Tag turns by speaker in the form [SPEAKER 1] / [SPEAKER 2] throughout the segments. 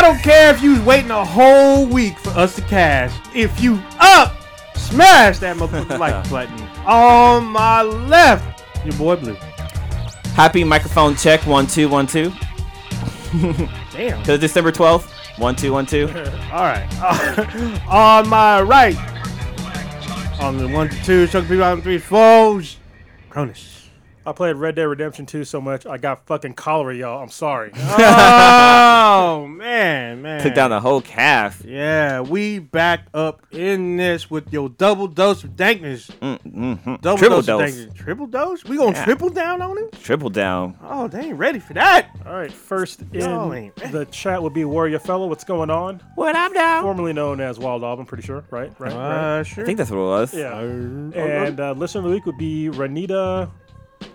[SPEAKER 1] don't care if you was waiting a whole week for us to cash. If you up, smash that motherfucking like button. On my left, your boy Blue.
[SPEAKER 2] Happy microphone check. One two one two.
[SPEAKER 1] Damn.
[SPEAKER 2] Cause December twelfth. One two one two.
[SPEAKER 1] All right. on my right, on the one to two, Chuck B. Bottom three, fours, Cronus.
[SPEAKER 3] I played Red Dead Redemption 2 so much, I got fucking cholera, y'all. I'm sorry.
[SPEAKER 1] Oh man, man.
[SPEAKER 2] Took down the whole calf.
[SPEAKER 1] Yeah, we back up in this with your double dose of dankness.
[SPEAKER 2] Mm-hmm.
[SPEAKER 1] Double
[SPEAKER 2] Triple
[SPEAKER 1] dose,
[SPEAKER 2] dose.
[SPEAKER 1] of dankness. Triple dose? We gonna
[SPEAKER 2] Yeah.
[SPEAKER 1] triple down on him?
[SPEAKER 2] Triple down.
[SPEAKER 1] Oh, they ain't ready for that.
[SPEAKER 3] All right, first in
[SPEAKER 1] Y'all ain't ready.
[SPEAKER 3] the chat would be Warrior Fellow. What's going on?
[SPEAKER 2] What up, down?
[SPEAKER 3] Formerly known as Wild Ob, I'm pretty sure. Right, right, right.
[SPEAKER 1] Uh, sure. Oh,
[SPEAKER 2] I think that's what it was.
[SPEAKER 3] Yeah.
[SPEAKER 1] and
[SPEAKER 3] And uh, listener of the week would be Ranita.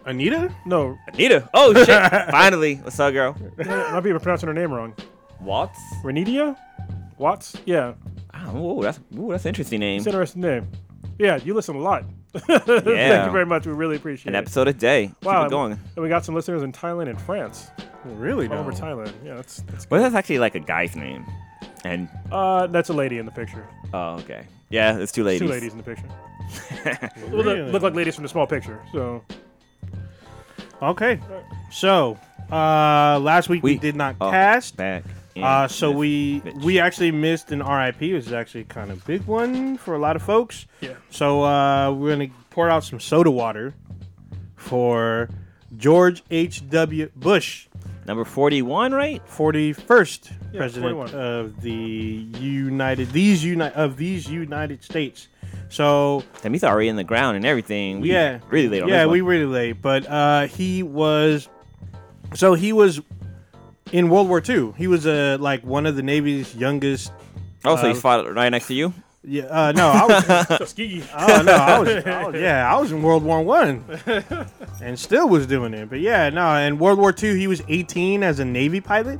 [SPEAKER 1] Anita?
[SPEAKER 3] No,
[SPEAKER 2] Nita. Oh shit. Finally. What's up, girl?
[SPEAKER 3] I might be pronouncing her name wrong.
[SPEAKER 2] Watts.
[SPEAKER 3] Ranidia? Watts? Yeah.
[SPEAKER 2] Oh, that's ooh, that's an interesting name.
[SPEAKER 3] It's an interesting name. Yeah, you listen a lot. Thank
[SPEAKER 2] Yeah.
[SPEAKER 3] you very much. We really appreciate
[SPEAKER 2] An
[SPEAKER 3] it.
[SPEAKER 2] episode a day. Keep
[SPEAKER 3] Wow.
[SPEAKER 2] it going.
[SPEAKER 3] And we got some listeners in Thailand and France.
[SPEAKER 1] Really?
[SPEAKER 3] All over
[SPEAKER 1] though.
[SPEAKER 3] Thailand. Yeah, that's that's,
[SPEAKER 2] Well, that's actually like a guy's name. And
[SPEAKER 3] uh, that's a lady in the picture.
[SPEAKER 2] oh, okay. Yeah, it's two ladies.
[SPEAKER 3] It's Two ladies in the picture. Well, they
[SPEAKER 1] Really?
[SPEAKER 3] look like ladies from the small picture. So
[SPEAKER 1] Okay. So, uh, last week we,
[SPEAKER 2] We
[SPEAKER 1] did not
[SPEAKER 2] are
[SPEAKER 1] cast.
[SPEAKER 2] Back. in
[SPEAKER 1] Uh, so
[SPEAKER 2] this
[SPEAKER 1] we
[SPEAKER 2] bitch.
[SPEAKER 1] we actually missed an RIP. It was actually kind of big one for a lot of folks.
[SPEAKER 3] Yeah.
[SPEAKER 1] So uh, we're gonna pour out some soda water for George H. W. Bush,
[SPEAKER 2] number forty-one, right?
[SPEAKER 1] forty first
[SPEAKER 3] Yeah,
[SPEAKER 1] president
[SPEAKER 3] 41.
[SPEAKER 1] of the United these uni- of these United States. So
[SPEAKER 2] Damn, he's already in the ground and everything. We
[SPEAKER 1] yeah,
[SPEAKER 2] really late on
[SPEAKER 1] Yeah,
[SPEAKER 2] this one.
[SPEAKER 1] we really late. But uh, he was, so he was in World War II. He was uh, like one of the Navy's youngest.
[SPEAKER 2] Oh, so he
[SPEAKER 1] uh,
[SPEAKER 2] fought right next to you.
[SPEAKER 1] Yeah, uh, no, I was,
[SPEAKER 3] ski. uh,
[SPEAKER 1] oh, no, I was, I was- yeah, I was in World War One, and still was doing it. But yeah, no, in World War II, he was 18 as a Navy pilot.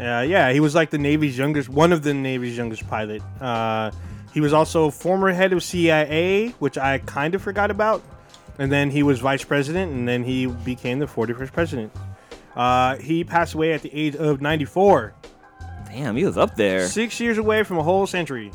[SPEAKER 1] Uh, yeah, he was like the Navy's youngest, one of the Navy's youngest pilot. Uh, he was also former head of CIA, which I kind of forgot about, and then he was vice president, and then he became the 41st president. Uh, he passed away at the age of 94,
[SPEAKER 2] Damn, he was up there.
[SPEAKER 1] six years away from a whole century.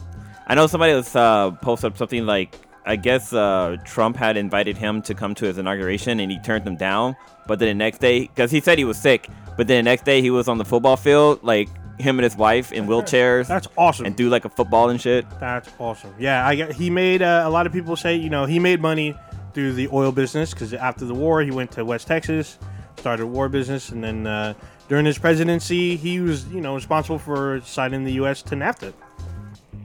[SPEAKER 2] I know somebody was uh, posted up something like I guess uh, Trump had invited him to come to his inauguration and he turned him down. But then the next day, because he said he was sick, but then the next day he was on the football field, like him and his wife in wheelchairs,
[SPEAKER 1] That's awesome.
[SPEAKER 2] and threw like a football and shit.
[SPEAKER 1] That's awesome. Yeah, I got, he made uh, a lot of people say you know he made money through the oil business because after the war he went to West Texas, started a war business, and then uh, during his presidency he was you know responsible for signing the U.S. to NAFTA.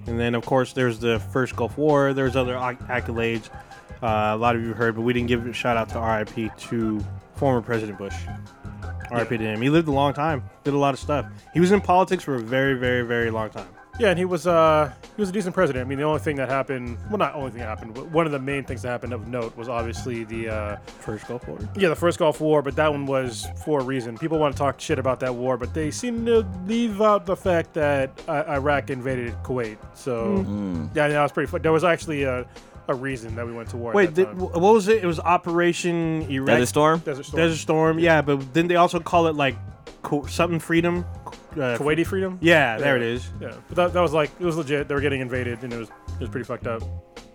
[SPEAKER 1] And then of course there's the first Gulf War. There's other acc- accolades. Uh, a lot of you heard, but we didn't give a shout out to R.I.P. to former President Bush. R.I.P. to him. He lived a long time, did a lot of stuff. He was in politics for a very, very, very long time.
[SPEAKER 3] Yeah, and he was uh he was a decent president. I mean, the only thing that happened, well, not only thing that happened, but one of the main things that happened of note was obviously the uh,
[SPEAKER 1] First Gulf War.
[SPEAKER 3] yeah the first Gulf War, but that one was for a reason. People want to talk shit about that war, but they seem to leave out the fact that uh, Iraq invaded Kuwait. So
[SPEAKER 1] Mm-hmm.
[SPEAKER 3] yeah, that was pretty. Fun. There was actually a, a reason that we went to war. at
[SPEAKER 1] Wait,
[SPEAKER 3] that
[SPEAKER 1] th-
[SPEAKER 3] time.
[SPEAKER 1] wh- what was it? It was Operation Iraq.
[SPEAKER 2] Desert Storm.
[SPEAKER 3] Desert Storm.
[SPEAKER 1] Desert Storm, Yeah, but didn't they also call it like Ku- something freedom? Uh,
[SPEAKER 3] Kuwaiti freedom.
[SPEAKER 1] Yeah, there it
[SPEAKER 3] Yeah.
[SPEAKER 1] is.
[SPEAKER 3] Yeah, but that, that was like it was legit. They were getting invaded, and it was it was pretty fucked up.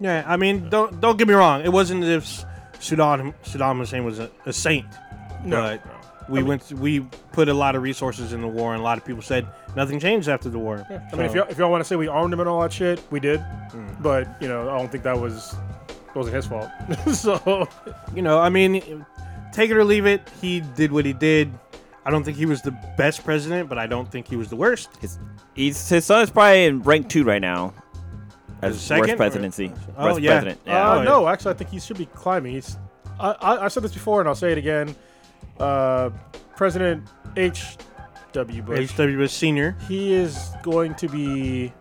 [SPEAKER 1] Yeah, I mean, don't don't get me wrong. It wasn't as if S- Saddam Saddam Hussein was a, a saint.
[SPEAKER 3] No,
[SPEAKER 1] but
[SPEAKER 3] no.
[SPEAKER 1] we went. we put a lot of resources in the war, and a lot of people said nothing changed after the war.
[SPEAKER 3] I mean, if y'all, if y'all want to say we armed him and all that shit, we did. But you know, I don't think that was wasn't his fault. so
[SPEAKER 1] you know, I mean, take it or leave it. He did what he did. I don't think he was the best president, but I don't think he was the worst.
[SPEAKER 2] His, he's, his son is probably in rank two right now. As
[SPEAKER 1] His second or-
[SPEAKER 2] worst presidency.
[SPEAKER 1] Oh,
[SPEAKER 2] worst
[SPEAKER 1] yeah.
[SPEAKER 2] president. Yeah.
[SPEAKER 3] uh, no, actually, I think he should be climbing. He's I, I, I said this before, and I'll say it again. Uh, President H. W. Bush.
[SPEAKER 1] H.W. was senior.
[SPEAKER 3] He is going to be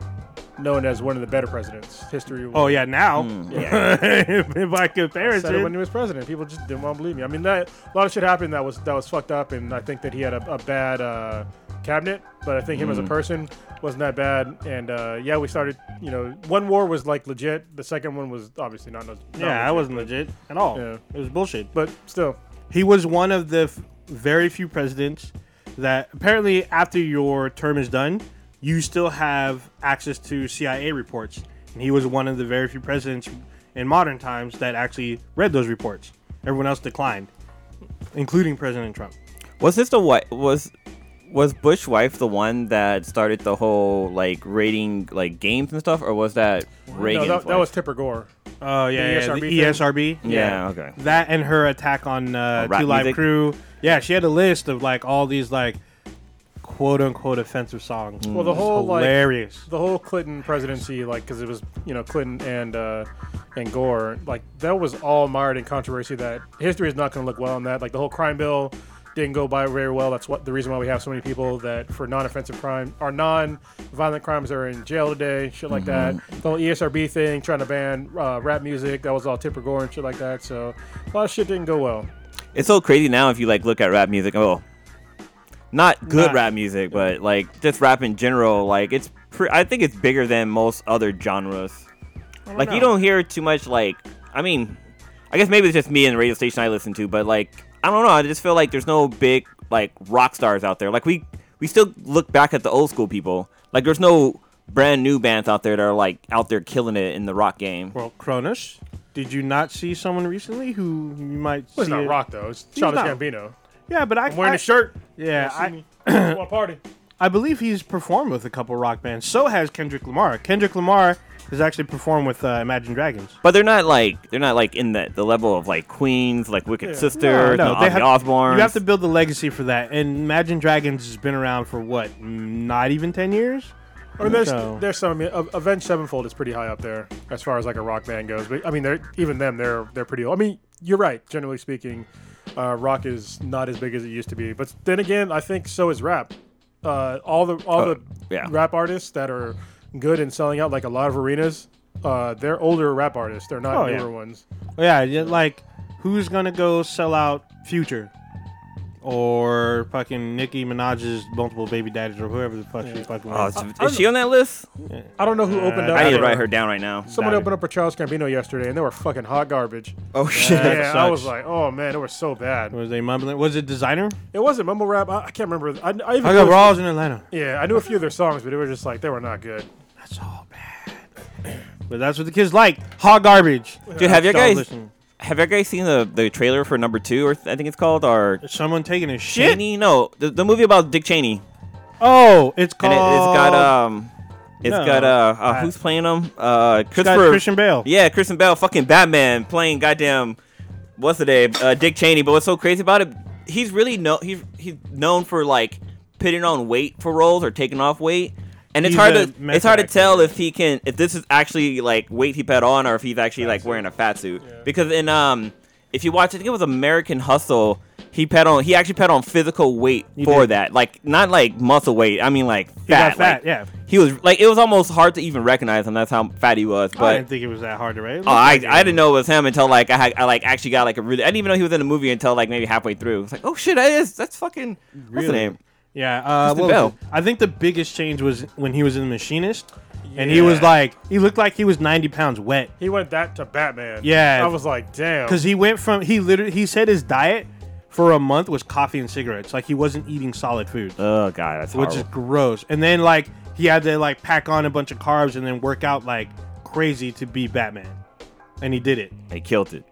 [SPEAKER 3] known as one of the better presidents. History. will-
[SPEAKER 1] Oh yeah, now
[SPEAKER 2] yeah.
[SPEAKER 1] if I compare it,
[SPEAKER 3] said it when he
[SPEAKER 1] to-
[SPEAKER 3] was president. People just didn't want to believe me. I mean, that a lot of shit happened that was that was fucked up, and I think that he had a, a bad uh, cabinet. But I think him
[SPEAKER 1] Mm.
[SPEAKER 3] as a person wasn't that bad. And uh, yeah, we started. You know, one war was like legit. The second one was obviously not. not
[SPEAKER 1] yeah, I
[SPEAKER 3] legit,
[SPEAKER 1] wasn't legit at all.
[SPEAKER 3] Yeah.
[SPEAKER 1] It was bullshit. But
[SPEAKER 3] But still,
[SPEAKER 1] he was one of the f- very few presidents that apparently after your term is done, you still have access to CIA reports. And he was one of the very few presidents in modern times that actually read those reports. Everyone else declined, including President Trump.
[SPEAKER 2] Was this the wife? Was was Bush wife the one that started the whole like rating like games and stuff, or was that
[SPEAKER 3] No,
[SPEAKER 2] Reagan's
[SPEAKER 3] that, that
[SPEAKER 2] wife?
[SPEAKER 3] was Tipper Gore.
[SPEAKER 1] Oh yeah,
[SPEAKER 3] The E
[SPEAKER 1] yeah,
[SPEAKER 3] ESRB
[SPEAKER 1] the
[SPEAKER 3] thing?
[SPEAKER 1] ESRB.
[SPEAKER 2] Yeah, okay.
[SPEAKER 1] That and her attack on uh,
[SPEAKER 2] rap
[SPEAKER 1] Two Live
[SPEAKER 2] music?
[SPEAKER 1] Crew. Yeah, she had a list of like all these like quote unquote offensive songs.
[SPEAKER 2] Mm.
[SPEAKER 3] Well, the
[SPEAKER 1] It's
[SPEAKER 3] whole, like-
[SPEAKER 1] Mm, hilarious.
[SPEAKER 3] The whole Clinton presidency, like, because it was you know Clinton and uh, and Gore, like that was all mired in controversy. That history is not going to look well on that. Like the whole crime bill didn't go by very well. That's what the reason why we have so many people that for non-offensive crime or non-violent crimes are in jail today. Shit like
[SPEAKER 1] Mm-hmm.
[SPEAKER 3] that. The whole E ESRB thing, trying to ban uh, rap music, that was all Tipper Gore and shit like that. So a lot of shit didn't go well.
[SPEAKER 2] It's so crazy now if you like look at rap music. Oh, not good
[SPEAKER 1] Not-
[SPEAKER 2] rap music, but like just rap in general. Like it's, pre- I think it's bigger than most other genres. Like you
[SPEAKER 3] know.
[SPEAKER 2] don't hear too much. Like I mean, I guess maybe it's just me and the radio station I listen to, but like I don't know. I just feel like there's no big like rock stars out there. Like we we still look back at the old school people. Like there's no brand new bands out there that are like out there killing it in the rock game.
[SPEAKER 1] Well, Cronus, did you not see someone recently who you might
[SPEAKER 3] Well, it's
[SPEAKER 1] see?
[SPEAKER 3] not
[SPEAKER 1] it-
[SPEAKER 3] rock though. It's Childish
[SPEAKER 1] not-
[SPEAKER 3] Gambino.
[SPEAKER 1] Yeah, but I,
[SPEAKER 3] I'm wearing
[SPEAKER 1] I
[SPEAKER 3] a shirt.
[SPEAKER 1] Yeah,
[SPEAKER 3] See
[SPEAKER 1] I,
[SPEAKER 3] me. Just wanna party.
[SPEAKER 1] I believe he's performed with a couple rock bands. So has Kendrick Lamar. Kendrick Lamar has actually performed with uh, Imagine Dragons.
[SPEAKER 2] But they're not like they're not like in the, the level of like Queens, like Wicked Sister, no,
[SPEAKER 1] they
[SPEAKER 2] Ozzy Osbourne.
[SPEAKER 1] You have to build the legacy for that. And Imagine Dragons has been around for what? mm, Not even ten years.
[SPEAKER 3] I mean, there's
[SPEAKER 1] So-
[SPEAKER 3] there's some. I mean, A- Avenged Sevenfold is pretty high up there as far as like a rock band goes. But I mean, they're even them. They're they're pretty. Old. I mean, you're right. Generally speaking, uh, rock is not as big as it used to be. But then again, I think so is rap. Uh, all the all
[SPEAKER 2] Oh,
[SPEAKER 3] the
[SPEAKER 2] yeah.
[SPEAKER 3] rap artists that are good and selling out like a lot of arenas. Uh, they're older rap artists. They're not
[SPEAKER 1] Oh, yeah.
[SPEAKER 3] newer ones.
[SPEAKER 1] Well, yeah, yeah, like who's gonna go sell out Future or fucking Nicki Minaj's multiple baby daddies or whoever the fuck she fucking.
[SPEAKER 2] Oh,
[SPEAKER 1] was.
[SPEAKER 2] is, is she on that list?
[SPEAKER 3] I don't know who opened up.
[SPEAKER 2] I need to
[SPEAKER 3] for-
[SPEAKER 2] write her down right now.
[SPEAKER 3] Someone
[SPEAKER 1] down.
[SPEAKER 3] opened up for Charles Gambino yesterday, and they were fucking hot garbage.
[SPEAKER 2] Oh shit!
[SPEAKER 1] that
[SPEAKER 3] Yeah, I
[SPEAKER 1] sucks.
[SPEAKER 3] was like, oh man, it was so bad.
[SPEAKER 1] was they mumbling? Was it designer?
[SPEAKER 3] It wasn't mumble rap. I, I can't remember. I, I even
[SPEAKER 1] I
[SPEAKER 3] knew a-
[SPEAKER 1] got Rawls in Atlanta.
[SPEAKER 3] Yeah, I knew a few of their songs, but it was just like they were not good.
[SPEAKER 1] That's all bad. But that's what the kids like. Hot garbage.
[SPEAKER 2] Dude, have you
[SPEAKER 1] Don't
[SPEAKER 2] guys
[SPEAKER 1] listen.
[SPEAKER 2] have you guys seen the, the trailer for number two or th- I think it's called or
[SPEAKER 1] Someone taking a shit.
[SPEAKER 2] Cheney? No, the, the movie about Dick Cheney,
[SPEAKER 1] Oh, it's
[SPEAKER 2] and
[SPEAKER 1] called.
[SPEAKER 2] it, it's got um, it's
[SPEAKER 1] Oh. No.
[SPEAKER 2] got uh, uh who's playing him? Uh,
[SPEAKER 1] it's got
[SPEAKER 2] Christopher
[SPEAKER 1] Christian Bale.
[SPEAKER 2] Yeah, Kristen Bell, fucking Batman, playing goddamn what's the name? Uh, Dick Cheney. But what's so crazy about it? He's really no he's he's known for like putting on weight for roles or taking off weight, and it's
[SPEAKER 1] He's
[SPEAKER 2] hard
[SPEAKER 1] a
[SPEAKER 2] to
[SPEAKER 1] method
[SPEAKER 2] it's hard to
[SPEAKER 1] actor.
[SPEAKER 2] tell if he can if this is actually like weight he put on or if he's actually like wearing a fat suit because in um if you watch I think it was American Hustle. He put on. He actually put on physical weight for
[SPEAKER 1] did.
[SPEAKER 2] that, like not like muscle weight. I mean, like fat.
[SPEAKER 1] got fat,
[SPEAKER 2] like,
[SPEAKER 1] yeah.
[SPEAKER 2] He was like it was almost hard to even recognize him. That's how fat he was. But
[SPEAKER 1] I didn't think it was that hard to rate.
[SPEAKER 2] Oh, I, I didn't know it was him until like I, had- I like actually got like a really I didn't even know he was in the movie until like maybe halfway through. It's like oh shit, that is that's fucking what's the
[SPEAKER 1] Really?
[SPEAKER 2] name?
[SPEAKER 1] Yeah, uh,
[SPEAKER 2] Kristen
[SPEAKER 1] what was
[SPEAKER 2] Bell.
[SPEAKER 1] it? I think the biggest change was when he was in the Machinist, and he was
[SPEAKER 3] Yeah.
[SPEAKER 1] like, he looked like he was ninety pounds wet
[SPEAKER 3] He went that to Batman.
[SPEAKER 1] Yeah.
[SPEAKER 3] I was like, damn.
[SPEAKER 1] because he went from he literally he said his diet for a month was coffee and cigarettes, like he wasn't eating solid food,
[SPEAKER 2] Oh god, that's
[SPEAKER 1] which
[SPEAKER 2] horrible.
[SPEAKER 1] is gross. And then like he had to like pack on a bunch of carbs and then work out like crazy to be Batman, and he did it.
[SPEAKER 2] they killed it.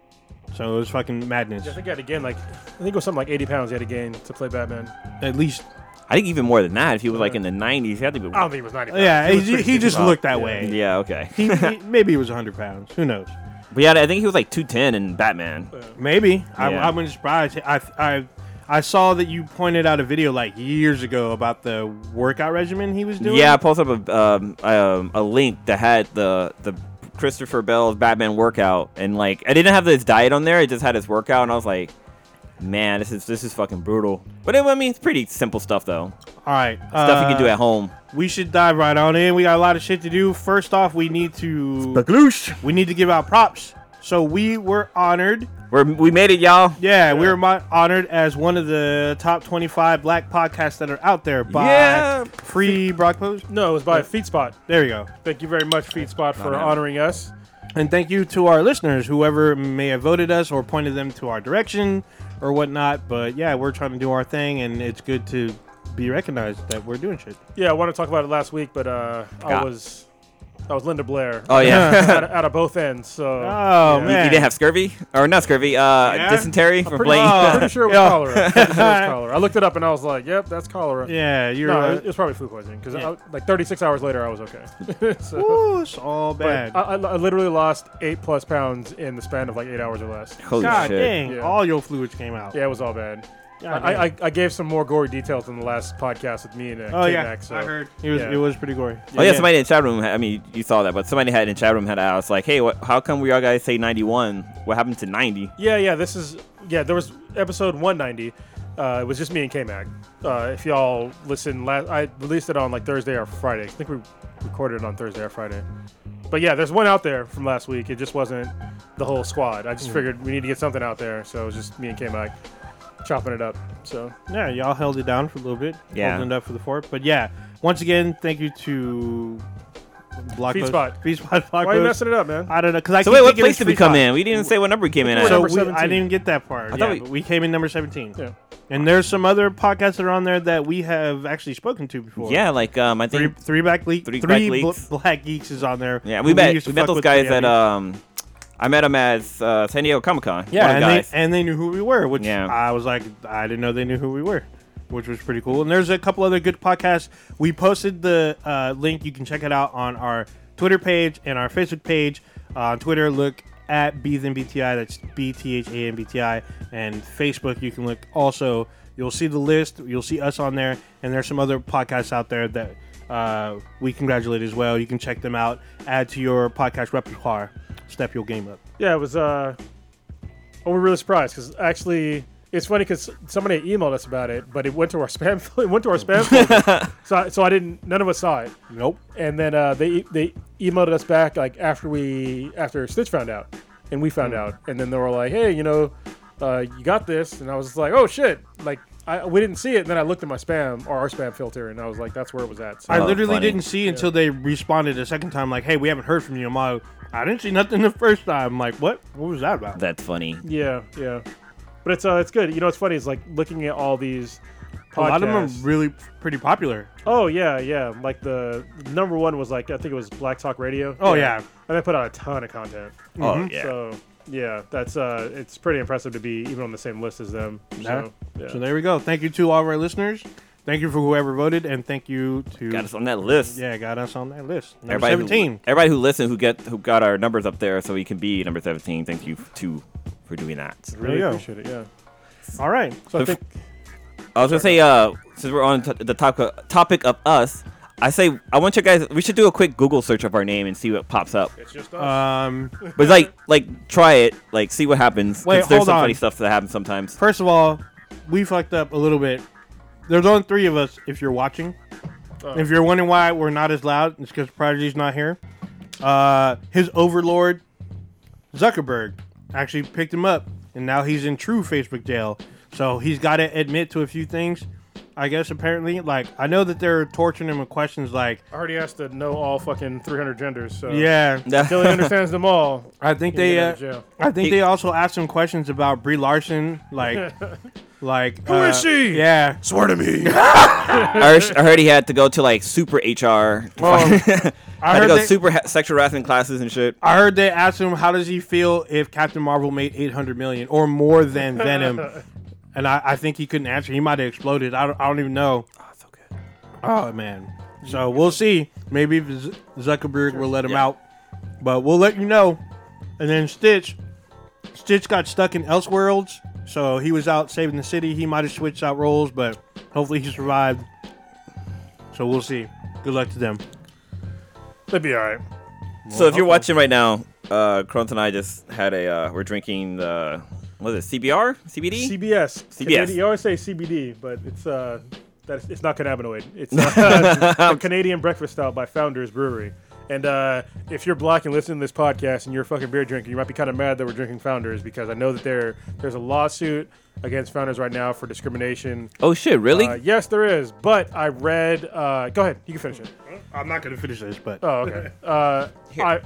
[SPEAKER 1] So it was fucking madness.
[SPEAKER 3] I think he had to gain like I think it was something like 80 pounds he had to gain to play Batman.
[SPEAKER 1] At least,
[SPEAKER 2] I think even more than that. If he was like in the nineties, he had to be.
[SPEAKER 3] I don't think it was 90. Pounds.
[SPEAKER 1] yeah,
[SPEAKER 3] It was
[SPEAKER 1] he,
[SPEAKER 3] pretty
[SPEAKER 1] he
[SPEAKER 3] thin.
[SPEAKER 1] just looked that way.
[SPEAKER 2] yeah, okay.
[SPEAKER 1] he, he- maybe it was 100 pounds. Who knows?
[SPEAKER 2] But yeah, I think he was like two ten in Batman.
[SPEAKER 1] Maybe. I,
[SPEAKER 2] Yeah.
[SPEAKER 1] I wouldn't surprise. I, I, I saw that you pointed out a video like years ago about the workout regimen he was doing.
[SPEAKER 2] Yeah, I posted up a um, um, a link that had the the Christopher Bell's Batman workout, and like I didn't have his diet on there. It just had his workout, and I was like, man, this is this is fucking brutal. But it, I mean, it's pretty simple stuff though.
[SPEAKER 1] All right. uh,
[SPEAKER 2] Stuff you can do at home.
[SPEAKER 1] We should dive right on in. We got a lot of shit to do. First off, we need to we need to give out props. So we were honored.
[SPEAKER 2] We're, we made it, y'all.
[SPEAKER 1] Yeah, we were mo- honored as one of the top 25 black podcasts that are out there by
[SPEAKER 2] Yeah.
[SPEAKER 1] Free Brock Pose.
[SPEAKER 3] No, it was by FeedSpot.
[SPEAKER 1] There you go.
[SPEAKER 3] Thank you very much, FeedSpot, for
[SPEAKER 2] happening.
[SPEAKER 3] honoring us.
[SPEAKER 1] And thank you to our listeners, whoever may have voted us or pointed them to our direction or whatnot. But yeah, we're trying to do our thing, and it's good to be recognized that we're doing shit.
[SPEAKER 3] Yeah, I wanted to talk about it last week, but uh, I
[SPEAKER 2] God.
[SPEAKER 3] was I was Linda Blair.
[SPEAKER 2] Oh yeah.
[SPEAKER 3] out, of, out of both ends. So
[SPEAKER 1] Oh
[SPEAKER 2] You,
[SPEAKER 1] man,
[SPEAKER 2] you didn't have scurvy or not scurvy? Uh,
[SPEAKER 1] Yeah? Oh,
[SPEAKER 2] dysentery
[SPEAKER 3] I'm
[SPEAKER 2] from
[SPEAKER 3] pretty,
[SPEAKER 2] Blaine.
[SPEAKER 3] I'm pretty sure it was
[SPEAKER 1] Yeah.
[SPEAKER 3] cholera. I'm pretty sure it was cholera. I looked it up and I was like, "Yep, that's cholera."
[SPEAKER 1] yeah, you're uh,
[SPEAKER 3] No,
[SPEAKER 1] right.
[SPEAKER 3] it was probably food poisoning because
[SPEAKER 1] Yeah.
[SPEAKER 3] like 36 hours later, I was okay. so,
[SPEAKER 1] Ooh, it's all
[SPEAKER 3] but uh,
[SPEAKER 1] bad.
[SPEAKER 3] I, I, I literally lost eight plus pounds in the span of like eight hours or less.
[SPEAKER 2] Holy
[SPEAKER 1] God
[SPEAKER 2] shit.
[SPEAKER 1] dang,
[SPEAKER 3] Yeah.
[SPEAKER 1] all your fluids came out.
[SPEAKER 3] Yeah, it was all bad.
[SPEAKER 1] God
[SPEAKER 3] I,
[SPEAKER 1] damn.
[SPEAKER 3] I, I gave some more gory details in the last podcast with me and uh,
[SPEAKER 1] oh
[SPEAKER 3] K
[SPEAKER 1] yeah,
[SPEAKER 3] Mac, so.
[SPEAKER 1] I heard it was
[SPEAKER 3] Yeah.
[SPEAKER 1] it was pretty gory.
[SPEAKER 2] Oh yeah, somebody in the chat room. had- I mean, you saw that, but somebody had in the chat room had asked like, "Hey, what, how come we all guys say 91? What happened to 90?"
[SPEAKER 3] Yeah, yeah. This is yeah. There was episode 190. Uh, it was just me and K Mag. Uh, if y'all listen, la- I released it on like Thursday or Friday. I think we recorded it on Thursday or Friday. But yeah, there's one out there from last week. It just wasn't the whole squad. I just figured we need to get something out there, so it was just me and K Mag chopping it up. So
[SPEAKER 1] Yeah, y'all held it down for a little bit.
[SPEAKER 2] Yeah.
[SPEAKER 1] Holding it up for the fort. But yeah, once again, thank you to Block
[SPEAKER 3] Feedspot.
[SPEAKER 1] Feedspot Block
[SPEAKER 3] why are you
[SPEAKER 1] Post.
[SPEAKER 3] messing it up, man?
[SPEAKER 1] I don't know. Cause I
[SPEAKER 2] So
[SPEAKER 1] keep
[SPEAKER 2] wait, what
[SPEAKER 1] thinking
[SPEAKER 2] place
[SPEAKER 1] it's
[SPEAKER 2] did we
[SPEAKER 1] Feedspot.
[SPEAKER 2] come in? We didn't say what number we came in
[SPEAKER 3] We're
[SPEAKER 2] at.
[SPEAKER 1] So
[SPEAKER 3] number
[SPEAKER 1] we, I
[SPEAKER 3] 17.
[SPEAKER 1] didn't get that part.
[SPEAKER 2] I
[SPEAKER 1] yeah,
[SPEAKER 2] thought we-
[SPEAKER 1] but we came in number 17.
[SPEAKER 3] Yeah.
[SPEAKER 1] And there's some other podcasts that are on there that we have actually spoken to before.
[SPEAKER 2] yeah, like um, I
[SPEAKER 1] Three,
[SPEAKER 2] think
[SPEAKER 1] three back leak,
[SPEAKER 2] Three
[SPEAKER 1] three,
[SPEAKER 2] Black Leaks.
[SPEAKER 1] bl- black geeks is on there.
[SPEAKER 2] yeah, we met
[SPEAKER 1] used to
[SPEAKER 2] we met
[SPEAKER 1] fuck
[SPEAKER 2] those
[SPEAKER 1] with
[SPEAKER 2] guys
[SPEAKER 1] them.
[SPEAKER 2] at um, I met them at uh, San Diego Comic Con.
[SPEAKER 1] yeah, and
[SPEAKER 2] guys.
[SPEAKER 1] they and they knew who we were, which
[SPEAKER 2] Yeah.
[SPEAKER 1] I was like, I didn't know they knew who we were, which was pretty cool. And there's a couple other good podcasts. We posted the uh, link. You can check it out on our Twitter page and our Facebook page. Uh, on Twitter, look at BTI. That's B T H A N B T I. And Facebook, you can look also. You'll see the list. You'll see us on there, and there's some other podcasts out there that uh, we congratulate as well. You can check them out. Add to your podcast repertoire. Step your game up.
[SPEAKER 3] Yeah, it was. Uh, oh, we're really surprised because actually, it's funny because somebody emailed us about it, but it went to our spam. It went to our spam. folder. so, I, so I didn't. None of us saw it.
[SPEAKER 1] Nope.
[SPEAKER 3] And then uh, they they emailed us back like after we after Stitch found out, and we
[SPEAKER 1] Hmm.
[SPEAKER 3] found out, and then they were like, hey, you know, uh, you got this, and I was just like, oh shit, like. I, we didn't see it, and then I looked at my spam or our spam filter, and I was like, "That's where it was at." So,
[SPEAKER 1] I
[SPEAKER 2] Oh,
[SPEAKER 1] literally
[SPEAKER 2] funny.
[SPEAKER 1] didn't see until they responded a second time, like, "Hey, we haven't heard from you." I'm like, "I didn't see nothing the first time." I'm like, "What? What was that about?"
[SPEAKER 2] That's funny.
[SPEAKER 1] Mm-hmm.
[SPEAKER 3] yeah, yeah, but it's uh, it's good. You know, what's funny is like looking at all these.
[SPEAKER 1] A lot of them
[SPEAKER 3] podcasts-
[SPEAKER 1] are really pretty popular.
[SPEAKER 3] Oh yeah, yeah. Like the number one was like I think it was Black Talk Radio.
[SPEAKER 1] Oh, yeah.
[SPEAKER 3] and they put out a ton of content.
[SPEAKER 2] Oh yeah.
[SPEAKER 3] So yeah, that's uh, it's pretty impressive to be even on the same list as them. So, yeah.
[SPEAKER 1] So there we go. Thank you to all of our listeners. Thank you for whoever voted, and thank you to
[SPEAKER 2] Got us on that list.
[SPEAKER 1] yeah, got us on that list. Number
[SPEAKER 2] Everybody
[SPEAKER 1] seventeen.
[SPEAKER 2] Who, everybody who listened, who get, who got our numbers up there, so we can be number seventeen. Thank you too for doing that.
[SPEAKER 3] really
[SPEAKER 1] There you go.
[SPEAKER 3] appreciate it. Yeah.
[SPEAKER 1] All right.
[SPEAKER 3] So I
[SPEAKER 2] The f-
[SPEAKER 3] think
[SPEAKER 2] I was gonna say, uh, since we're on t- the top- topic of us, I say I want you guys. We should do a quick Google search of our name and see what pops up.
[SPEAKER 3] it's just
[SPEAKER 1] Um,
[SPEAKER 2] But like, like try it, like see what happens. 'cause
[SPEAKER 1] Wait,
[SPEAKER 2] there's
[SPEAKER 1] hold
[SPEAKER 2] some
[SPEAKER 1] on.
[SPEAKER 2] funny stuff that happens sometimes.
[SPEAKER 1] first of all, we fucked up a little bit. There's only three of us. If you're watching,
[SPEAKER 3] Oh.
[SPEAKER 1] if you're wondering why we're not as loud, it's because Prodigy's not here. Uh, his overlord Zuckerberg actually picked him up, and now he's in true Facebook jail. So he's got to admit to a few things. I guess apparently, like I know that they're torturing him with questions like,
[SPEAKER 3] I already asked to know all fucking 300 genders. So
[SPEAKER 1] yeah,
[SPEAKER 3] Until he understands them all.
[SPEAKER 1] I think
[SPEAKER 3] He'll
[SPEAKER 1] they,
[SPEAKER 3] Oh.
[SPEAKER 1] uh,
[SPEAKER 3] get out of jail.
[SPEAKER 1] I think
[SPEAKER 2] He-
[SPEAKER 1] they also asked him questions about Brie Larson, like, like who
[SPEAKER 3] is she?
[SPEAKER 1] Uh, Yeah,
[SPEAKER 4] Swear to me.
[SPEAKER 2] I heard- I heard he had to go to like super HR. to
[SPEAKER 1] Well,
[SPEAKER 2] find- had
[SPEAKER 1] I
[SPEAKER 2] to
[SPEAKER 1] heard
[SPEAKER 2] go
[SPEAKER 1] they,
[SPEAKER 2] super ha- sexual harassment classes and shit.
[SPEAKER 1] I heard they asked him how does he feel if Captain Marvel made 800 million or more than Venom, and I, I think he couldn't answer. He might have exploded. I don't, I don't even know.
[SPEAKER 2] Oh, it's so good.
[SPEAKER 1] Oh man. So we'll see. Maybe Z- Zuckerberg will let him
[SPEAKER 2] Yeah.
[SPEAKER 1] out, but we'll let you know. And then Stitch, Stitch got stuck in Elseworlds, so he was out saving the city. He might have switched out roles, but hopefully he survived. So we'll see. Good luck to them.
[SPEAKER 3] They'd be all right.
[SPEAKER 2] So if you're watching right now, uh, Crones and I just had a. Uh, we're drinking the. What is it? CBR? CBD?
[SPEAKER 3] CBS.
[SPEAKER 2] CBS.
[SPEAKER 3] Canadi- you always say CBD, but it's uh, that's it's not cannabinoid. It's uh, a Canadian breakfast stout by Founders Brewery. And uh, if you're black and listening to this podcast and you're a fucking beer drinker, you might be kind of mad that we're drinking Founders because I know that there there's a lawsuit against Founders right now for discrimination.
[SPEAKER 2] oh shit! Really?
[SPEAKER 3] Uh, yes, there is. But I read. Uh, go ahead. You can finish it.
[SPEAKER 1] I'm not gonna finish this, but
[SPEAKER 3] Oh, okay. Uh, I,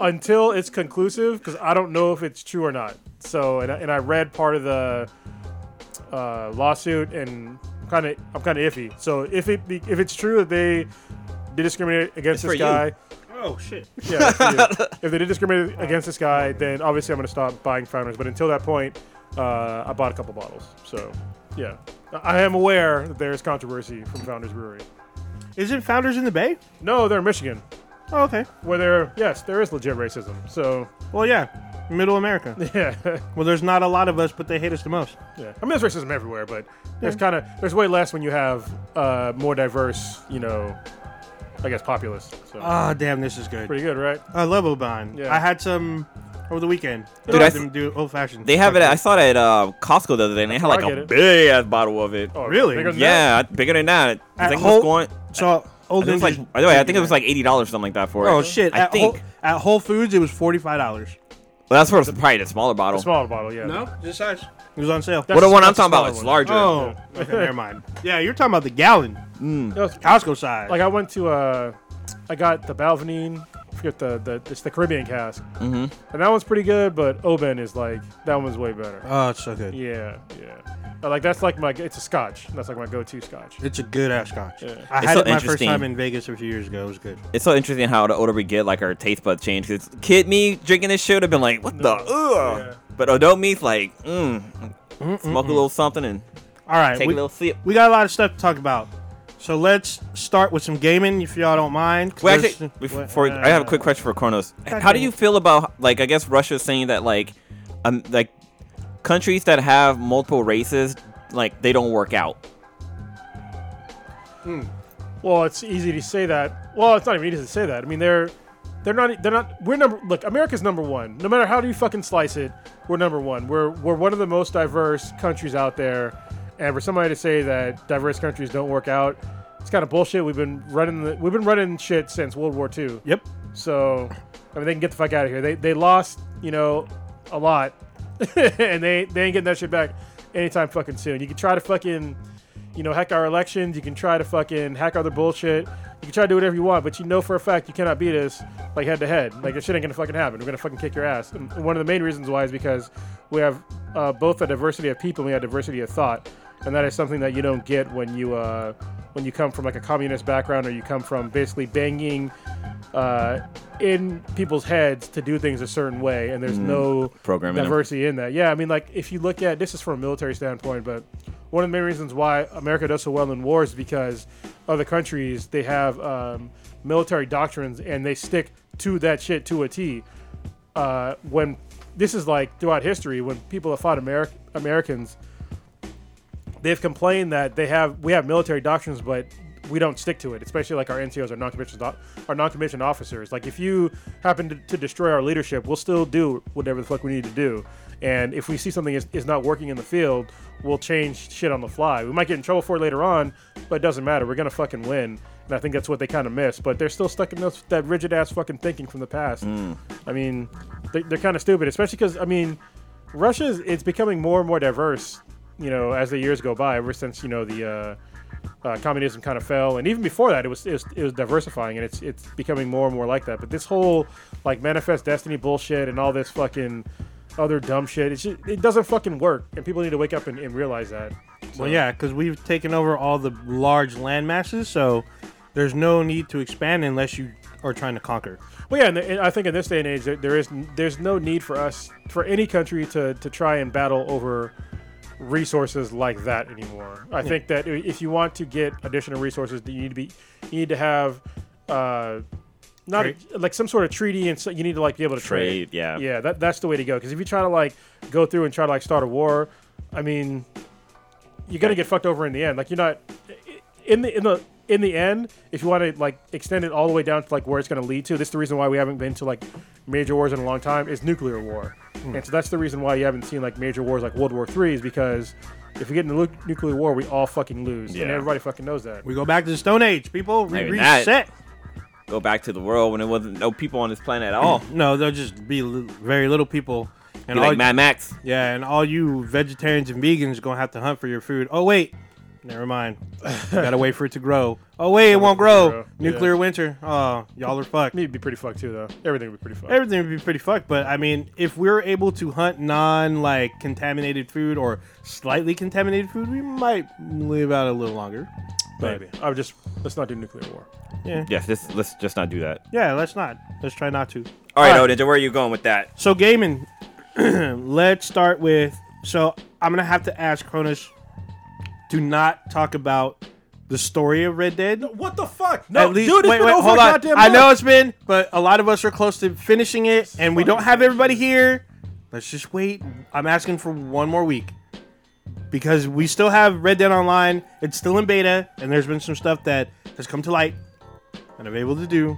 [SPEAKER 3] until it's conclusive, because I don't know if it's true or not. So, and I, and I read part of the uh, lawsuit, and kind of I'm kind of iffy. So if it be, if it's true that they did discriminate against
[SPEAKER 2] It's for
[SPEAKER 3] this
[SPEAKER 2] you.
[SPEAKER 3] guy,
[SPEAKER 1] Oh shit!
[SPEAKER 3] yeah, it's for you. if they did discriminate against this guy, then obviously I'm going to stop buying Founders. But until that point, uh, I bought a couple bottles. So yeah, I I am aware that there's controversy from Founders Brewery.
[SPEAKER 1] Isn't Founders in the Bay?
[SPEAKER 3] No, they're in Michigan,
[SPEAKER 1] Oh, okay.
[SPEAKER 3] where there yes, there is legit racism. So
[SPEAKER 1] Well, yeah, Middle America.
[SPEAKER 3] yeah,
[SPEAKER 1] Well, there's not a lot of us, but they hate us the most.
[SPEAKER 3] yeah. I mean there's racism everywhere, but there's kind of there's way less when you have uh, more diverse, you know, I guess populace. So
[SPEAKER 1] Oh, damn, this is good.
[SPEAKER 3] pretty good, right?
[SPEAKER 1] I love Oban.
[SPEAKER 3] Yeah.
[SPEAKER 1] I had some over the weekend.
[SPEAKER 2] Dude,
[SPEAKER 1] I
[SPEAKER 2] I
[SPEAKER 1] had
[SPEAKER 2] th-
[SPEAKER 1] them do old fashioned.
[SPEAKER 2] They have it. I saw it at uh, Costco the other day, and they had
[SPEAKER 3] where
[SPEAKER 2] like
[SPEAKER 3] I get
[SPEAKER 2] a
[SPEAKER 3] it.
[SPEAKER 2] big ass bottle of it.
[SPEAKER 3] Oh,
[SPEAKER 1] Really?
[SPEAKER 3] bigger than that?
[SPEAKER 2] yeah, bigger than that. I
[SPEAKER 1] At
[SPEAKER 2] think it
[SPEAKER 1] Whole-
[SPEAKER 2] was going.
[SPEAKER 1] So
[SPEAKER 2] I
[SPEAKER 1] old
[SPEAKER 2] think it was like. By the way, I think it was like eighty dollars, something like that for it.
[SPEAKER 1] Oh shit!
[SPEAKER 2] I
[SPEAKER 1] at,
[SPEAKER 2] think.
[SPEAKER 1] Whole, at Whole Foods, it was forty five dollars.
[SPEAKER 2] Well, that's for probably the smaller bottle.
[SPEAKER 3] Smaller bottle, yeah.
[SPEAKER 1] this size. It was on sale.
[SPEAKER 2] What
[SPEAKER 3] That's-
[SPEAKER 2] the one I'm
[SPEAKER 3] that's a
[SPEAKER 2] talking about?
[SPEAKER 3] smaller
[SPEAKER 2] It's
[SPEAKER 3] one.
[SPEAKER 2] larger.
[SPEAKER 1] oh, okay, never mind. Yeah, you're talking about the gallon
[SPEAKER 3] That was-
[SPEAKER 1] Costco size.
[SPEAKER 3] like I went to uh, I got the Balvenine, I forget the the it's the Caribbean cask, mm-hmm. and that one's pretty good. But Oban is like that one's way better.
[SPEAKER 1] oh, it's so good.
[SPEAKER 3] Yeah, yeah. Uh, like that's like my it's a Scotch. That's like my go-to Scotch.
[SPEAKER 1] It's a good ass scotch.
[SPEAKER 3] Yeah.
[SPEAKER 1] I
[SPEAKER 2] It's
[SPEAKER 1] had
[SPEAKER 2] so
[SPEAKER 1] it my first
[SPEAKER 2] interesting.
[SPEAKER 1] time in Vegas a few years ago. It was good.
[SPEAKER 2] It's so interesting how the older we get, like our taste buds change. Cause kid me drinking this shit would have been like, what the? Ugh.
[SPEAKER 3] Yeah.
[SPEAKER 2] But adult me's like, mm, smoke a little something and
[SPEAKER 1] All right,
[SPEAKER 2] take
[SPEAKER 1] we,
[SPEAKER 2] a little sip.
[SPEAKER 1] we got a lot of stuff to talk about. So let's start with some gaming, if y'all don't mind. 'cause
[SPEAKER 2] Wait,
[SPEAKER 1] there's-
[SPEAKER 2] actually,
[SPEAKER 1] what-
[SPEAKER 2] before, I have a
[SPEAKER 3] uh,
[SPEAKER 2] quick question for Kronos. How do you feel about like I guess Russia saying that like, um, like countries that have multiple races like they don't work out?
[SPEAKER 3] Well, it's easy to say that. Well, it's not even easy to say that. I mean, they're they're not they're not we're number look, America's number 1. No matter how you fucking slice it, we're number 1. We're we're one of the most diverse countries out there. And for somebody to say that diverse countries don't work out, it's kind of bullshit. We've been running the, we've been running shit since World War II.
[SPEAKER 1] Yep.
[SPEAKER 3] So, I mean, they can get the fuck out of here. They, they lost, you know, a lot, and they they ain't getting that shit back anytime fucking soon. You can try to fucking, you know, hack our elections. You can try to fucking hack other bullshit. You can try to do whatever you want, but you know for a fact you cannot beat us like head to head. Like this shit ain't gonna fucking happen. We're gonna fucking kick your ass. And one of the main reasons why is because we have uh, both a diversity of people and we have diversity of thought, and that is something that you don't get when you uh, when you come from like a communist background or you come from basically banging uh, in people's heads to do things a certain way, and there's no
[SPEAKER 2] Mm. Programming 'em.
[SPEAKER 3] diversity in that. Yeah, I mean, like if you look at this is from a military standpoint, but one of the main reasons why America does so well in wars is because other countries they have um, military doctrines and they stick to that shit to a T. Uh, when this is like throughout history, when people have fought Ameri- Americans, they've complained that they have we have military doctrines, but we don't stick to it. Especially like our NCOs, our non-commissioned, doc- our non-commissioned officers. Like if you happen to, to destroy our leadership, we'll still do whatever the fuck we need to do. And if we see something is, is not working in the field, we'll change shit on the fly. We might get in trouble for it later on, but it doesn't matter. We're gonna fucking win. And I think that's what they kind of miss. But they're still stuck in those, that rigid ass fucking thinking from the past. I mean, they, they're kind of stupid, especially because I mean. Russia is it's becoming more and more diverse, you know, as the years go by. Ever since you know the uh, uh, communism kind of fell, and even before that, it was, it was it was diversifying, and it's it's becoming more and more like that. But this whole like manifest destiny bullshit and all this fucking other dumb shit, it's just, it doesn't fucking work, and people need to wake up and, and realize that.
[SPEAKER 1] Well, yeah, because we've taken over all the large land masses, so there's no need to expand unless you are trying to conquer.
[SPEAKER 3] Well, yeah, and, and I think in this day and age, there, there is there's no need for us for any country to to try and battle over resources like that anymore. I think that i- if you want to get additional resources, that you need to be you need to have uh, not
[SPEAKER 1] Trade.
[SPEAKER 3] like some sort of treaty, and so you need to like be able to
[SPEAKER 2] Trade,
[SPEAKER 3] trade.
[SPEAKER 2] yeah.
[SPEAKER 3] yeah, that, that's the way to go. Because if you try to like go through and try to like start a war, I mean, you're gonna get fucked over in the end. Like you're not in the in the in the end, if you want to like extend it all the way down to like where it's going to lead to, this is the reason why we haven't been to like major wars in a long time is nuclear war,
[SPEAKER 1] Hmm.
[SPEAKER 3] and so that's the reason why you haven't seen like major wars like World War Three is because if we get into lu- nuclear war, we all fucking lose, and
[SPEAKER 2] Yeah.
[SPEAKER 3] everybody fucking knows that.
[SPEAKER 1] We go back to the Stone Age, people. We
[SPEAKER 2] Maybe not.
[SPEAKER 1] reset.
[SPEAKER 2] Go back to the world when there wasn't no people on this planet at all.
[SPEAKER 1] No, there'll just be li- very little people, and
[SPEAKER 2] Oh. Be
[SPEAKER 1] all
[SPEAKER 2] like Mad Max.
[SPEAKER 1] yeah, and all you vegetarians and vegans gonna have to hunt for your food. Oh wait, Never mind. Gotta wait for it to grow. Oh wait, it won't grow.
[SPEAKER 3] grow.
[SPEAKER 1] Nuclear
[SPEAKER 3] Yeah.
[SPEAKER 1] winter. Oh, y'all are fucked.
[SPEAKER 3] Meat'd be pretty fucked too, though. Everything would be pretty fucked.
[SPEAKER 1] Everything would be pretty fucked, but I mean, if we're able to hunt non like contaminated food or slightly contaminated food, we might live out a little longer. But,
[SPEAKER 3] Maybe. I would just let's not do nuclear war.
[SPEAKER 1] Yeah.
[SPEAKER 2] Yes, this, let's just not do that.
[SPEAKER 1] Yeah, let's not. Let's try not to.
[SPEAKER 2] All right,
[SPEAKER 1] All
[SPEAKER 2] Odin, where are you going with that?
[SPEAKER 1] So gaming. Let's start with. So I'm gonna have to ask Cronus to not talk about the story of Red Dead.
[SPEAKER 3] What the fuck? No, dude, it's
[SPEAKER 1] wait,
[SPEAKER 3] been
[SPEAKER 1] wait,
[SPEAKER 3] over
[SPEAKER 1] hold
[SPEAKER 3] a
[SPEAKER 1] on.
[SPEAKER 3] goddamn
[SPEAKER 1] I know
[SPEAKER 3] month.
[SPEAKER 1] it's been, but a lot of us are close to finishing it, and we don't have everybody here. Let's just wait. I'm asking for one more week because we still have Red Dead Online. It's still in beta, and there's been some stuff that has come to light and I'm able to do.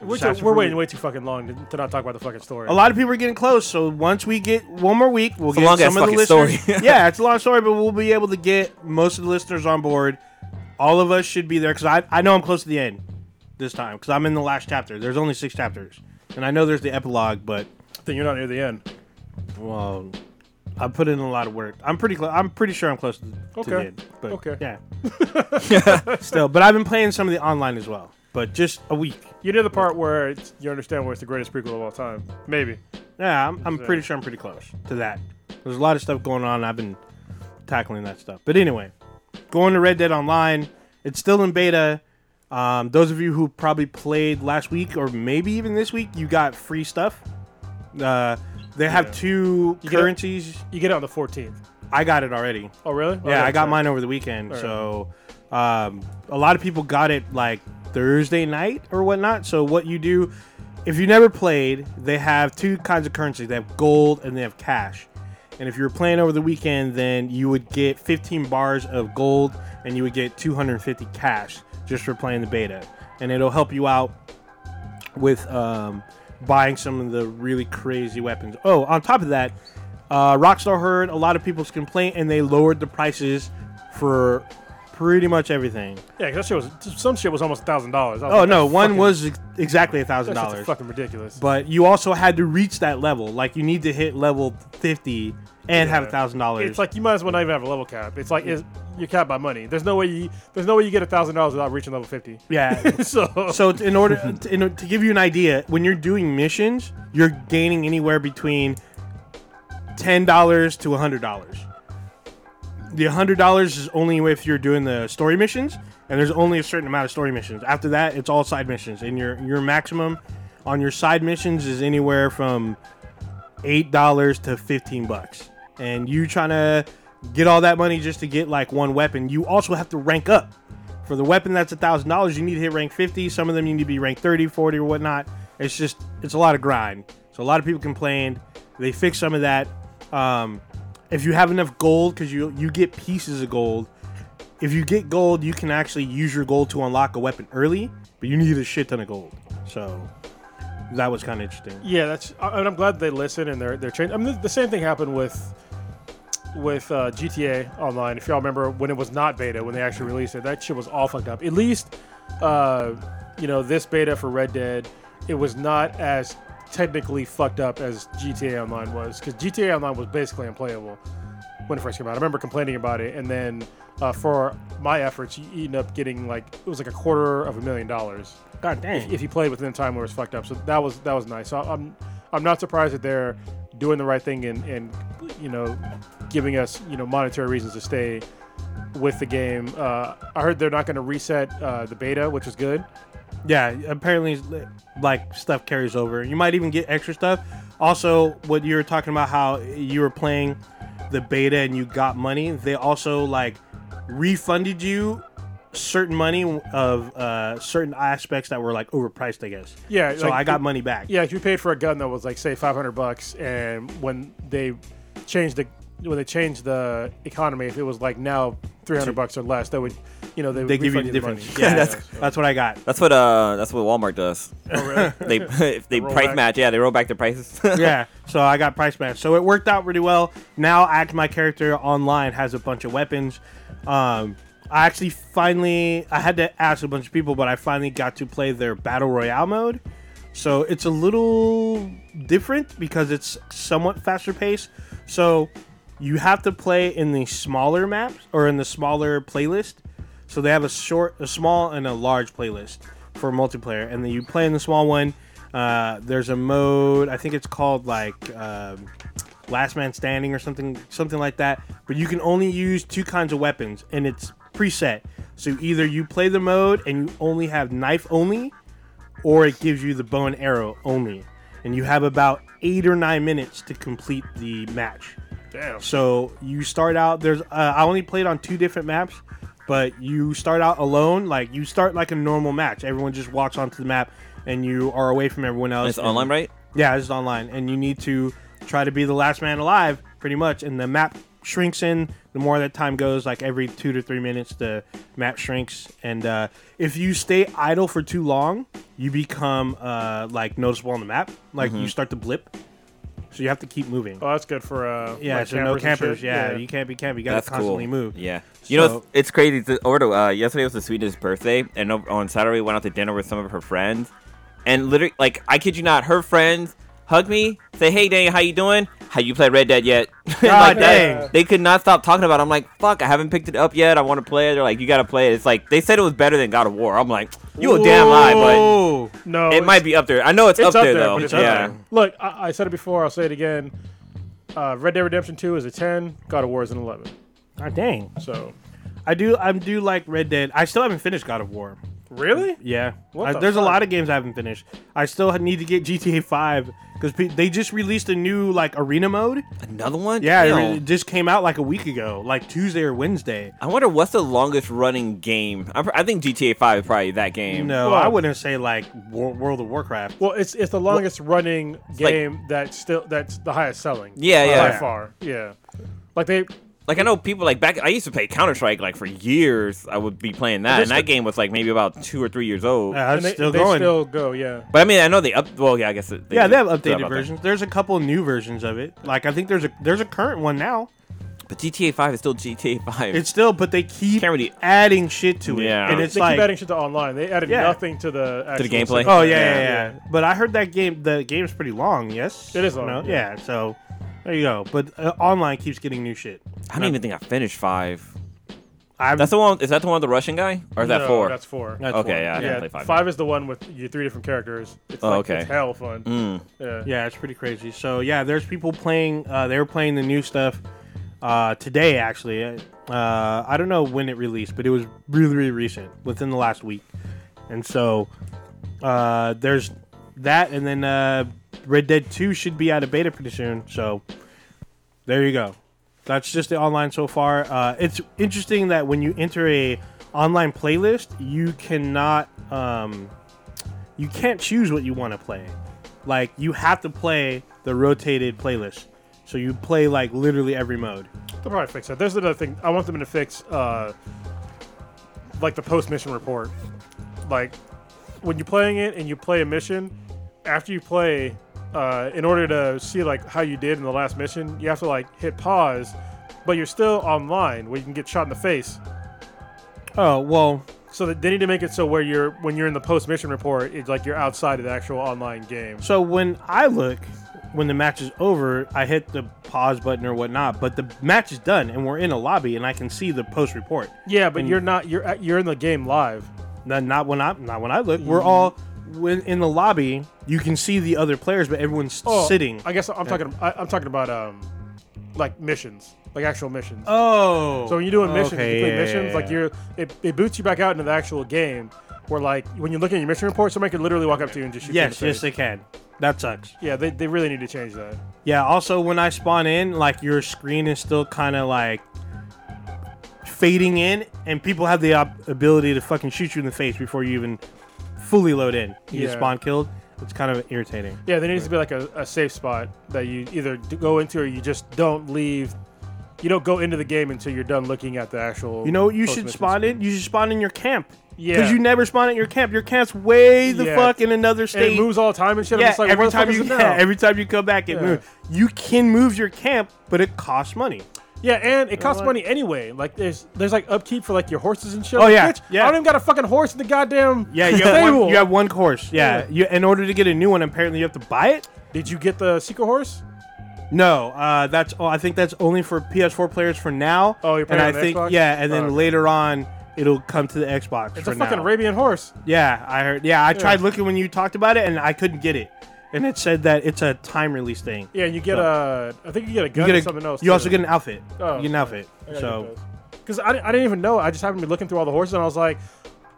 [SPEAKER 1] I'm
[SPEAKER 3] We're,
[SPEAKER 1] just
[SPEAKER 3] too-
[SPEAKER 1] asking
[SPEAKER 3] we're
[SPEAKER 1] for-
[SPEAKER 3] waiting way too fucking long to, to not talk about the fucking story.
[SPEAKER 1] a lot of people are getting close, so once we get one more week, we'll
[SPEAKER 2] a
[SPEAKER 1] get
[SPEAKER 2] long-ass
[SPEAKER 1] some of the
[SPEAKER 2] fucking
[SPEAKER 1] listeners.
[SPEAKER 2] story.
[SPEAKER 1] yeah, it's a long story, but we'll be able to get most of the listeners on board. All of us should be there because I, I know I'm close to the end this time because I'm in the last chapter. There's only six chapters, and I know there's the epilogue, but
[SPEAKER 3] Then you're not near the end.
[SPEAKER 1] well, I put in a lot of work. I'm pretty close. I'm pretty sure I'm close to, to the
[SPEAKER 3] Okay.
[SPEAKER 1] end. But
[SPEAKER 3] Okay.
[SPEAKER 1] yeah, still. But I've been playing some of the online as well, but just a week.
[SPEAKER 3] You're near the part where it's, you understand where it's the greatest prequel of all time. Maybe.
[SPEAKER 1] Yeah, I'm, I'm pretty sure I'm pretty close to that. There's a lot of stuff going on. I've been tackling that stuff. But anyway, going to Red Dead Online. It's still in beta. Um, those of you who probably played last week or maybe even this week, you got free stuff. Uh, they have
[SPEAKER 3] Yeah.
[SPEAKER 1] two
[SPEAKER 3] You get it?
[SPEAKER 1] currencies.
[SPEAKER 3] You get it on the 14th.
[SPEAKER 1] I got it already.
[SPEAKER 3] Oh, really?
[SPEAKER 1] Yeah,
[SPEAKER 3] Okay,
[SPEAKER 1] I got
[SPEAKER 3] sorry.
[SPEAKER 1] mine over the weekend. So um, a lot of people got it like Thursday night or whatnot. So what you do, if you never played, they have two kinds of currencies. They have gold and they have cash. And if you were playing over the weekend, then you would get 15 bars of gold and you would get 250 cash just for playing the beta. And it'll help you out with um, buying some of the really crazy weapons. Oh, on top of that, uh, Rockstar heard a lot of people's complaint and they lowered the prices for pretty much everything.
[SPEAKER 3] Yeah, 'cause that shit was some shit was almost thousand dollars.
[SPEAKER 1] Oh no, one was ex- exactly a thousand
[SPEAKER 3] that shit's
[SPEAKER 1] dollars.
[SPEAKER 3] fucking ridiculous.
[SPEAKER 1] But you also had to reach that level. Like you need to hit level fifty and have a
[SPEAKER 3] Yeah.
[SPEAKER 1] thousand dollars.
[SPEAKER 3] It's like you might as well not even have a level cap. It's like it's, you're capped by money. There's no way you there's no way you get a thousand dollars without reaching level fifty.
[SPEAKER 1] yeah,
[SPEAKER 3] so
[SPEAKER 1] So t- in order to, in, to give you an idea, when you're doing missions, you're gaining anywhere between ten dollars to hundred dollars. The hundred dollars is only if you're doing the story missions, and there's only a certain amount of story missions. After that, it's all side missions, and your your maximum on your side missions is anywhere from eight dollars to fifteen bucks. And you trying to get all that money just to get like one weapon, you also have to rank up. For the weapon that's a thousand dollars, you need to hit rank fifty. Some of them you need to be rank 30, 40, or whatnot. It's just it's a lot of grind. So a lot of people complained. They fixed some of that. Um, if you have enough gold, because you you get pieces of gold. If you get gold, you can actually use your gold to unlock a weapon early, but you need a shit ton of gold. So that was kind of interesting.
[SPEAKER 3] yeah, that's I, and I'm glad they listen and they're they're changing. I mean, the, the same thing happened with with uh, GTA Online. If y'all remember when it was not beta, when they actually released it, that shit was all fucked up. At least, uh, you know, this beta for Red Dead, it was not as technically fucked up as GTA Online was, because GTA Online was basically unplayable when it first came out. I remember complaining about it, and then uh, for my efforts, you ended up getting like it was like a quarter of a million dollars
[SPEAKER 1] God dang.
[SPEAKER 3] if you played within the time where it's fucked up. So that was that was nice. So I'm I'm not surprised that they're doing the right thing and and you know giving us you know monetary reasons to stay with the game. Uh, I heard they're not going to reset uh, the beta, which is good.
[SPEAKER 1] Yeah, apparently, it's li- like stuff carries over. You might even get extra stuff. Also, what you were talking about, how you were playing the beta and you got money, they also like refunded you certain money of uh, certain aspects that were like overpriced, I guess.
[SPEAKER 3] Yeah,
[SPEAKER 1] So
[SPEAKER 3] like,
[SPEAKER 1] I got money back.
[SPEAKER 3] Yeah, if you paid for a gun that was like say 500 bucks, and when they changed the when they changed the economy, if it was like now 300 bucks or less, that would you know they, would
[SPEAKER 1] They give you
[SPEAKER 3] refund
[SPEAKER 1] the
[SPEAKER 3] money.
[SPEAKER 1] difference. Yeah, that's,
[SPEAKER 3] so-
[SPEAKER 1] that's what I got.
[SPEAKER 2] That's what uh, that's what Walmart does.
[SPEAKER 3] oh, really?
[SPEAKER 2] They if they
[SPEAKER 3] Roll
[SPEAKER 2] price
[SPEAKER 3] back.
[SPEAKER 2] match, yeah, they roll back their prices.
[SPEAKER 1] yeah, so I got price match. So it worked out really well. Now act my character online has a bunch of weapons. Um, I actually finally I had to ask a bunch of people, but I finally got to play their battle royale mode. So it's a little different because it's somewhat faster paced. So you have to play in the smaller maps or in the smaller playlist. So they have a short, a small, and a large playlist for multiplayer, and then you play in the small one. Uh, there's a mode I think it's called like um, Last Man Standing or something, something like that. But you can only use two kinds of weapons, and it's preset. So either you play the mode and you only have knife only, or it gives you the bow and arrow only, and you have about eight or nine minutes to complete the match.
[SPEAKER 3] Damn.
[SPEAKER 1] So you start out. There's uh, I only played on two different maps, but you start out alone. Like you start like a normal match. Everyone just walks onto the map, and you are away from everyone else.
[SPEAKER 2] It's
[SPEAKER 1] And-
[SPEAKER 2] online, right?
[SPEAKER 1] Yeah, it's online, and you need to try to be the last man alive, pretty much. And the map shrinks in the more that time goes. Like every two to three minutes, the map shrinks, and uh, if you stay idle for too long, you become uh, like noticeable on the map. Like
[SPEAKER 2] Mm-hmm.
[SPEAKER 1] you start to blip. So you have to keep moving.
[SPEAKER 3] Oh, that's good for uh.
[SPEAKER 1] Yeah,
[SPEAKER 3] like
[SPEAKER 1] so no
[SPEAKER 3] and
[SPEAKER 1] campers.
[SPEAKER 3] shit.
[SPEAKER 1] Yeah, you can't be camping. You gotta
[SPEAKER 2] That's
[SPEAKER 1] constantly
[SPEAKER 2] cool.
[SPEAKER 1] move.
[SPEAKER 2] Yeah. You know,
[SPEAKER 1] So-
[SPEAKER 2] it's, it's crazy. The, over the, uh, yesterday was the sweetest birthday, and o- on Saturday we went out to dinner with some of her friends, and literally, like, I kid you not, her friends hug me, say, "Hey, Daniel, how you doing? How you played Red Dead yet?"
[SPEAKER 1] God
[SPEAKER 2] like that.
[SPEAKER 1] dang.
[SPEAKER 2] They could not stop talking about. it. I'm like, "Fuck, I haven't picked it up yet. I want to play it." They're like, "You gotta play it." It's like they said it was better than God of War. I'm like, "You a damn lie," but
[SPEAKER 1] Whoa.
[SPEAKER 3] No,
[SPEAKER 2] it might be up there. I know it's,
[SPEAKER 3] It's
[SPEAKER 2] up, there, though.
[SPEAKER 3] but it's up
[SPEAKER 2] yeah.
[SPEAKER 3] there. Look, I, I said it before. I'll say it again. Uh, Red Dead Redemption Two is a ten. God of War is an eleven.
[SPEAKER 1] God dang.
[SPEAKER 3] So
[SPEAKER 1] I do. I do like Red Dead. I still haven't finished God of War.
[SPEAKER 3] really,
[SPEAKER 1] Yeah.
[SPEAKER 3] What
[SPEAKER 1] I-
[SPEAKER 3] the
[SPEAKER 1] there's a
[SPEAKER 3] fuck?
[SPEAKER 1] lot of games I haven't finished. I still ha- need to get GTA 5 because pe- they just released a new like arena mode.
[SPEAKER 2] Another one?
[SPEAKER 1] Yeah, it,
[SPEAKER 2] Damn.
[SPEAKER 1] re- it just came out like a week ago, like Tuesday or Wednesday.
[SPEAKER 2] I wonder what's the longest running game. I, pr- I think GTA 5 is probably that game.
[SPEAKER 1] No,
[SPEAKER 3] Well-
[SPEAKER 1] I wouldn't say like Wor- World of Warcraft.
[SPEAKER 3] well, it's it's the longest running
[SPEAKER 2] like-
[SPEAKER 3] game that's still that's the highest selling.
[SPEAKER 2] Yeah,
[SPEAKER 3] by
[SPEAKER 2] yeah.
[SPEAKER 3] far. Yeah, like they
[SPEAKER 2] Like I know people like back. I used to play Counter Strike like for years. I would be playing that, and that game was like maybe about two or three years old.
[SPEAKER 1] Yeah,
[SPEAKER 3] and
[SPEAKER 1] it's
[SPEAKER 3] they,
[SPEAKER 1] still
[SPEAKER 3] they
[SPEAKER 1] going.
[SPEAKER 3] still go. Yeah,
[SPEAKER 2] but I mean, I know they up. Well, yeah, I guess. They
[SPEAKER 1] yeah,
[SPEAKER 2] did
[SPEAKER 1] they have
[SPEAKER 2] do about
[SPEAKER 1] updated
[SPEAKER 2] that.
[SPEAKER 1] versions. There's a couple new versions of it. Like I think there's a there's a current one now.
[SPEAKER 2] But GTA 5 is still GTA 5.
[SPEAKER 1] It's still, but they keep
[SPEAKER 2] Can't really-
[SPEAKER 1] adding shit to it.
[SPEAKER 2] Yeah.
[SPEAKER 1] and
[SPEAKER 2] They
[SPEAKER 1] it's
[SPEAKER 3] they
[SPEAKER 1] like
[SPEAKER 3] keep adding shit to online. They added
[SPEAKER 1] Yeah.
[SPEAKER 3] nothing to the actual
[SPEAKER 2] gameplay?
[SPEAKER 1] Oh
[SPEAKER 3] single-
[SPEAKER 1] yeah, yeah,
[SPEAKER 2] Yeah.
[SPEAKER 1] yeah. But I heard that game, the game's pretty long. Yes,
[SPEAKER 3] It is long,
[SPEAKER 1] No?
[SPEAKER 3] yeah.
[SPEAKER 1] Yeah. So there you go. But uh, online keeps getting new shit.
[SPEAKER 2] I don't even think I finished five.
[SPEAKER 1] I'm,
[SPEAKER 2] That's the one. Is that the one with the Russian guy, or Oh, is that
[SPEAKER 3] No,
[SPEAKER 2] four?
[SPEAKER 3] That's four.
[SPEAKER 1] that's
[SPEAKER 2] okay,
[SPEAKER 1] one.
[SPEAKER 2] yeah, I
[SPEAKER 3] yeah,
[SPEAKER 2] didn't play five.
[SPEAKER 3] is the one with your three different characters. It's
[SPEAKER 2] Oh,
[SPEAKER 3] like,
[SPEAKER 2] okay.
[SPEAKER 3] It's hell fun.
[SPEAKER 2] Mm.
[SPEAKER 3] Yeah.
[SPEAKER 1] Yeah, it's pretty crazy. So yeah, there's people playing. Uh, they were playing the new stuff uh, today, actually. Uh, I don't know when it released, but it was really, really recent, within the last week. And so uh, there's that, and then uh, Red Dead Two should be out of beta pretty soon. So there you go. That's just the online so far. Uh, it's interesting that when you enter a online playlist, you cannot. Um, you can't choose what you want to play. Like you have to play the rotated playlist. So you play like literally every mode.
[SPEAKER 3] They'll probably fix that. There's another thing I want them to fix, uh, like the post mission report. Like when you're playing it and you play a mission, after you play, uh, in order to see like how you did in the last mission, you have to like hit pause, but you're still online where you can get shot in the face.
[SPEAKER 1] Oh well,
[SPEAKER 3] So that they need to make it so where you're when you're in the post mission report, it's like you're outside of the actual online game.
[SPEAKER 1] so when I look, when the match is over, I hit the pause button or whatnot. But the match is done, and we're in a lobby, and I can see the post report.
[SPEAKER 3] Yeah, but you're not you're at- you're in the game live.
[SPEAKER 1] Not, not when I not when I look. We're all when in the lobby. You can see the other players, but everyone's
[SPEAKER 3] Oh,
[SPEAKER 1] sitting.
[SPEAKER 3] I guess I'm talking. I, I'm talking about um, like missions, like actual missions.
[SPEAKER 1] oh,
[SPEAKER 3] So when you're doing missions,
[SPEAKER 1] okay,
[SPEAKER 3] you play
[SPEAKER 1] yeah,
[SPEAKER 3] missions,
[SPEAKER 1] yeah,
[SPEAKER 3] like
[SPEAKER 1] yeah.
[SPEAKER 3] you're it, it boots you back out into the actual game. Where like when you look at your mission report, somebody could literally walk up to you and just shoot
[SPEAKER 1] yes,
[SPEAKER 3] you in the
[SPEAKER 1] yes,
[SPEAKER 3] face.
[SPEAKER 1] they can. That sucks.
[SPEAKER 3] yeah, they, they really need to change that.
[SPEAKER 1] Yeah, also when I spawn in, like your screen is still kind of like fading in, and people have the op- ability to fucking shoot you in the face before you even fully load in. You get
[SPEAKER 3] Yeah.
[SPEAKER 1] spawn killed. It's kind of irritating.
[SPEAKER 3] Yeah, there needs to be like a, a safe spot that you either d- go into or you just don't leave. You don't go into the game until you're done looking at the actual.
[SPEAKER 1] You know what you
[SPEAKER 3] post
[SPEAKER 1] should
[SPEAKER 3] mission
[SPEAKER 1] spawn
[SPEAKER 3] screen.
[SPEAKER 1] in? You should spawn in your camp.
[SPEAKER 3] Yeah.
[SPEAKER 1] Because you never spawn at your camp. Your camp's way the
[SPEAKER 3] Yeah.
[SPEAKER 1] fuck in another
[SPEAKER 3] And it
[SPEAKER 1] state.
[SPEAKER 3] moves all the time and shit. I'm
[SPEAKER 1] yeah,
[SPEAKER 3] just like,
[SPEAKER 1] every
[SPEAKER 3] where the
[SPEAKER 1] time
[SPEAKER 3] fuck
[SPEAKER 1] you
[SPEAKER 3] is it
[SPEAKER 1] yeah,
[SPEAKER 3] now?
[SPEAKER 1] every time you come back, it
[SPEAKER 3] Yeah.
[SPEAKER 1] moves. You can move your camp, but it costs money.
[SPEAKER 3] Yeah, and it costs
[SPEAKER 1] what?
[SPEAKER 3] money anyway. Like there's there's like upkeep for like your horses and shit.
[SPEAKER 1] Oh,
[SPEAKER 3] Like,
[SPEAKER 1] yeah,
[SPEAKER 3] bitch,
[SPEAKER 1] yeah.
[SPEAKER 3] I don't even got a fucking horse in the goddamn
[SPEAKER 1] Yeah, you have,
[SPEAKER 3] stable.
[SPEAKER 1] one, you have one course. Yeah,
[SPEAKER 3] Yeah.
[SPEAKER 1] You, in order to get a new one, apparently you have to buy it.
[SPEAKER 3] Did you get the secret horse?
[SPEAKER 1] No, uh, that's all. I think that's only for PS4 players for now.
[SPEAKER 3] Oh, you're
[SPEAKER 1] and
[SPEAKER 3] playing on
[SPEAKER 1] I
[SPEAKER 3] the
[SPEAKER 1] think
[SPEAKER 3] Xbox?
[SPEAKER 1] yeah, and then
[SPEAKER 3] Oh, okay.
[SPEAKER 1] later on it'll come to the Xbox.
[SPEAKER 3] It's
[SPEAKER 1] for
[SPEAKER 3] a fucking
[SPEAKER 1] now.
[SPEAKER 3] Arabian horse.
[SPEAKER 1] Yeah, I heard. Yeah, I tried looking when you talked about it, and I couldn't get it. And it said that it's a time release thing.
[SPEAKER 3] Yeah, and you get a. I think you get a
[SPEAKER 1] You
[SPEAKER 3] gun
[SPEAKER 1] get
[SPEAKER 3] or
[SPEAKER 1] a,
[SPEAKER 3] something else.
[SPEAKER 1] You also get an outfit.
[SPEAKER 3] Oh,
[SPEAKER 1] you get an outfit. So
[SPEAKER 3] because I, di- I didn't even know. I just happened to be looking through all the horses, and I was like,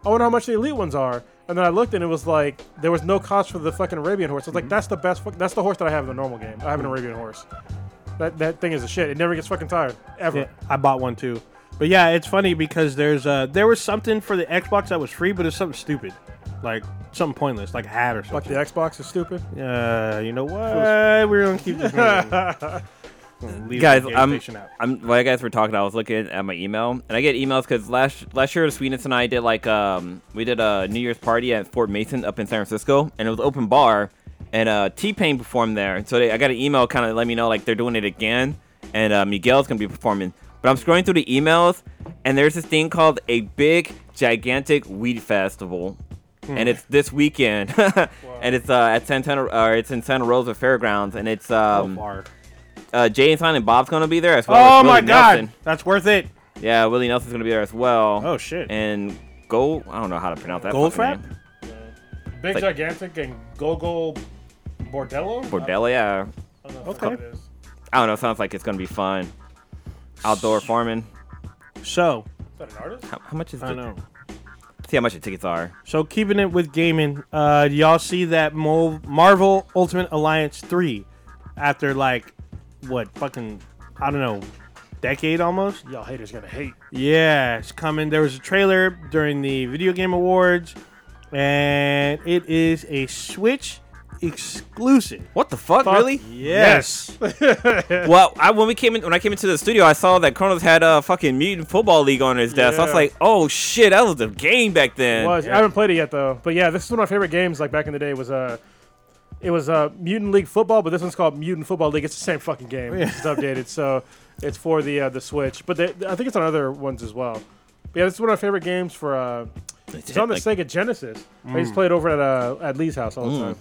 [SPEAKER 3] I wonder how much the elite ones are. And then I looked, and it was like there was no cost for the fucking Arabian horse. I was
[SPEAKER 1] Mm-hmm.
[SPEAKER 3] like, that's the best. Fuck, that's the horse that I have in the normal game. I have an Arabian horse. That that thing is a shit. It never gets fucking tired ever.
[SPEAKER 1] yeah, I bought one too. But yeah, it's funny because there's uh there was something for the Xbox that was free, but it's something stupid, like something pointless, like a hat or
[SPEAKER 3] Fuck the
[SPEAKER 1] something.
[SPEAKER 3] Xbox is stupid.
[SPEAKER 1] Uh, you know what? We're gonna keep this. moving. Leave
[SPEAKER 2] guys,
[SPEAKER 1] the
[SPEAKER 2] I'm,
[SPEAKER 1] PlayStation out.
[SPEAKER 2] I'm while you guys were talking, I was looking at my email, and I get emails because last last year, Sweetness and I did like um we did a New Year's party at Fort Mason up in San Francisco, and it was open bar, and uh T Pain performed there, and so they, I got an email kind of let me know like they're doing it again, and uh, Miguel's gonna be performing, but I'm scrolling through the emails, and there's this thing called a big gigantic weed festival. And it's this weekend, and it's uh, at Santana, or it's in Santa Rosa Fairgrounds, and it's um,
[SPEAKER 1] Bar.
[SPEAKER 2] uh, Jay and Silent and Bob's gonna be there as well.
[SPEAKER 1] Oh
[SPEAKER 2] as
[SPEAKER 1] my
[SPEAKER 2] Willie
[SPEAKER 1] god,
[SPEAKER 2] Nelson.
[SPEAKER 1] that's worth it.
[SPEAKER 2] Yeah, Willie Nelson's gonna be there as well.
[SPEAKER 1] Oh, shit.
[SPEAKER 2] And Gold, I don't know how to pronounce that.
[SPEAKER 1] Gold
[SPEAKER 2] fucking
[SPEAKER 1] Frap?
[SPEAKER 2] name.
[SPEAKER 3] Big
[SPEAKER 2] Like-
[SPEAKER 3] gigantic and Gogol Bordello.
[SPEAKER 2] Bordello, yeah.
[SPEAKER 1] Okay. what
[SPEAKER 2] I don't know. Sounds like it's gonna be fun. Outdoor farming.
[SPEAKER 1] So
[SPEAKER 3] Is that an artist?
[SPEAKER 2] How, how much is
[SPEAKER 1] I
[SPEAKER 2] it?
[SPEAKER 1] know.
[SPEAKER 2] See how much the tickets are.
[SPEAKER 1] So keeping it with gaming, uh, do y'all see that Mo- Marvel Ultimate Alliance three, after like, what fucking I don't know, decade almost.
[SPEAKER 3] Y'all haters gonna hate.
[SPEAKER 1] Yeah, it's coming. There was a trailer during the Video Game Awards, and it is a Switch exclusive.
[SPEAKER 2] What the fuck, really?
[SPEAKER 1] Yes.
[SPEAKER 2] Well, I when we came in, when I came into the studio, I saw that Kronos had a fucking mutant football league on his desk. I was
[SPEAKER 3] Yeah.
[SPEAKER 2] like, oh shit, that was the game back then.
[SPEAKER 3] was. I haven't played it yet though. But yeah, this is one of my favorite games. Like back in the day, was uh, it was uh, Mutant League Football, but this one's called Mutant Football League. It's the same fucking game. It's updated, so it's for the uh, the Switch. But they, I think it's on other ones as well. But yeah, this is one of my favorite games for. Uh, it's on the
[SPEAKER 2] Like- Mm.
[SPEAKER 3] Sega Genesis. I used to play it over at uh, at Lee's house all the time.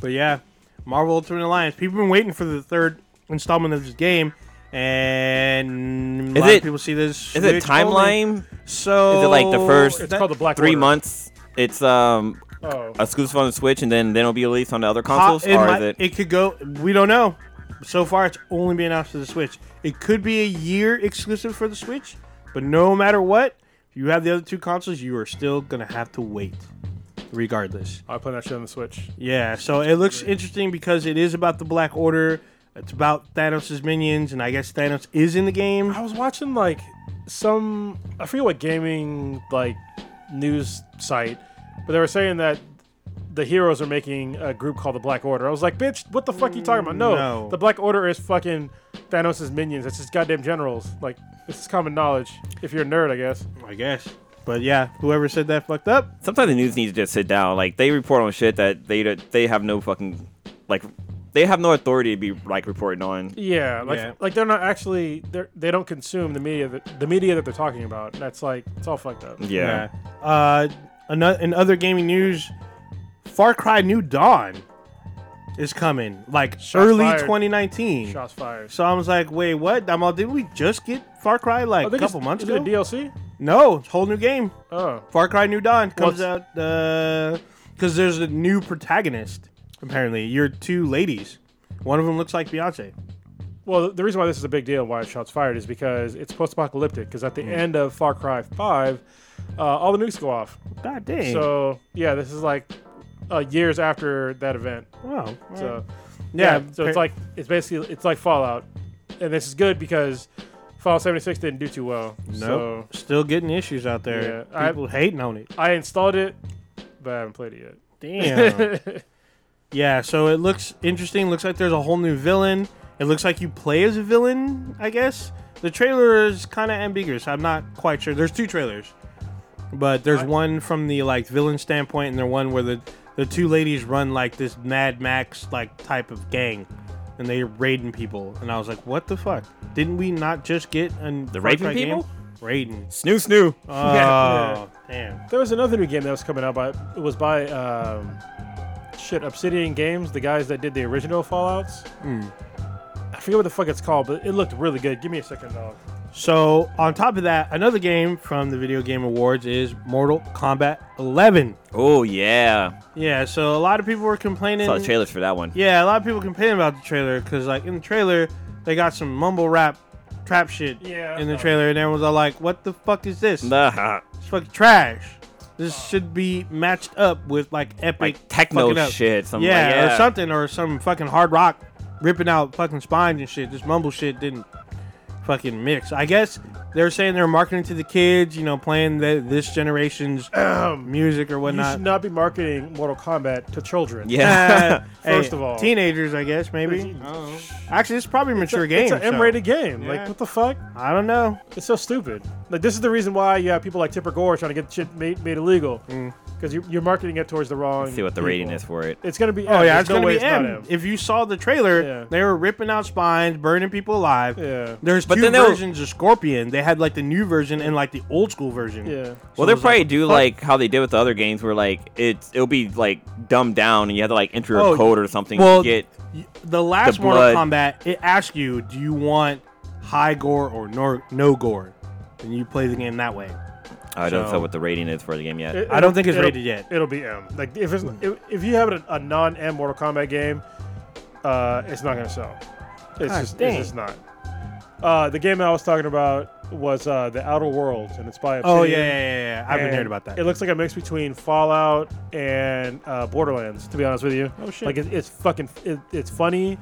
[SPEAKER 1] But yeah, Marvel Ultimate Alliance. People have been waiting for the third installment of this game, and a
[SPEAKER 2] Is
[SPEAKER 1] lot
[SPEAKER 2] it-
[SPEAKER 1] of people see this.
[SPEAKER 2] Is it
[SPEAKER 1] Switch only.
[SPEAKER 2] timeline?
[SPEAKER 1] So
[SPEAKER 2] Is it like the first
[SPEAKER 3] It's
[SPEAKER 1] that-
[SPEAKER 3] called the Black
[SPEAKER 2] Three
[SPEAKER 3] Order.
[SPEAKER 2] months. It's um
[SPEAKER 3] Oh,
[SPEAKER 2] exclusive on the Switch, and then then it'll be released on the other
[SPEAKER 1] Ho-
[SPEAKER 2] consoles,
[SPEAKER 1] it,
[SPEAKER 2] or
[SPEAKER 1] might-
[SPEAKER 2] is it?
[SPEAKER 1] it could go. We don't know. So far, it's only been announced for the Switch. It could be a year exclusive for the Switch, but no matter what, if you have the other two consoles, you are still gonna have to wait, regardless.
[SPEAKER 3] I play that shit on the Switch.
[SPEAKER 1] Yeah. So it looks interesting because it is about the Black Order. It's about Thanos' minions, and I guess Thanos is in the game.
[SPEAKER 3] I was watching like some I forget what gaming like news site, but they were saying that the heroes are making a group called the Black Order. I was like, bitch, what the fuck are you talking about? No,
[SPEAKER 1] Mm, No.
[SPEAKER 3] the Black Order is fucking Thanos' minions. It's his goddamn generals. Like this is common knowledge. If you're a nerd, I guess.
[SPEAKER 1] I guess. But yeah, whoever said that fucked up.
[SPEAKER 2] Sometimes the news needs to just sit down. Like they report on shit that they don't- they have no fucking like they have no authority to be like reporting on.
[SPEAKER 3] Yeah, like
[SPEAKER 1] Yeah.
[SPEAKER 3] like they're not actually they they don't consume the media that the media that they're talking about. That's like it's all fucked up.
[SPEAKER 2] Yeah.
[SPEAKER 1] Uh, ano- in other gaming news, Far Cry New Dawn is coming, like
[SPEAKER 3] Shots
[SPEAKER 1] early
[SPEAKER 3] fired.
[SPEAKER 1] 2019.
[SPEAKER 3] Shots fired.
[SPEAKER 1] So I was like, wait, what? I'm all, did we just get Far Cry
[SPEAKER 3] I
[SPEAKER 1] like a
[SPEAKER 3] think
[SPEAKER 1] couple
[SPEAKER 3] it's-
[SPEAKER 1] months
[SPEAKER 3] is
[SPEAKER 1] ago?
[SPEAKER 3] It a DLC?
[SPEAKER 1] No, it's a whole new game.
[SPEAKER 3] Oh,
[SPEAKER 1] Far Cry New Dawn comes
[SPEAKER 3] What's-
[SPEAKER 1] out because there's a new protagonist. Apparently, you're two ladies. One of them looks like Beyonce.
[SPEAKER 3] Well, the reason why this is a big deal and why it's shots fired is because it's post-apocalyptic. Because at the
[SPEAKER 1] Mm.
[SPEAKER 3] end of Far Cry Five, uh, all the nukes go off.
[SPEAKER 1] God dang.
[SPEAKER 3] So yeah, this is like uh, years after that event.
[SPEAKER 1] wow.
[SPEAKER 3] So
[SPEAKER 1] yeah,
[SPEAKER 3] so it's
[SPEAKER 1] par-
[SPEAKER 3] like it's basically it's like Fallout, and this is good because Fallout 76 didn't do too well.
[SPEAKER 1] Nope. Still getting issues out there.
[SPEAKER 3] Yeah, I-
[SPEAKER 1] People hating on it.
[SPEAKER 3] So I installed it, but I haven't played it
[SPEAKER 1] Damn.
[SPEAKER 3] yet.
[SPEAKER 1] yeah, so it looks interesting. Looks like there's a whole new villain. It looks like you play as a villain, I guess. The trailer is kind of ambiguous. I'm not quite sure. There's two trailers, but there's
[SPEAKER 3] Right.
[SPEAKER 1] one from the like villain standpoint, and the one where the the two ladies run like this Mad Max like type of gang, and they're raiding people. And I was like, what the fuck? Didn't we not just get an the
[SPEAKER 2] raiding people?
[SPEAKER 1] Raiding.
[SPEAKER 2] Snoo snoo.
[SPEAKER 1] Oh,
[SPEAKER 3] Yeah.
[SPEAKER 1] damn.
[SPEAKER 3] there was another new game that was coming out, but it was by
[SPEAKER 1] Hmm.
[SPEAKER 3] um, shit Obsidian Games, the guys that did the original Fallout's. forget what the fuck it's called, but it looked really good. Give me a second, dog.
[SPEAKER 1] So, on top of that, another game from the Video Game Awards is Mortal Kombat 11.
[SPEAKER 2] Oh yeah,
[SPEAKER 1] Yeah, so a lot of people were complaining.
[SPEAKER 2] saw the trailers for that one.
[SPEAKER 1] Yeah, a lot of people complaining about the trailer because, like, in the trailer, they got some mumble rap trap shit
[SPEAKER 3] Yeah,
[SPEAKER 1] in the
[SPEAKER 3] no.
[SPEAKER 1] trailer, and everyone's all like, what the fuck is this?
[SPEAKER 2] Nah,
[SPEAKER 1] It's fucking trash. This should be matched up with, like, epic
[SPEAKER 2] like techno
[SPEAKER 1] fucking up.
[SPEAKER 2] shit. Something
[SPEAKER 1] yeah,
[SPEAKER 2] like, yeah,
[SPEAKER 1] or something, or some fucking hard rock ripping out fucking spines and shit. This mumble shit didn't fucking mix. I guess they're saying they're marketing to the kids, you know, playing the, this generation's music or
[SPEAKER 3] You
[SPEAKER 1] whatnot.
[SPEAKER 3] should not be marketing Mortal Kombat to children.
[SPEAKER 2] Yeah.
[SPEAKER 3] First of all.
[SPEAKER 1] teenagers, I guess maybe. Actually, it's probably a mature Oh. game.
[SPEAKER 3] It's an
[SPEAKER 1] so
[SPEAKER 3] M-rated game.
[SPEAKER 1] Yeah.
[SPEAKER 3] Like, what the fuck?
[SPEAKER 1] I don't know.
[SPEAKER 3] It's so stupid. Like, this is the reason why you have people like Tipper Gore trying to get shit made, made illegal.
[SPEAKER 1] Hmm.
[SPEAKER 3] Because you, you're marketing it towards the wrong.
[SPEAKER 1] Uh,
[SPEAKER 2] see what the
[SPEAKER 3] people.
[SPEAKER 2] rating is for it.
[SPEAKER 3] It's gonna be.
[SPEAKER 1] Oh yeah,
[SPEAKER 3] there's
[SPEAKER 1] it's
[SPEAKER 3] no
[SPEAKER 1] gonna
[SPEAKER 3] way
[SPEAKER 1] be
[SPEAKER 3] it's not
[SPEAKER 1] M. If you saw the trailer,
[SPEAKER 3] Yeah.
[SPEAKER 1] they were ripping out spines, burning people alive.
[SPEAKER 3] Yeah.
[SPEAKER 1] There's
[SPEAKER 2] But
[SPEAKER 1] two
[SPEAKER 2] then they were-
[SPEAKER 1] versions of Scorpion. They had like the new version and like the old school version.
[SPEAKER 3] Yeah.
[SPEAKER 2] Well,
[SPEAKER 1] So
[SPEAKER 2] they'll
[SPEAKER 1] it's like,
[SPEAKER 2] probably do
[SPEAKER 1] fuck.
[SPEAKER 2] like how they did with the other games, where like it's it'll be like dumbed down, and you have to like enter a
[SPEAKER 1] Oh,
[SPEAKER 2] code or something
[SPEAKER 1] well,
[SPEAKER 2] to get.
[SPEAKER 1] y- the last
[SPEAKER 2] the
[SPEAKER 1] Mortal
[SPEAKER 2] blood.
[SPEAKER 1] Kombat, it asks you, do you want high gore or no, no gore? And you play the game that way.
[SPEAKER 2] I don't
[SPEAKER 1] so-
[SPEAKER 2] know what the rating is for the game yet.
[SPEAKER 3] It-
[SPEAKER 1] I don't think it's
[SPEAKER 3] it'll-
[SPEAKER 1] rated yet.
[SPEAKER 3] It'll be M. Like if it's if, if you have a, a non-M Mortal Kombat game, uh, it's not gonna sell. It's
[SPEAKER 1] God
[SPEAKER 3] just
[SPEAKER 1] dang.
[SPEAKER 3] it's just not. Uh, the game I was talking about was uh, the Outer Worlds, and it's by Obsidian.
[SPEAKER 1] Oh yeah, yeah, yeah. yeah. I've been
[SPEAKER 3] and
[SPEAKER 1] hearing about that.
[SPEAKER 3] It looks like a mix between Fallout and uh, Borderlands. To be honest with you,
[SPEAKER 1] Oh, shit.
[SPEAKER 3] Like it, it's fucking, it, it's funny,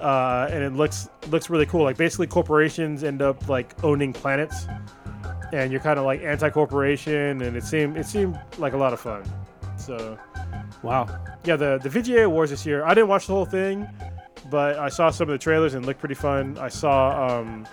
[SPEAKER 3] uh, and it looks looks really cool. Like basically, corporations end up like owning planets, and you're kind of like anti-corporation, and it seemed it seemed like a lot of fun. So
[SPEAKER 1] wow.
[SPEAKER 3] yeah, the the VGA awards this year. I didn't watch the whole thing, but I saw some of the trailers and it looked pretty fun. I saw um,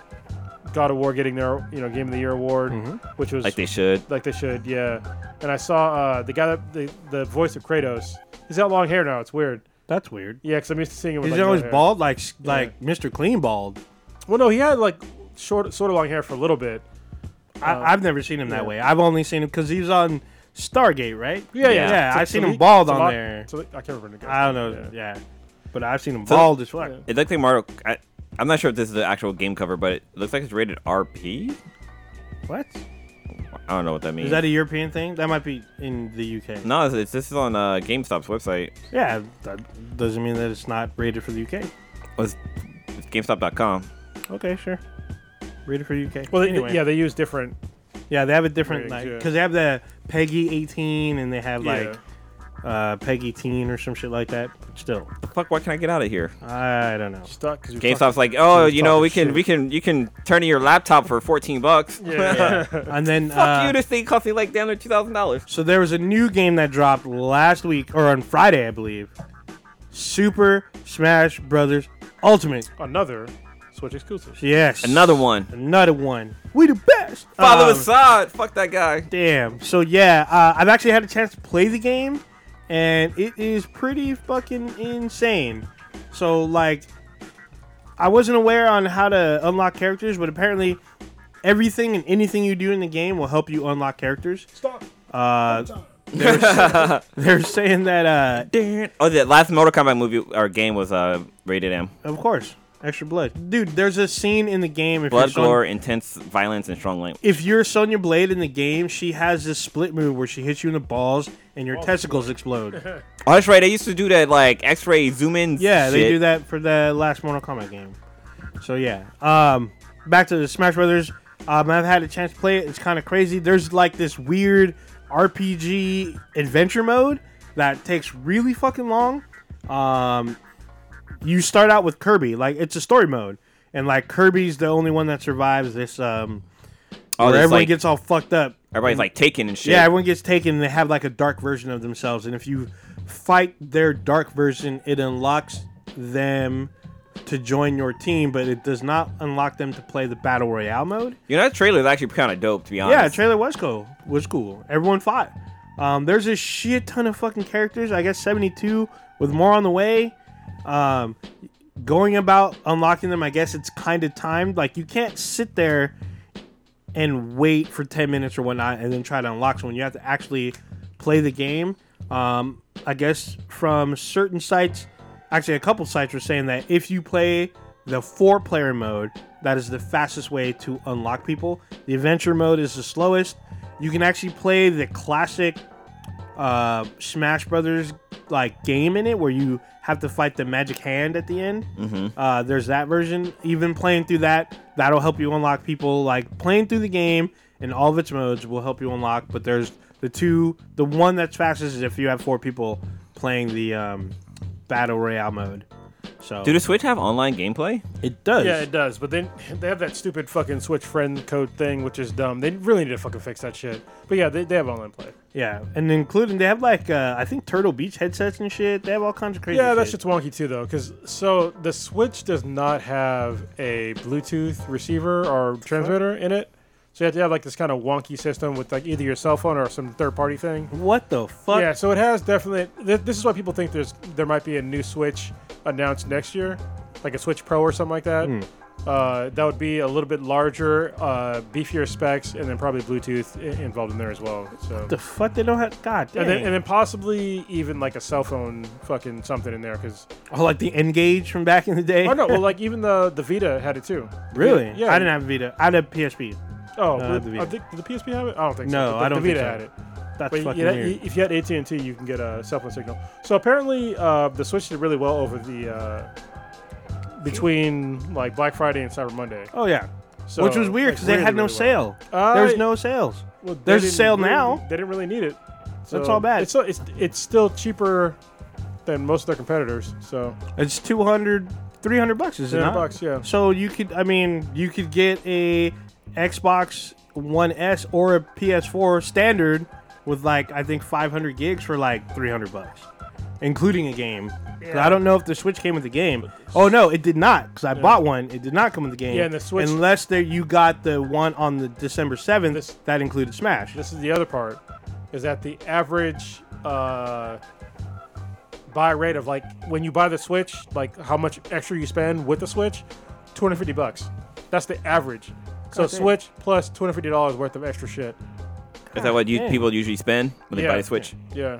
[SPEAKER 3] God of War getting their you know Game of the Year award,
[SPEAKER 1] Mm-hmm.
[SPEAKER 3] which was
[SPEAKER 2] Like they should.
[SPEAKER 3] like they should, yeah. And I saw uh, the guy that the, the voice of Kratos. He's got long hair now. It's weird.
[SPEAKER 1] That's weird.
[SPEAKER 3] Yeah, because I'm used to seeing him.
[SPEAKER 1] Is
[SPEAKER 3] With, like,
[SPEAKER 1] he
[SPEAKER 3] no
[SPEAKER 1] always
[SPEAKER 3] hair.
[SPEAKER 1] bald like s- like Mr. Clean bald?
[SPEAKER 3] Well, no, he had like short, sort of long hair for a little bit.
[SPEAKER 1] I, I've never seen him
[SPEAKER 3] Um, yeah.
[SPEAKER 1] that way. I've only seen him because he's on Stargate, right?
[SPEAKER 3] Yeah, yeah.
[SPEAKER 2] Yeah.
[SPEAKER 1] Yeah,
[SPEAKER 3] It's a-
[SPEAKER 1] I've
[SPEAKER 3] it's
[SPEAKER 1] seen
[SPEAKER 3] a
[SPEAKER 1] him
[SPEAKER 3] leak-
[SPEAKER 1] bald
[SPEAKER 3] it's a
[SPEAKER 1] on
[SPEAKER 3] lot-
[SPEAKER 1] there.
[SPEAKER 3] it's a leak- I can't remember.
[SPEAKER 1] I
[SPEAKER 3] The
[SPEAKER 1] don't
[SPEAKER 3] guy's
[SPEAKER 1] know.
[SPEAKER 3] name,
[SPEAKER 1] Yeah. But I've seen him
[SPEAKER 2] So-
[SPEAKER 1] bald as fuck.
[SPEAKER 3] Yeah.
[SPEAKER 2] It looks like Mario. I, I'm not sure if this is the actual game cover, but it looks like it's rated RP.
[SPEAKER 1] What?
[SPEAKER 2] I don't know what that means.
[SPEAKER 1] Is that a European thing? That might be in the UK.
[SPEAKER 2] no, it's, it's, this is on uh, GameStop's website.
[SPEAKER 1] Yeah, that doesn't mean that it's not rated for the UK.
[SPEAKER 2] Was Oh, it's GameStop.com?
[SPEAKER 1] Okay, sure. Read it for UK.
[SPEAKER 3] Well, they,
[SPEAKER 1] anyway,
[SPEAKER 3] yeah, they use different.
[SPEAKER 1] yeah, they have a different
[SPEAKER 3] Ratings,
[SPEAKER 1] like
[SPEAKER 3] yeah.
[SPEAKER 1] because they have the Peggy 18 and they have like uh, Peggy Teen or some shit like that. But still,
[SPEAKER 2] The fuck? Why can I get out of here?
[SPEAKER 1] I don't know.
[SPEAKER 3] stuck because
[SPEAKER 2] GameStop's like, oh,
[SPEAKER 3] You're
[SPEAKER 2] you know, we
[SPEAKER 3] talking
[SPEAKER 2] can we can you can turn in your laptop for 14 bucks.
[SPEAKER 3] Yeah,
[SPEAKER 1] And then
[SPEAKER 2] Fuck
[SPEAKER 1] uh,
[SPEAKER 2] you! This thing cost me like down to two thousand dollars.
[SPEAKER 1] so there was a new game that dropped last week or on Friday, I believe. Super Smash Brothers Ultimate.
[SPEAKER 3] another Switch exclusive.
[SPEAKER 1] Yes,
[SPEAKER 2] Another one.
[SPEAKER 1] another one. We the best.
[SPEAKER 2] Follow
[SPEAKER 1] Um,
[SPEAKER 2] Assad. Fuck that guy.
[SPEAKER 1] Damn. So yeah, uh, I've actually had a chance to play the game, and it is pretty fucking insane. So like, I wasn't aware on how to unlock characters, but apparently, everything and anything you do in the game will help you unlock characters.
[SPEAKER 3] Stop.
[SPEAKER 1] Uh, they're saying that, uh,
[SPEAKER 2] Oh, the last Mortal Kombat movie or game was uh, rated M.
[SPEAKER 1] of course, extra blood, dude. There's a scene in the game. If
[SPEAKER 2] Blood,
[SPEAKER 1] you're Son-
[SPEAKER 2] gore, intense violence, and strong language.
[SPEAKER 1] if you're Sonya Blade in the game, she has this split move where she hits you in the balls and your testicles explode.
[SPEAKER 2] Oh, that's right. They used to do that like X-ray zoom in.
[SPEAKER 1] Yeah, they
[SPEAKER 2] shit.
[SPEAKER 1] do that for the last Mortal Kombat game. So yeah, um, back to the Smash Brothers. Um, I've had a chance to play it. It's kind of crazy. There's like this weird RPG adventure mode that takes really fucking long. Um, you start out with Kirby, like it's a story mode, and like Kirby's the only one that survives this. Um,
[SPEAKER 2] Oh,
[SPEAKER 1] where
[SPEAKER 2] it's
[SPEAKER 1] everyone
[SPEAKER 2] like,
[SPEAKER 1] gets all fucked up.
[SPEAKER 2] everybody's like taken and shit.
[SPEAKER 1] Yeah, everyone gets taken and they have like a dark version of themselves. And if you fight their dark version, it unlocks them to join your team, but it does not unlock them to play the battle royale mode.
[SPEAKER 2] you know that trailer is actually kind of dope to be honest.
[SPEAKER 1] Yeah, trailer was cool. Was cool. Everyone fought. Um, there's a shit ton of fucking characters. I guess 72 with more on the way. Um, going about unlocking them, I guess it's kind of timed. Like you can't sit there and wait for 10 minutes or whatnot and then try to unlock someone. You have to actually play the game. Um, I guess from certain sites, actually a couple sites were saying that if you play the four player mode, that is the fastest way to unlock people. The adventure mode is the slowest. You can actually play the classic uh, Smash Brothers like game in it where you have to fight the magic hand at the end. Uh, there's that version. Even playing through that, that'll help you unlock people. Like playing through the game in all of its modes will help you unlock. But there's the two, the one that's fastest is if you have four people playing the um, battle royale mode. So
[SPEAKER 2] Do the Switch have online gameplay?
[SPEAKER 1] it does.
[SPEAKER 3] Yeah, it does. But then they have that stupid fucking Switch friend code thing, which is dumb. They really need to fucking fix that shit. But yeah, they, they have online play.
[SPEAKER 1] Yeah, and including they have like uh, I think Turtle Beach headsets and shit. They have all kinds of crazy.
[SPEAKER 3] Yeah, that
[SPEAKER 1] shit.
[SPEAKER 3] shit's wonky too, though. Because so the Switch does not have a Bluetooth receiver or transmitter in it. So you have to have like this kind of wonky system with like either your cell phone or some third party thing.
[SPEAKER 1] What the fuck?
[SPEAKER 3] Yeah, so it has definitely. Th- this is why people think there's there might be a new Switch announced next year, like a Switch Pro or something like that.
[SPEAKER 1] Hmm.
[SPEAKER 3] Uh, that would be a little bit larger, uh, beefier specs, and then probably Bluetooth i- involved in there as well. So.
[SPEAKER 1] The fuck they don't have? God damn.
[SPEAKER 3] and then, and then possibly even like a cell phone fucking something in there because
[SPEAKER 1] oh, like the Engage from back in the day.
[SPEAKER 3] oh no well like even the the Vita had it too
[SPEAKER 1] really?
[SPEAKER 3] yeah
[SPEAKER 1] I didn't have a Vita. I had a PSP. no,
[SPEAKER 3] oh well,
[SPEAKER 1] the Vita.
[SPEAKER 3] I think did the PSP have it I don't think
[SPEAKER 1] No,
[SPEAKER 3] so but
[SPEAKER 1] I
[SPEAKER 3] the,
[SPEAKER 1] don't
[SPEAKER 3] the Vita
[SPEAKER 1] think so.
[SPEAKER 3] had it
[SPEAKER 1] That's
[SPEAKER 3] But you-
[SPEAKER 1] fucking
[SPEAKER 3] you know,
[SPEAKER 1] weird.
[SPEAKER 3] you- if you had AT and T, you can get a cell phone signal. So apparently, uh, the Switch did really well over the uh, between like Black Friday and Cyber Monday,
[SPEAKER 1] oh yeah.
[SPEAKER 3] so,
[SPEAKER 1] Which was weird
[SPEAKER 3] like,
[SPEAKER 1] because
[SPEAKER 3] really,
[SPEAKER 1] they had no
[SPEAKER 3] really well.
[SPEAKER 1] sale.
[SPEAKER 3] Uh,
[SPEAKER 1] There's no sales.
[SPEAKER 3] Well, they
[SPEAKER 1] there's a
[SPEAKER 3] didn't
[SPEAKER 1] sale
[SPEAKER 3] really-
[SPEAKER 1] now.
[SPEAKER 3] They didn't really need it. So
[SPEAKER 1] That's all bad.
[SPEAKER 3] It's, so- it's it's still cheaper than most of their competitors. So
[SPEAKER 1] It's 200, 300 bucks, is it
[SPEAKER 3] 300
[SPEAKER 1] not?
[SPEAKER 3] bucks, yeah.
[SPEAKER 1] So you could, I mean, you could get a Xbox One S or a PS4 standard with like I think 500 gigs for like 300 bucks, including a game. 'Cause I don't know if the Switch came with the game. Oh no, it did not, because I bought one. It did not come with the game.
[SPEAKER 3] Yeah, and the Switch-
[SPEAKER 1] Unless there you got the one on the December seventh
[SPEAKER 3] This-
[SPEAKER 1] that included Smash.
[SPEAKER 3] this is the other part, is that the average uh, buy rate of like when you buy the Switch, like how much extra you spend with the Switch, two hundred fifty bucks. That's the average. So
[SPEAKER 1] God damn.
[SPEAKER 3] Switch plus two hundred fifty dollars worth of extra shit.
[SPEAKER 2] Is that what you,
[SPEAKER 1] damn.
[SPEAKER 2] people usually spend when they
[SPEAKER 3] yeah.
[SPEAKER 2] buy a Switch?
[SPEAKER 3] Yeah.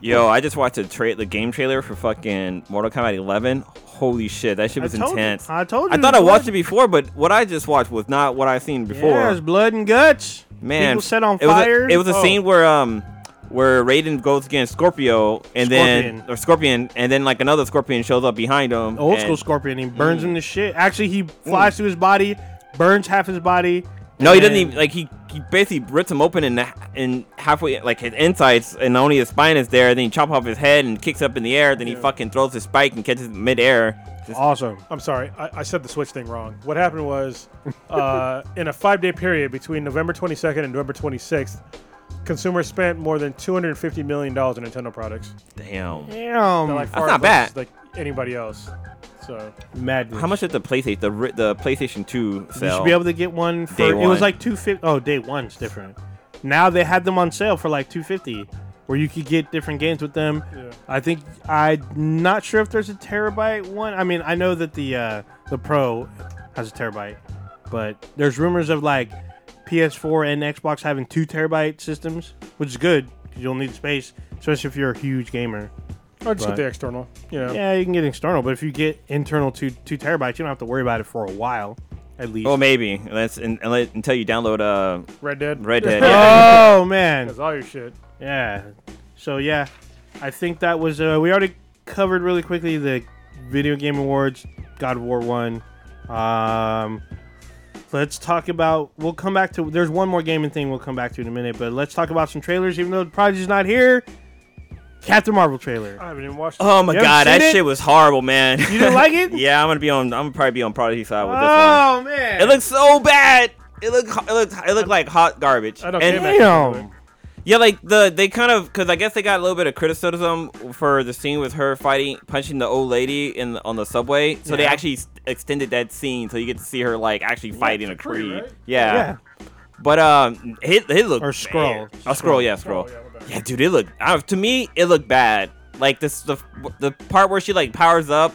[SPEAKER 2] Yo, I just watched a tra- the game trailer for fucking Mortal Kombat 11. Holy shit, that shit was
[SPEAKER 1] I told
[SPEAKER 2] intense.
[SPEAKER 1] You, I told you.
[SPEAKER 2] I thought I
[SPEAKER 1] it's
[SPEAKER 2] watched
[SPEAKER 1] good.
[SPEAKER 2] it before, but what I just watched was not what I seen before.
[SPEAKER 1] Yeah, it's blood and guts.
[SPEAKER 2] Man,
[SPEAKER 1] people set on
[SPEAKER 2] it was a-
[SPEAKER 1] fire.
[SPEAKER 2] It was a,
[SPEAKER 1] Oh.
[SPEAKER 2] scene where um where Raiden goes against Scorpio and
[SPEAKER 1] Scorpion.
[SPEAKER 2] then or Scorpion and then like another Scorpion shows up behind him.
[SPEAKER 1] old
[SPEAKER 2] and- Mm.
[SPEAKER 1] school scorpion. He burns him to shit. Actually, he flies through his body, burns half his body.
[SPEAKER 2] No, he doesn't
[SPEAKER 1] and-
[SPEAKER 2] even like he, he basically rips him open and and halfway like his insides and only his spine is there. Then he chop off his head and kicks up in the air. Then he fucking throws his spike and catches it midair. Just-
[SPEAKER 1] Awesome.
[SPEAKER 3] I'm sorry, I, I said the Switch thing wrong. What happened was, uh, in a five day period between November 22nd and November 26th, consumers spent more than $250 million on Nintendo products.
[SPEAKER 2] damn.
[SPEAKER 1] Damn.
[SPEAKER 3] Like,
[SPEAKER 2] Hmm, That's
[SPEAKER 3] far
[SPEAKER 2] not
[SPEAKER 3] versus,
[SPEAKER 2] bad.
[SPEAKER 3] Like anybody else. So,
[SPEAKER 1] Madness.
[SPEAKER 2] How much did the PlayStation the ri- the PlayStation Two
[SPEAKER 1] You
[SPEAKER 2] sell?
[SPEAKER 1] should be able to get one for.
[SPEAKER 2] Day
[SPEAKER 1] It
[SPEAKER 2] one.
[SPEAKER 1] was like two fifty. Oh, day one's different. Now they had them on sale for like two fifty, where you could get different games with them.
[SPEAKER 3] Yeah.
[SPEAKER 1] I think I'm not sure if there's a terabyte one. I mean, I know that the uh, the Pro has a terabyte, but there's rumors of like PS4 and Xbox having two terabyte systems, which is good because you'll need space, especially if you're a huge gamer.
[SPEAKER 3] or just
[SPEAKER 1] Right.
[SPEAKER 3] get the external. You know.
[SPEAKER 1] Yeah, you can get external, but if you get internal two two terabytes, you don't have to worry about it for a while, at least.
[SPEAKER 2] Oh, maybe. Unless, un- unless until you download uh
[SPEAKER 3] Red Dead.
[SPEAKER 2] Red Dead.
[SPEAKER 1] oh man,
[SPEAKER 3] That's all your shit.
[SPEAKER 1] Yeah. So yeah, I think that was uh, we already covered really quickly the video game awards, God of War one. Um, let's talk about. We'll come back to. There's one more gaming thing we'll come back to in a minute, but let's talk about some trailers. Even though the Prodigy's not here, Captain Marvel trailer.
[SPEAKER 3] I haven't even watched
[SPEAKER 2] Oh my
[SPEAKER 1] You haven't
[SPEAKER 2] god, that
[SPEAKER 1] seen it?
[SPEAKER 2] shit was horrible, man. You
[SPEAKER 1] didn't like it?
[SPEAKER 2] yeah, I'm gonna be on. I'm gonna probably be on Prodigy side with this
[SPEAKER 1] Oh
[SPEAKER 2] one. It
[SPEAKER 1] man.
[SPEAKER 2] looks so bad. It looked. ho- It looked. It looked like hot garbage.
[SPEAKER 3] I don't
[SPEAKER 2] And-
[SPEAKER 3] care, man.
[SPEAKER 1] Damn.
[SPEAKER 2] Yeah, like the they kind of because I guess they got a little bit of criticism for the scene with her fighting, punching the old lady in on the subway. So they
[SPEAKER 1] Yeah.
[SPEAKER 2] actually s- extended that scene so you get to see her like actually fighting a
[SPEAKER 3] Kree,
[SPEAKER 2] creed.
[SPEAKER 3] right?
[SPEAKER 2] Yeah.
[SPEAKER 1] Yeah.
[SPEAKER 2] But um, it it looked
[SPEAKER 1] Or Skrull.
[SPEAKER 2] bad. A scroll, yeah, scroll.
[SPEAKER 3] Skrull, yeah, we're back.
[SPEAKER 2] yeah, dude, it looked uh, to me it looked bad. Like this the the part where she like powers up,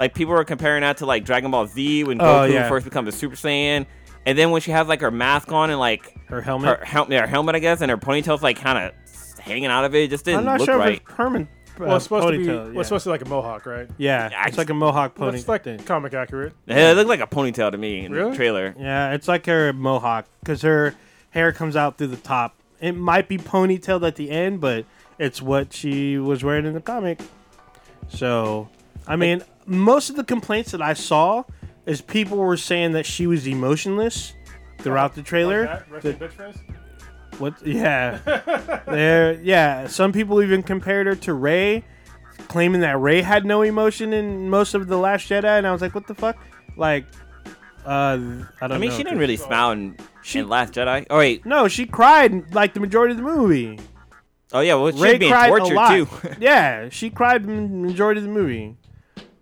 [SPEAKER 2] like people were comparing that to like Dragon Ball Z when
[SPEAKER 1] Oh,
[SPEAKER 2] Goku
[SPEAKER 1] yeah.
[SPEAKER 2] first becomes a Super Saiyan, and then when she has like her mask on and like
[SPEAKER 1] Her helmet.
[SPEAKER 2] her, hel- yeah, her helmet, I guess, and her ponytail's like kind of hanging out of it. It just didn't
[SPEAKER 1] I'm not
[SPEAKER 2] look
[SPEAKER 1] sure
[SPEAKER 2] right.
[SPEAKER 1] if it's permanent.
[SPEAKER 3] Well, it's supposed to be.
[SPEAKER 1] ponytail,
[SPEAKER 3] Well,
[SPEAKER 1] yeah.
[SPEAKER 3] it's supposed to be like a mohawk, right?
[SPEAKER 1] yeah, it's like a mohawk pony.
[SPEAKER 3] It's like
[SPEAKER 1] thing.
[SPEAKER 3] comic accurate.
[SPEAKER 2] Yeah, it looked like a ponytail to me in
[SPEAKER 3] Really?
[SPEAKER 2] the trailer.
[SPEAKER 1] Yeah, it's like her mohawk because her hair comes out through the top. It might be ponytailed at the end, but it's what she was wearing in the comic. So, I mean, most of the complaints that I saw is people were saying that she was emotionless throughout the trailer. The- what? Yeah, there. Yeah, some people even compared her to Ray, claiming that Ray had no emotion in most of the Last Jedi, and I was like, what the fuck? Like, uh, I don't.
[SPEAKER 2] I mean,
[SPEAKER 1] know,
[SPEAKER 2] she
[SPEAKER 1] dude.
[SPEAKER 2] didn't really smile in,
[SPEAKER 1] She-
[SPEAKER 2] in Last Jedi. Oh wait,
[SPEAKER 1] No, she cried like the majority of the movie.
[SPEAKER 2] oh yeah, well she
[SPEAKER 1] Ray
[SPEAKER 2] Ray being
[SPEAKER 1] cried a
[SPEAKER 2] tortured
[SPEAKER 1] lot.
[SPEAKER 2] too.
[SPEAKER 1] yeah, she cried m- majority of the movie.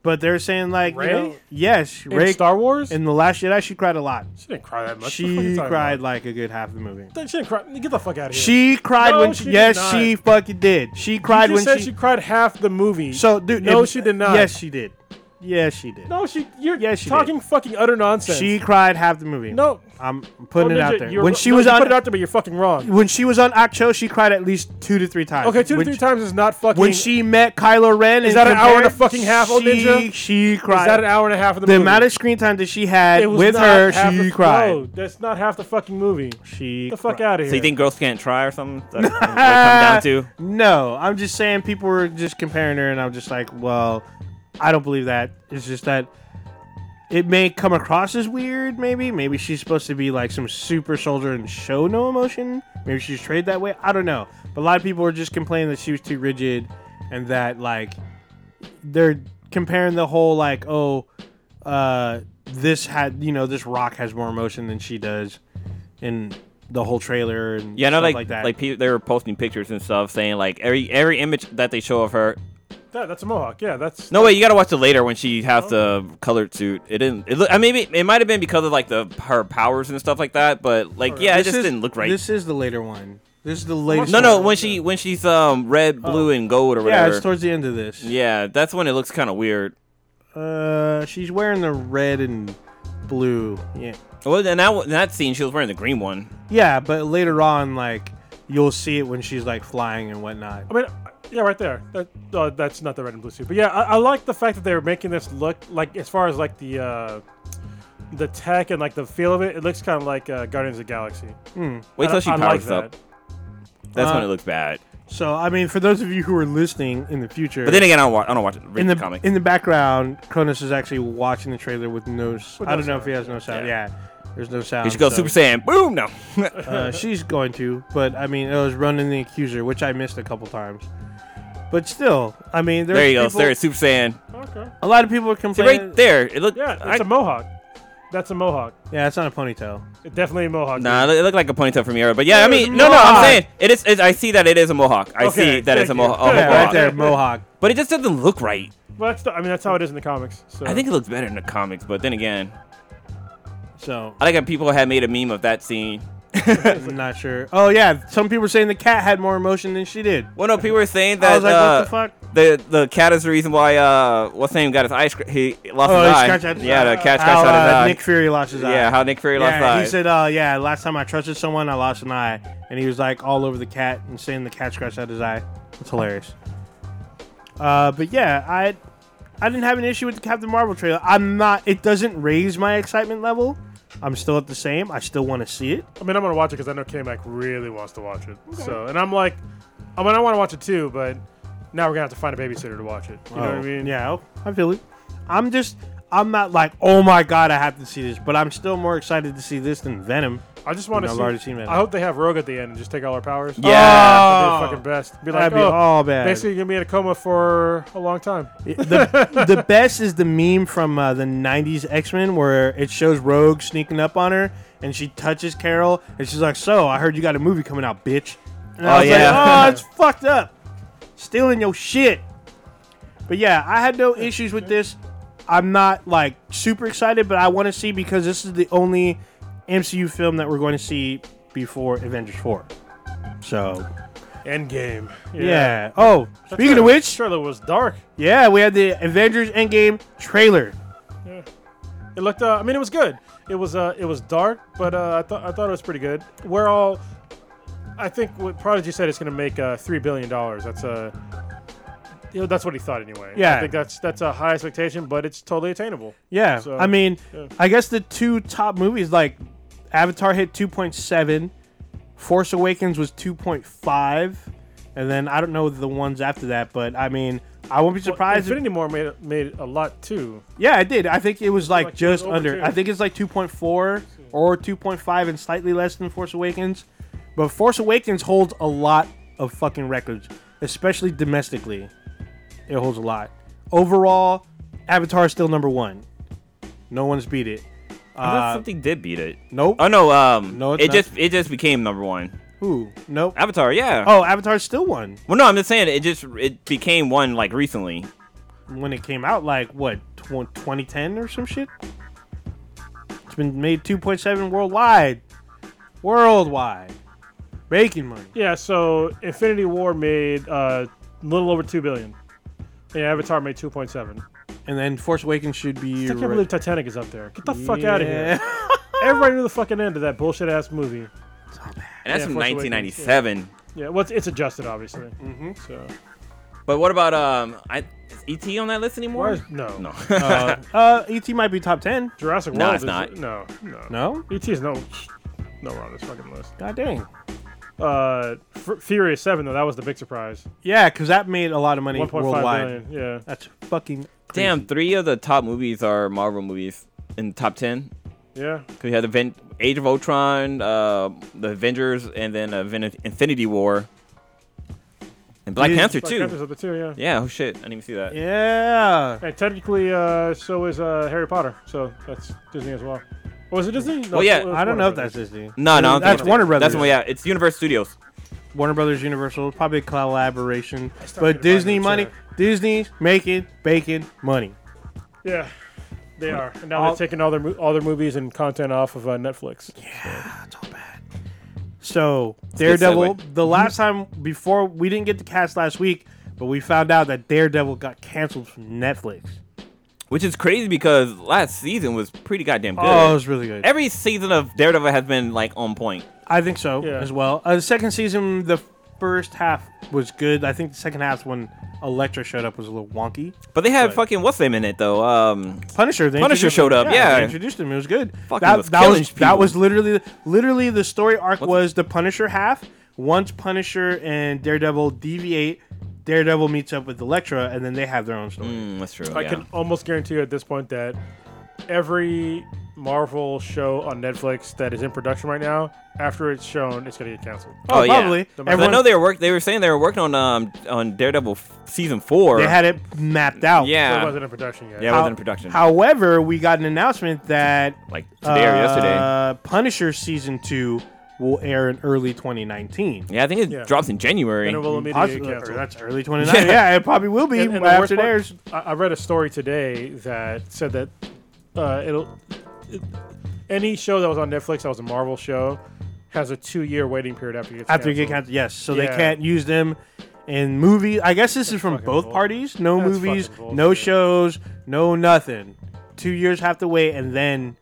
[SPEAKER 1] But they're saying like, you
[SPEAKER 3] Rey?
[SPEAKER 1] know, yes,
[SPEAKER 3] In
[SPEAKER 1] Ray.
[SPEAKER 3] Star Wars?
[SPEAKER 1] in the Last Jedi, she cried a lot.
[SPEAKER 3] she didn't cry that much. The fuck are
[SPEAKER 1] she
[SPEAKER 3] you talking
[SPEAKER 1] cried
[SPEAKER 3] about?
[SPEAKER 1] like a good half of the movie.
[SPEAKER 3] She didn't cry. Get the fuck out of here.
[SPEAKER 1] She cried
[SPEAKER 3] No,
[SPEAKER 1] when
[SPEAKER 3] she
[SPEAKER 1] she,
[SPEAKER 3] did
[SPEAKER 1] yes,
[SPEAKER 3] not.
[SPEAKER 1] she fucking did. She
[SPEAKER 3] You
[SPEAKER 1] cried
[SPEAKER 3] just
[SPEAKER 1] when
[SPEAKER 3] said
[SPEAKER 1] she,
[SPEAKER 3] she, cried half the movie.
[SPEAKER 1] So, dude,
[SPEAKER 3] no,
[SPEAKER 1] it-
[SPEAKER 3] she did not.
[SPEAKER 1] Yes, she did. Yes, she did.
[SPEAKER 3] no, she. You're
[SPEAKER 1] Yeah, she did.
[SPEAKER 3] talking fucking utter nonsense.
[SPEAKER 1] she cried half the movie.
[SPEAKER 3] no.
[SPEAKER 1] I'm putting
[SPEAKER 3] No,
[SPEAKER 1] it
[SPEAKER 3] Ninja,
[SPEAKER 1] out there.
[SPEAKER 3] you're-
[SPEAKER 1] When she
[SPEAKER 3] no,
[SPEAKER 1] was
[SPEAKER 3] you put
[SPEAKER 1] on
[SPEAKER 3] it out there, but you're fucking wrong.
[SPEAKER 1] when she was on Akcho, she cried at least two to three times.
[SPEAKER 3] Okay, two to
[SPEAKER 1] When
[SPEAKER 3] three
[SPEAKER 1] she-
[SPEAKER 3] times is not fucking.
[SPEAKER 1] when she met Kylo Ren.
[SPEAKER 3] Is
[SPEAKER 1] in
[SPEAKER 3] that an hour and a
[SPEAKER 1] Pantera,
[SPEAKER 3] fucking half, oh,
[SPEAKER 1] she-
[SPEAKER 3] Ninja?
[SPEAKER 1] She cried.
[SPEAKER 3] is that an hour and a half of the,
[SPEAKER 1] the
[SPEAKER 3] movie?
[SPEAKER 1] amount of screen time that she had
[SPEAKER 3] It was
[SPEAKER 1] with
[SPEAKER 3] not
[SPEAKER 1] her,
[SPEAKER 3] half
[SPEAKER 1] she
[SPEAKER 3] the-
[SPEAKER 1] cried.
[SPEAKER 3] No, that's not half the fucking movie. Get
[SPEAKER 1] She
[SPEAKER 3] the fuck
[SPEAKER 1] cried.
[SPEAKER 3] out of here.
[SPEAKER 2] so you think girls can't try or something? That's what it comes down to.
[SPEAKER 1] Uh, No, I'm just saying people were just comparing her, and I'm just like, well, I don't believe that. It's just that it may come across as weird. Maybe, maybe she's supposed to be like some super soldier and show no emotion. Maybe she's trained that way. I don't know. But a lot of people were just complaining that she was too rigid, and that like they're comparing the whole like, oh, uh, this had you know this rock has more emotion than she does, in the whole trailer and
[SPEAKER 2] Yeah, no,
[SPEAKER 1] stuff
[SPEAKER 2] like
[SPEAKER 1] like
[SPEAKER 2] like,
[SPEAKER 1] that.
[SPEAKER 2] pe- they were posting pictures and stuff saying like every every image that they show of her.
[SPEAKER 3] That, that's a mohawk. Yeah, that's.
[SPEAKER 2] No, wait, you gotta watch it later when she has the colored suit. It didn't. It look, I mean, maybe it might have been because of like the her powers and stuff like that. But like, yeah, it
[SPEAKER 1] This
[SPEAKER 2] just
[SPEAKER 1] is-
[SPEAKER 2] didn't look right.
[SPEAKER 1] This is the later one. This is the latest.
[SPEAKER 2] No,
[SPEAKER 1] one.
[SPEAKER 2] no, when she when she's um red, blue, and gold or
[SPEAKER 1] yeah,
[SPEAKER 2] whatever.
[SPEAKER 1] it's towards the end of this.
[SPEAKER 2] Yeah, that's when it looks kind of weird.
[SPEAKER 1] Uh, she's wearing the red and blue. Yeah,
[SPEAKER 2] Well, in that in that scene, she was wearing the green one.
[SPEAKER 1] yeah, but later on, like you'll see it when she's like flying and whatnot.
[SPEAKER 3] I mean, yeah, right there. That uh, that's not the red and blue suit, but yeah, I, I like the fact that they were making this look like, as far as like the uh, the tech and like the feel of it, it looks kind of like uh, Guardians of the Galaxy.
[SPEAKER 2] Wait
[SPEAKER 3] I-
[SPEAKER 2] till she
[SPEAKER 3] I like
[SPEAKER 2] powers
[SPEAKER 3] that.
[SPEAKER 2] up. That's when
[SPEAKER 1] Uh,
[SPEAKER 2] it looks bad.
[SPEAKER 1] So I mean, for those of you who are listening in the future,
[SPEAKER 2] But then again, I don't watch. I don't watch it.
[SPEAKER 1] in
[SPEAKER 2] the
[SPEAKER 1] the
[SPEAKER 2] comic.
[SPEAKER 1] in the background, Cronus is actually watching the trailer with no. s-
[SPEAKER 3] With
[SPEAKER 1] I
[SPEAKER 3] no
[SPEAKER 1] don't know if
[SPEAKER 3] sound,
[SPEAKER 1] he has no sound.
[SPEAKER 2] yeah.
[SPEAKER 1] Yeah, there's no sound.
[SPEAKER 2] he should go
[SPEAKER 1] so-
[SPEAKER 2] Super Saiyan. Boom! No.
[SPEAKER 1] Uh, she's going to, but I mean, it was running the accuser, which I missed a couple times. But still, I mean, there's
[SPEAKER 2] there you go.
[SPEAKER 1] people-
[SPEAKER 2] There, it's Super Saiyan.
[SPEAKER 3] Okay.
[SPEAKER 1] A lot of people are
[SPEAKER 2] See,
[SPEAKER 1] complaining.
[SPEAKER 2] right there. It looked.
[SPEAKER 3] Yeah,
[SPEAKER 2] I-
[SPEAKER 3] it's a mohawk. That's a mohawk.
[SPEAKER 1] Yeah, it's not a ponytail.
[SPEAKER 3] It's definitely a mohawk.
[SPEAKER 2] Nah, it looked like a ponytail from Europe. But yeah, I
[SPEAKER 1] It was
[SPEAKER 2] mean, no, no, I'm
[SPEAKER 1] mohawk.
[SPEAKER 2] saying it is. It, I see that it is a mohawk. I
[SPEAKER 3] Okay,
[SPEAKER 2] see that it's a
[SPEAKER 3] thank you.
[SPEAKER 2] mohawk.
[SPEAKER 3] Yeah,
[SPEAKER 1] Yeah,
[SPEAKER 3] mohawk.
[SPEAKER 1] right there, mohawk.
[SPEAKER 2] But it just doesn't look right.
[SPEAKER 3] Well, that's the, I mean, that's how it is in the comics. So
[SPEAKER 2] I think it looks better in the comics. But then again,
[SPEAKER 1] So
[SPEAKER 2] I like how people had made a meme of that scene.
[SPEAKER 1] I'm not sure. Oh yeah, some people were saying the cat had more emotion than she did.
[SPEAKER 2] Well, no, people were saying that
[SPEAKER 1] I was like,
[SPEAKER 2] uh,
[SPEAKER 1] what the fuck?
[SPEAKER 2] the the cat is the reason why uh what's his name got his eye scr- he lost
[SPEAKER 1] Oh,
[SPEAKER 2] his
[SPEAKER 1] he
[SPEAKER 2] eye.
[SPEAKER 1] scratched out his
[SPEAKER 2] yeah,
[SPEAKER 1] eye.
[SPEAKER 2] the cat
[SPEAKER 1] How,
[SPEAKER 2] scratched out his
[SPEAKER 1] uh,
[SPEAKER 2] eye.
[SPEAKER 1] Nick Fury lost his eye.
[SPEAKER 2] yeah, how Nick Fury
[SPEAKER 1] Yeah, he
[SPEAKER 2] lost his eye.
[SPEAKER 1] said, uh, yeah, last time I trusted someone, I lost an eye, and he was like all over the cat and saying the cat scratched out his eye. It's hilarious. Uh, but yeah, I I didn't have an issue with the Captain Marvel trailer. I'm not. It doesn't raise my excitement level. I'm still at the same. I still want to see it.
[SPEAKER 3] I mean, I'm gonna watch it because I know K Mac really wants to watch it. So, and I'm like, I mean, I want to watch it too, but now we're gonna have to find a babysitter to watch it. You know what I
[SPEAKER 1] Oh,
[SPEAKER 3] mean?
[SPEAKER 1] Yeah, I feel it. I'm just. I'm not like, oh my god, I have to see this, but I'm still more excited to see this than Venom.
[SPEAKER 3] I just want to
[SPEAKER 1] No, I've
[SPEAKER 3] see.
[SPEAKER 1] already seen that.
[SPEAKER 3] I hope they have Rogue at the end and just take all our powers.
[SPEAKER 2] Yeah.
[SPEAKER 3] That'd be
[SPEAKER 1] Oh.
[SPEAKER 3] the fucking best. Be like,
[SPEAKER 1] That'd be
[SPEAKER 3] oh,
[SPEAKER 1] all bad.
[SPEAKER 3] basically you're gonna be in a coma for a long time.
[SPEAKER 1] the, the best is the meme from uh, the 90s x-men where it shows rogue sneaking up on her and she touches carol and she's like so i heard you got a movie coming out bitch and
[SPEAKER 2] Oh,
[SPEAKER 1] I was
[SPEAKER 2] yeah.
[SPEAKER 1] like, oh it's fucked up stealing your shit but yeah i had no issues with this i'm not like super excited but i want to see because this is the only mcu film that we're going to see before avengers 4 so
[SPEAKER 3] End game.
[SPEAKER 1] yeah, oh speaking of which
[SPEAKER 3] trailer was dark.
[SPEAKER 1] yeah, we had the Avengers Endgame trailer.
[SPEAKER 3] It looked. Uh, I mean, it was good. It was. Uh, it was dark, but uh, I thought. I thought it was pretty good. We're all. I think what Prodigy said it's going to make uh, three billion dollars. That's uh, you know, that's what he thought anyway.
[SPEAKER 1] Yeah.
[SPEAKER 3] I think that's that's a high expectation, but it's totally attainable.
[SPEAKER 1] Yeah,
[SPEAKER 3] So,
[SPEAKER 1] I mean,
[SPEAKER 3] yeah.
[SPEAKER 1] I guess the two top movies like Avatar hit 2.7, Force Awakens was 2.5, and then I don't know the ones after that, but I mean, I won't be surprised. if-
[SPEAKER 3] Infinity War made made a lot too.
[SPEAKER 1] yeah, it did. I think it was like,
[SPEAKER 3] like it was
[SPEAKER 1] just
[SPEAKER 3] over
[SPEAKER 1] under.
[SPEAKER 3] two.
[SPEAKER 1] I think it's like 2.4 or 2.5 and slightly less than Force Awakens, but Force Awakens holds a lot of fucking records, especially domestically. It holds a lot. Overall, Avatar is still number one. No one's beat it.
[SPEAKER 2] I thought
[SPEAKER 1] Uh,
[SPEAKER 2] something did beat it.
[SPEAKER 1] Nope.
[SPEAKER 2] Oh no, um,
[SPEAKER 1] No,
[SPEAKER 2] no,
[SPEAKER 1] it's
[SPEAKER 2] it
[SPEAKER 1] not.
[SPEAKER 2] just it just became number one.
[SPEAKER 1] Who? Nope.
[SPEAKER 2] Avatar, yeah.
[SPEAKER 1] Oh, Avatar's still one
[SPEAKER 2] Well, no, I'm just saying it just it became one like recently.
[SPEAKER 1] when it came out, like what, tw- 2010 or some shit. It's been made 2.7 worldwide, worldwide, making money.
[SPEAKER 3] Yeah. So Infinity War made uh, a little over two billion. And Avatar made 2.7.
[SPEAKER 1] And then Force Awakens should be.
[SPEAKER 3] I can't
[SPEAKER 1] right-
[SPEAKER 3] believe Titanic is up there. Get the fuck out of here.
[SPEAKER 1] Yeah.
[SPEAKER 3] Everybody knew the fucking end of that bullshit ass movie.
[SPEAKER 2] And that's
[SPEAKER 3] Yeah,
[SPEAKER 2] from
[SPEAKER 3] Force Awakens,
[SPEAKER 2] 1997.
[SPEAKER 3] Yeah, well, it's, it's adjusted, obviously. Mm-hmm. So,
[SPEAKER 2] But what about um, I, is ET on that list
[SPEAKER 3] why
[SPEAKER 2] anymore?
[SPEAKER 3] is, no.
[SPEAKER 2] No.
[SPEAKER 1] uh, uh, ET might be top 10.
[SPEAKER 3] Jurassic
[SPEAKER 2] No,
[SPEAKER 3] World
[SPEAKER 2] it's
[SPEAKER 3] is
[SPEAKER 2] not.
[SPEAKER 3] No, no,
[SPEAKER 1] No?
[SPEAKER 3] ET is no, no on this fucking list.
[SPEAKER 1] God dang.
[SPEAKER 3] Uh, F- Furious Seven though, that was the big surprise.
[SPEAKER 1] Yeah, because that made a lot of money
[SPEAKER 3] One point five
[SPEAKER 1] worldwide.
[SPEAKER 3] billion. Yeah.
[SPEAKER 1] That's fucking.
[SPEAKER 2] Damn, three of the top movies are Marvel movies in the top ten.
[SPEAKER 3] Yeah.
[SPEAKER 2] Because you had Aven- Age of Ultron, uh, the Avengers, and then Aven- Infinity War, and Black
[SPEAKER 1] Yeah,
[SPEAKER 2] Panther
[SPEAKER 3] Black
[SPEAKER 2] too.
[SPEAKER 3] Panther's up there too. Yeah.
[SPEAKER 2] Yeah. Oh shit, I didn't even see that.
[SPEAKER 1] Yeah.
[SPEAKER 3] And technically, uh, so is uh, Harry Potter. So that's Disney as well. Or was it Disney? No,
[SPEAKER 2] Well, yeah,
[SPEAKER 3] it was
[SPEAKER 1] I don't
[SPEAKER 3] Warner
[SPEAKER 1] know if
[SPEAKER 3] Brothers.
[SPEAKER 1] that's Disney.
[SPEAKER 2] No, no, I don't
[SPEAKER 1] That's
[SPEAKER 2] think
[SPEAKER 1] Warner
[SPEAKER 2] it's-
[SPEAKER 1] Brothers.
[SPEAKER 2] That's yeah, it's Universe Studios.
[SPEAKER 1] Warner Brothers Universal, probably a collaboration.
[SPEAKER 3] not
[SPEAKER 1] But
[SPEAKER 3] gonna
[SPEAKER 1] Disney
[SPEAKER 3] buy me a
[SPEAKER 1] money,
[SPEAKER 3] chair.
[SPEAKER 1] Disney making bacon money.
[SPEAKER 3] Yeah. They are. And now
[SPEAKER 1] All-
[SPEAKER 3] they're taking all their mo- all their movies and content off of uh, Netflix.
[SPEAKER 1] That's all bad. So
[SPEAKER 2] good
[SPEAKER 1] Daredevil, the last time before we didn't get the cast last week, but we found out that Daredevil got canceled from Netflix.
[SPEAKER 2] Which is crazy because last season was pretty goddamn good.
[SPEAKER 1] Oh, it was really good.
[SPEAKER 2] Every season of Daredevil has been like on point.
[SPEAKER 1] I think so
[SPEAKER 3] Yeah.
[SPEAKER 1] as well. Uh, the second season, the first half was good. I think the second half when Elektra showed up was a little wonky.
[SPEAKER 2] But they had
[SPEAKER 1] Right.
[SPEAKER 2] fucking what's name in it though. Um,
[SPEAKER 1] Punisher. They
[SPEAKER 2] Punisher
[SPEAKER 1] introduced
[SPEAKER 2] showed
[SPEAKER 1] him.
[SPEAKER 2] up, yeah.
[SPEAKER 1] they introduced him. It was good.
[SPEAKER 2] Fucking
[SPEAKER 1] that
[SPEAKER 2] was
[SPEAKER 1] that
[SPEAKER 2] killing
[SPEAKER 1] was that
[SPEAKER 2] people.
[SPEAKER 1] was literally literally the story arc
[SPEAKER 2] What's-
[SPEAKER 1] was the Punisher half. Once Punisher and Daredevil deviate, Daredevil meets up with Elektra, and then they have their own story.
[SPEAKER 2] mm, that's true.
[SPEAKER 3] I
[SPEAKER 2] yeah.
[SPEAKER 3] can almost guarantee you at this point that every Marvel show on Netflix that is in production right now, after it's shown, it's gonna get canceled.
[SPEAKER 1] Oh,
[SPEAKER 2] Oh, yeah.
[SPEAKER 1] probably.
[SPEAKER 2] The- 'Cause
[SPEAKER 1] Everyone,
[SPEAKER 2] I know they were work. They were saying they were working on um on Daredevil f- season four.
[SPEAKER 1] they had it mapped out.
[SPEAKER 3] It
[SPEAKER 2] yeah,
[SPEAKER 3] wasn't in production yet.
[SPEAKER 2] yeah, it
[SPEAKER 1] How-
[SPEAKER 2] was in production
[SPEAKER 1] However, we got an announcement that
[SPEAKER 2] like today or yesterday.
[SPEAKER 1] uh, Punisher season two will air in early 2019.
[SPEAKER 2] Yeah, I think it
[SPEAKER 3] yeah.
[SPEAKER 2] drops in January.
[SPEAKER 3] And it will immediately
[SPEAKER 1] Possi-
[SPEAKER 3] get
[SPEAKER 1] or
[SPEAKER 3] canceled.
[SPEAKER 1] that's early 2019. Yeah. it probably will be
[SPEAKER 3] And- and the worst
[SPEAKER 1] after
[SPEAKER 3] part-
[SPEAKER 1] theirs.
[SPEAKER 3] I, I read a story today that said that uh, it'll it- any show that was on Netflix that was a Marvel show has a two-year waiting period after you get
[SPEAKER 1] after you get canceled. Yes, so they
[SPEAKER 3] Yeah.
[SPEAKER 1] can't use them in movies. I guess this is from
[SPEAKER 3] fucking
[SPEAKER 1] both
[SPEAKER 3] bull-
[SPEAKER 1] parties. No
[SPEAKER 3] That's
[SPEAKER 1] movies,
[SPEAKER 3] fucking
[SPEAKER 1] no
[SPEAKER 3] bullshit.
[SPEAKER 1] shows, no nothing. Two years have to wait, and then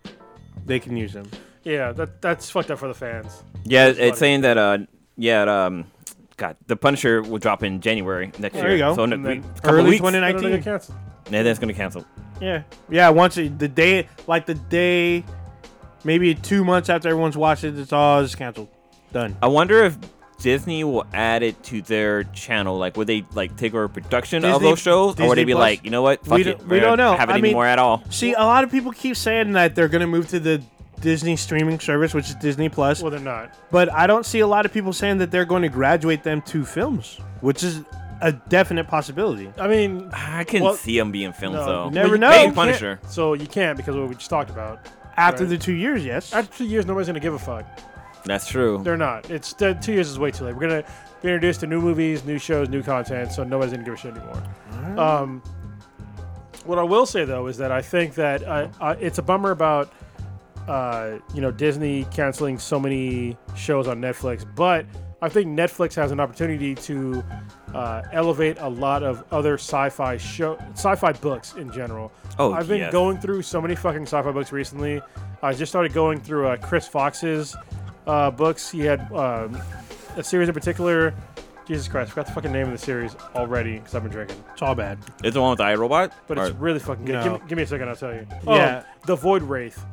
[SPEAKER 1] they can use them.
[SPEAKER 3] Yeah, that that's fucked up for the fans.
[SPEAKER 2] yeah,
[SPEAKER 3] funny.
[SPEAKER 2] it's saying that uh yeah um God the Punisher will drop in January next
[SPEAKER 1] There
[SPEAKER 2] year.
[SPEAKER 1] you go.
[SPEAKER 2] So in a
[SPEAKER 3] And
[SPEAKER 2] week-
[SPEAKER 3] then
[SPEAKER 2] couple
[SPEAKER 1] early
[SPEAKER 2] weeks,
[SPEAKER 1] 20
[SPEAKER 3] And it'll
[SPEAKER 1] 19.
[SPEAKER 3] get canceled.
[SPEAKER 2] and then it's gonna cancel.
[SPEAKER 1] Yeah, yeah. Once it, the day, like the day, maybe two months after everyone's watched it, it's all just canceled. Done.
[SPEAKER 2] I wonder if Disney will add it to their channel. Like, would they like take over production of
[SPEAKER 1] Disney-
[SPEAKER 2] those shows, or would
[SPEAKER 1] Disney
[SPEAKER 2] they be
[SPEAKER 1] Plus?
[SPEAKER 2] like, you know what, fuck
[SPEAKER 1] We
[SPEAKER 2] it,
[SPEAKER 1] don't- we
[SPEAKER 2] we're
[SPEAKER 1] don't know.
[SPEAKER 2] have it
[SPEAKER 1] I mean-
[SPEAKER 2] anymore at all?
[SPEAKER 1] See, a lot of people keep saying that they're gonna move to the Disney streaming service, which is Disney Plus.
[SPEAKER 3] Well, they're not.
[SPEAKER 1] But I don't see a lot of people saying that they're going to graduate them to films, which is a definite possibility.
[SPEAKER 3] I mean,
[SPEAKER 2] I can
[SPEAKER 3] Well,
[SPEAKER 2] see them being filmed
[SPEAKER 3] no,
[SPEAKER 2] though.
[SPEAKER 1] never
[SPEAKER 3] you
[SPEAKER 1] know.
[SPEAKER 3] can't-
[SPEAKER 2] Maybe Punisher.
[SPEAKER 3] So you can't because of what we just talked about.
[SPEAKER 1] After
[SPEAKER 3] Right.
[SPEAKER 1] the two years, yes.
[SPEAKER 3] After two years, nobody's gonna give a fuck.
[SPEAKER 2] That's true.
[SPEAKER 3] They're not. It's the, two years is way too late. We're gonna be introduced to new movies, new shows, new content, so nobody's gonna give a shit anymore. Um, what I will say though is that I think that uh, uh, it's a bummer about uh, you know Disney canceling so many shows on Netflix, but I think Netflix has an opportunity to uh, elevate a lot of other sci-fi show, sci-fi books in general.
[SPEAKER 2] Oh,
[SPEAKER 3] I've been
[SPEAKER 2] yes.
[SPEAKER 3] going through so many fucking sci-fi books recently. I just started going through uh, Chris Fox's uh, books. He had um, a series in particular Jesus Christ, I forgot the fucking name of the series already because I've been drinking.
[SPEAKER 1] It's all bad.
[SPEAKER 2] It's the one with the iRobot.
[SPEAKER 3] But it's
[SPEAKER 2] Or-
[SPEAKER 3] really fucking good.
[SPEAKER 1] No.
[SPEAKER 3] Give, me- give me a second, I'll tell you.
[SPEAKER 1] Yeah.
[SPEAKER 3] Oh, the Void Wraith.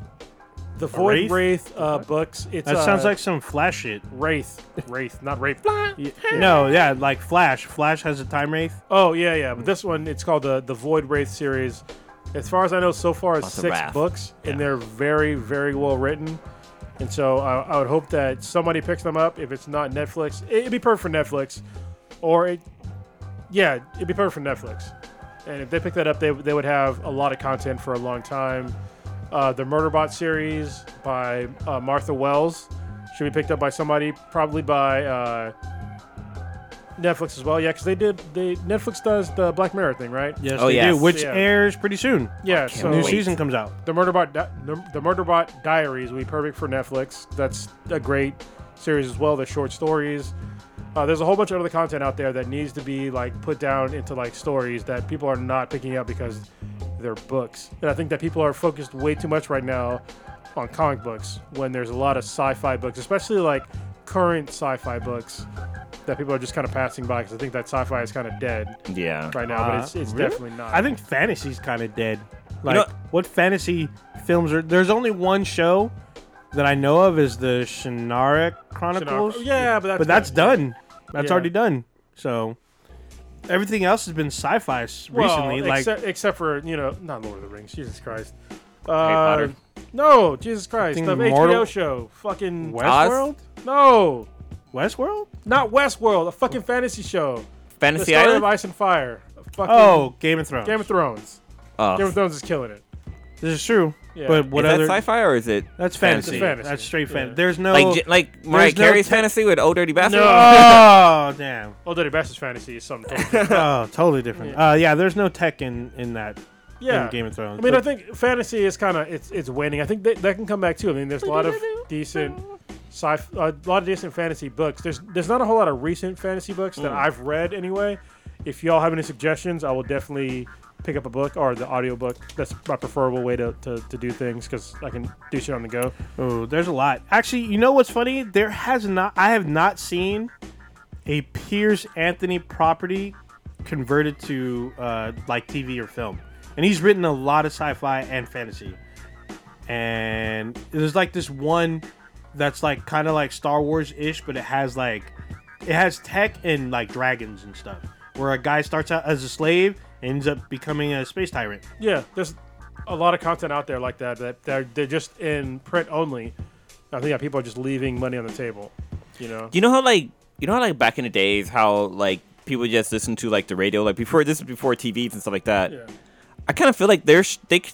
[SPEAKER 3] The
[SPEAKER 1] Wraith?
[SPEAKER 3] Void Wraith uh, books. It's
[SPEAKER 1] That
[SPEAKER 3] uh,
[SPEAKER 1] sounds like some Flash shit.
[SPEAKER 3] Wraith. Wraith, not Rape. Yeah.
[SPEAKER 1] No, yeah, like Flash. Flash has a time wraith.
[SPEAKER 3] Oh yeah, yeah. But this one, it's called the the Void Wraith series. As far as I know, so far it's
[SPEAKER 2] Lots of
[SPEAKER 3] six
[SPEAKER 2] wrath.
[SPEAKER 3] books,
[SPEAKER 2] Yeah.
[SPEAKER 3] and they're very, very well written. And so I, I would hope that somebody picks them up. If it's not Netflix, it'd be perfect for Netflix, or it, yeah, it'd be perfect for Netflix. And if they pick that up, they, they would have a lot of content for a long time. Uh, the Murderbot series by uh, Martha Wells should be picked up by somebody, probably by uh, Netflix as well. Yeah, because they did. They Netflix does the Black Mirror thing, right?
[SPEAKER 1] Yes,
[SPEAKER 2] Oh,
[SPEAKER 1] they
[SPEAKER 2] yes.
[SPEAKER 1] do, which
[SPEAKER 3] Yeah.
[SPEAKER 1] airs pretty soon.
[SPEAKER 3] Yeah.
[SPEAKER 2] can't
[SPEAKER 3] So
[SPEAKER 1] New
[SPEAKER 2] wait.
[SPEAKER 1] season comes out.
[SPEAKER 3] the Murderbot, Di- the, the Murderbot Diaries would be perfect for Netflix. That's a great series as well. The short stories. Uh, there's a whole bunch of other content out there that needs to be like put down into like stories that people are not picking up because they're books. And I think that people are focused way too much right now on comic books when there's a lot of sci-fi books, especially like current sci-fi books that people are just kind of passing by because I think that sci-fi is kind of dead
[SPEAKER 2] yeah.
[SPEAKER 3] right now, but it's,
[SPEAKER 1] Uh,
[SPEAKER 3] it's
[SPEAKER 1] really?
[SPEAKER 3] definitely not.
[SPEAKER 1] I think fantasy's kind of dead. Like,
[SPEAKER 2] know-
[SPEAKER 1] what fantasy films are? There's only one show that I know of is the Shannara Chronicles.
[SPEAKER 3] Yeah, but that's
[SPEAKER 1] but that's
[SPEAKER 3] good.
[SPEAKER 1] done. That's
[SPEAKER 3] Yeah.
[SPEAKER 1] already done. So everything else has been sci-fi s- recently.
[SPEAKER 3] Well,
[SPEAKER 1] like,
[SPEAKER 3] except, except for you know, not Lord of the Rings. Jesus Christ. Uh,
[SPEAKER 2] Potter.
[SPEAKER 3] No, Jesus Christ.
[SPEAKER 1] Think
[SPEAKER 3] The
[SPEAKER 1] Mortal-
[SPEAKER 3] HBO show. Fucking
[SPEAKER 1] Westworld?
[SPEAKER 3] No,
[SPEAKER 1] Westworld?
[SPEAKER 3] not Westworld. A fucking fantasy show. The
[SPEAKER 2] Fantasy
[SPEAKER 3] story of
[SPEAKER 2] Island.
[SPEAKER 3] Ice and Fire. Fucking
[SPEAKER 1] Oh, Game of Thrones.
[SPEAKER 3] Game of Thrones.
[SPEAKER 2] Oh.
[SPEAKER 3] Game of Thrones is killing it.
[SPEAKER 1] this is true.
[SPEAKER 3] Yeah.
[SPEAKER 1] But what
[SPEAKER 2] is
[SPEAKER 1] other?
[SPEAKER 2] that sci-fi or is it?
[SPEAKER 1] that's fantasy.
[SPEAKER 3] fantasy.
[SPEAKER 1] That's straight fantasy.
[SPEAKER 3] Yeah.
[SPEAKER 1] There's no.
[SPEAKER 2] Like j- like Mariah
[SPEAKER 1] no
[SPEAKER 2] Carey's
[SPEAKER 1] te-
[SPEAKER 2] fantasy with old dirty bastard.
[SPEAKER 1] oh damn!
[SPEAKER 3] Oh, Dirty Bastards fantasy is something.
[SPEAKER 1] Oh, totally different.
[SPEAKER 3] Yeah.
[SPEAKER 1] Uh, yeah, there's no tech in in that
[SPEAKER 3] yeah.
[SPEAKER 1] in Game of Thrones.
[SPEAKER 3] I mean,
[SPEAKER 1] but-
[SPEAKER 3] I think fantasy is kind of it's it's waning. I think that, that can come back too. I mean, there's a lot of decent sci a lot of decent fantasy books. There's there's not a whole lot of recent fantasy books
[SPEAKER 1] Hmm.
[SPEAKER 3] that I've read anyway. If y'all have any suggestions, I will definitely pick up a book or the audiobook. That's my preferable way to, to, to do things because I can do shit on the go.
[SPEAKER 1] Oh, there's a lot. Actually, you know what's funny? There has not I have not seen a Piers Anthony property converted to uh, like TV or film. And he's written a lot of sci-fi and fantasy. And there's like this one that's like kind of like Star Wars-ish, but it has like it has tech and like dragons and stuff. Where a guy starts out as a slave, ends up becoming a space tyrant.
[SPEAKER 3] Yeah, there's a lot of content out there like that that they're, they're just in print only. I think that people are just leaving money on the table. You know.
[SPEAKER 2] You know how like you know how like back in the days how like people just listened to like the radio like before this is before TVs and stuff like that.
[SPEAKER 3] Yeah.
[SPEAKER 2] I kind of feel like there's they. c-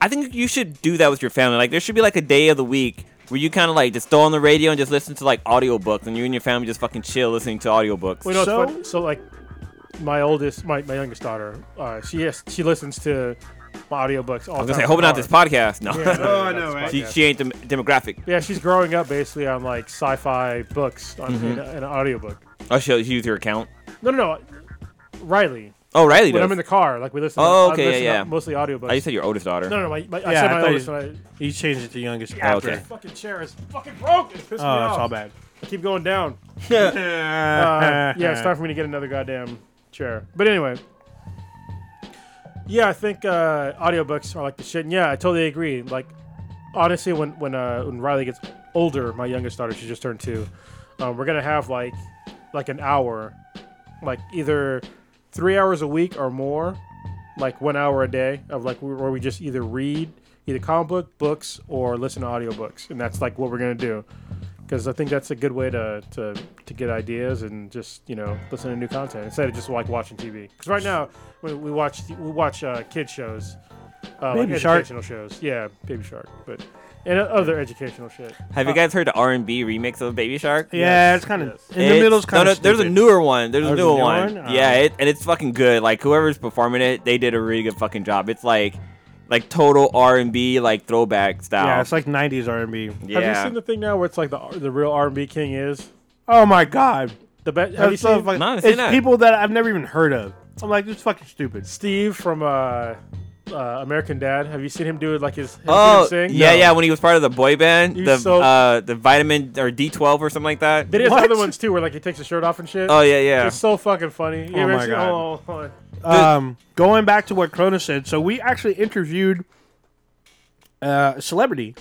[SPEAKER 2] I think you should do that with your family. Like there should be like a day of the week where you kind of like just throw on the radio and just listen to like audiobooks and you and your family just fucking chill listening to audiobooks.
[SPEAKER 3] Well, you know,
[SPEAKER 1] So-
[SPEAKER 3] so, funny. so like my oldest, my, my youngest daughter, uh, she has, she listens to my audiobooks all
[SPEAKER 2] I was
[SPEAKER 3] the
[SPEAKER 2] gonna say,
[SPEAKER 3] time.
[SPEAKER 2] hope not this podcast. No,
[SPEAKER 3] Yeah, no,
[SPEAKER 1] Oh, I
[SPEAKER 3] not
[SPEAKER 1] know,
[SPEAKER 3] this
[SPEAKER 1] right?
[SPEAKER 2] she,
[SPEAKER 3] podcast.
[SPEAKER 2] she ain't dem- demographic.
[SPEAKER 3] yeah, she's growing up basically on like sci-fi books on
[SPEAKER 2] Mm-hmm.
[SPEAKER 3] in, a- in an audiobook.
[SPEAKER 2] Oh, she'll she use your account.
[SPEAKER 3] No, no, no. Riley,
[SPEAKER 2] Oh, Riley
[SPEAKER 3] when
[SPEAKER 2] does.
[SPEAKER 3] I'm in the car, like we listen.
[SPEAKER 2] Oh,
[SPEAKER 3] I
[SPEAKER 2] okay, yeah,
[SPEAKER 3] listen to
[SPEAKER 2] yeah.
[SPEAKER 3] mostly audiobooks.
[SPEAKER 2] I you said your oldest daughter.
[SPEAKER 3] no, no, no. My, my, I
[SPEAKER 1] Yeah,
[SPEAKER 3] said
[SPEAKER 1] I
[SPEAKER 3] my
[SPEAKER 1] thought
[SPEAKER 3] oldest.
[SPEAKER 1] you-
[SPEAKER 3] and
[SPEAKER 1] He changed it to youngest.
[SPEAKER 2] Oh,
[SPEAKER 1] after.
[SPEAKER 3] I,
[SPEAKER 2] okay.
[SPEAKER 3] my fucking chair is fucking broke. It pissed me
[SPEAKER 1] Oh,
[SPEAKER 3] off.
[SPEAKER 1] that's all bad.
[SPEAKER 3] I keep going down. uh, yeah, it's time for me to get another goddamn chair. But anyway. Yeah, I think uh, audiobooks are like the shit. And yeah, I totally agree. Like, honestly, when when uh, when Riley gets older, my youngest daughter, she just turned two, um, we're gonna have like like an hour, like either three hours a week or more, like one hour a day of like where we just either read either comic book books or listen to audiobooks, and that's like what we're gonna do because I think that's a good way to, to to get ideas and just you know listen to new content instead of just like watching TV. Because right now we, we watch we watch uh, kid shows, uh,
[SPEAKER 1] Baby
[SPEAKER 3] like
[SPEAKER 1] Shark.
[SPEAKER 3] educational shows. Yeah, Baby Shark, but and other educational shit.
[SPEAKER 2] Have you guys heard the R and B remix of Baby Shark?
[SPEAKER 1] Yeah,
[SPEAKER 3] Yes,
[SPEAKER 1] it's kind of
[SPEAKER 3] yes.
[SPEAKER 1] in the
[SPEAKER 2] It's-
[SPEAKER 1] middle's kind of.
[SPEAKER 2] no, no, there's a newer one. There's
[SPEAKER 1] Oh,
[SPEAKER 2] a
[SPEAKER 1] there's a
[SPEAKER 2] newer
[SPEAKER 1] new
[SPEAKER 2] one.
[SPEAKER 1] one?
[SPEAKER 2] Yeah,
[SPEAKER 1] Uh.
[SPEAKER 2] it, and it's fucking good. Like whoever's performing it, they did a really good fucking job. It's like, like total R and B like throwback style.
[SPEAKER 1] Yeah, it's like '90s R&B.
[SPEAKER 2] Yeah.
[SPEAKER 3] Have you seen the thing now where it's like the the real R and B king is
[SPEAKER 1] Oh my god,
[SPEAKER 3] the best? Have you
[SPEAKER 1] that's so
[SPEAKER 3] seen
[SPEAKER 1] fucking.
[SPEAKER 2] No, I haven't
[SPEAKER 1] it's
[SPEAKER 2] seen that.
[SPEAKER 1] people that I've never even heard of. I'm like, this is fucking stupid.
[SPEAKER 3] Steve from uh, uh, American Dad. Have you seen him do it like his? his
[SPEAKER 2] Oh,
[SPEAKER 3] thing?
[SPEAKER 2] yeah,
[SPEAKER 3] No.
[SPEAKER 2] yeah. When he was part of the boy band,
[SPEAKER 3] He
[SPEAKER 2] the
[SPEAKER 3] was so-
[SPEAKER 2] uh, the vitamin or D twelve or something like that.
[SPEAKER 3] Then he has
[SPEAKER 1] What?
[SPEAKER 3] other ones too, where like he takes his shirt off and shit.
[SPEAKER 2] Oh yeah, yeah.
[SPEAKER 3] It's so fucking funny. You
[SPEAKER 1] Oh
[SPEAKER 3] ever
[SPEAKER 1] my
[SPEAKER 3] seen-
[SPEAKER 1] God.
[SPEAKER 3] oh, oh, oh.
[SPEAKER 1] Um, going back to what Krona said, so we actually interviewed uh, a celebrity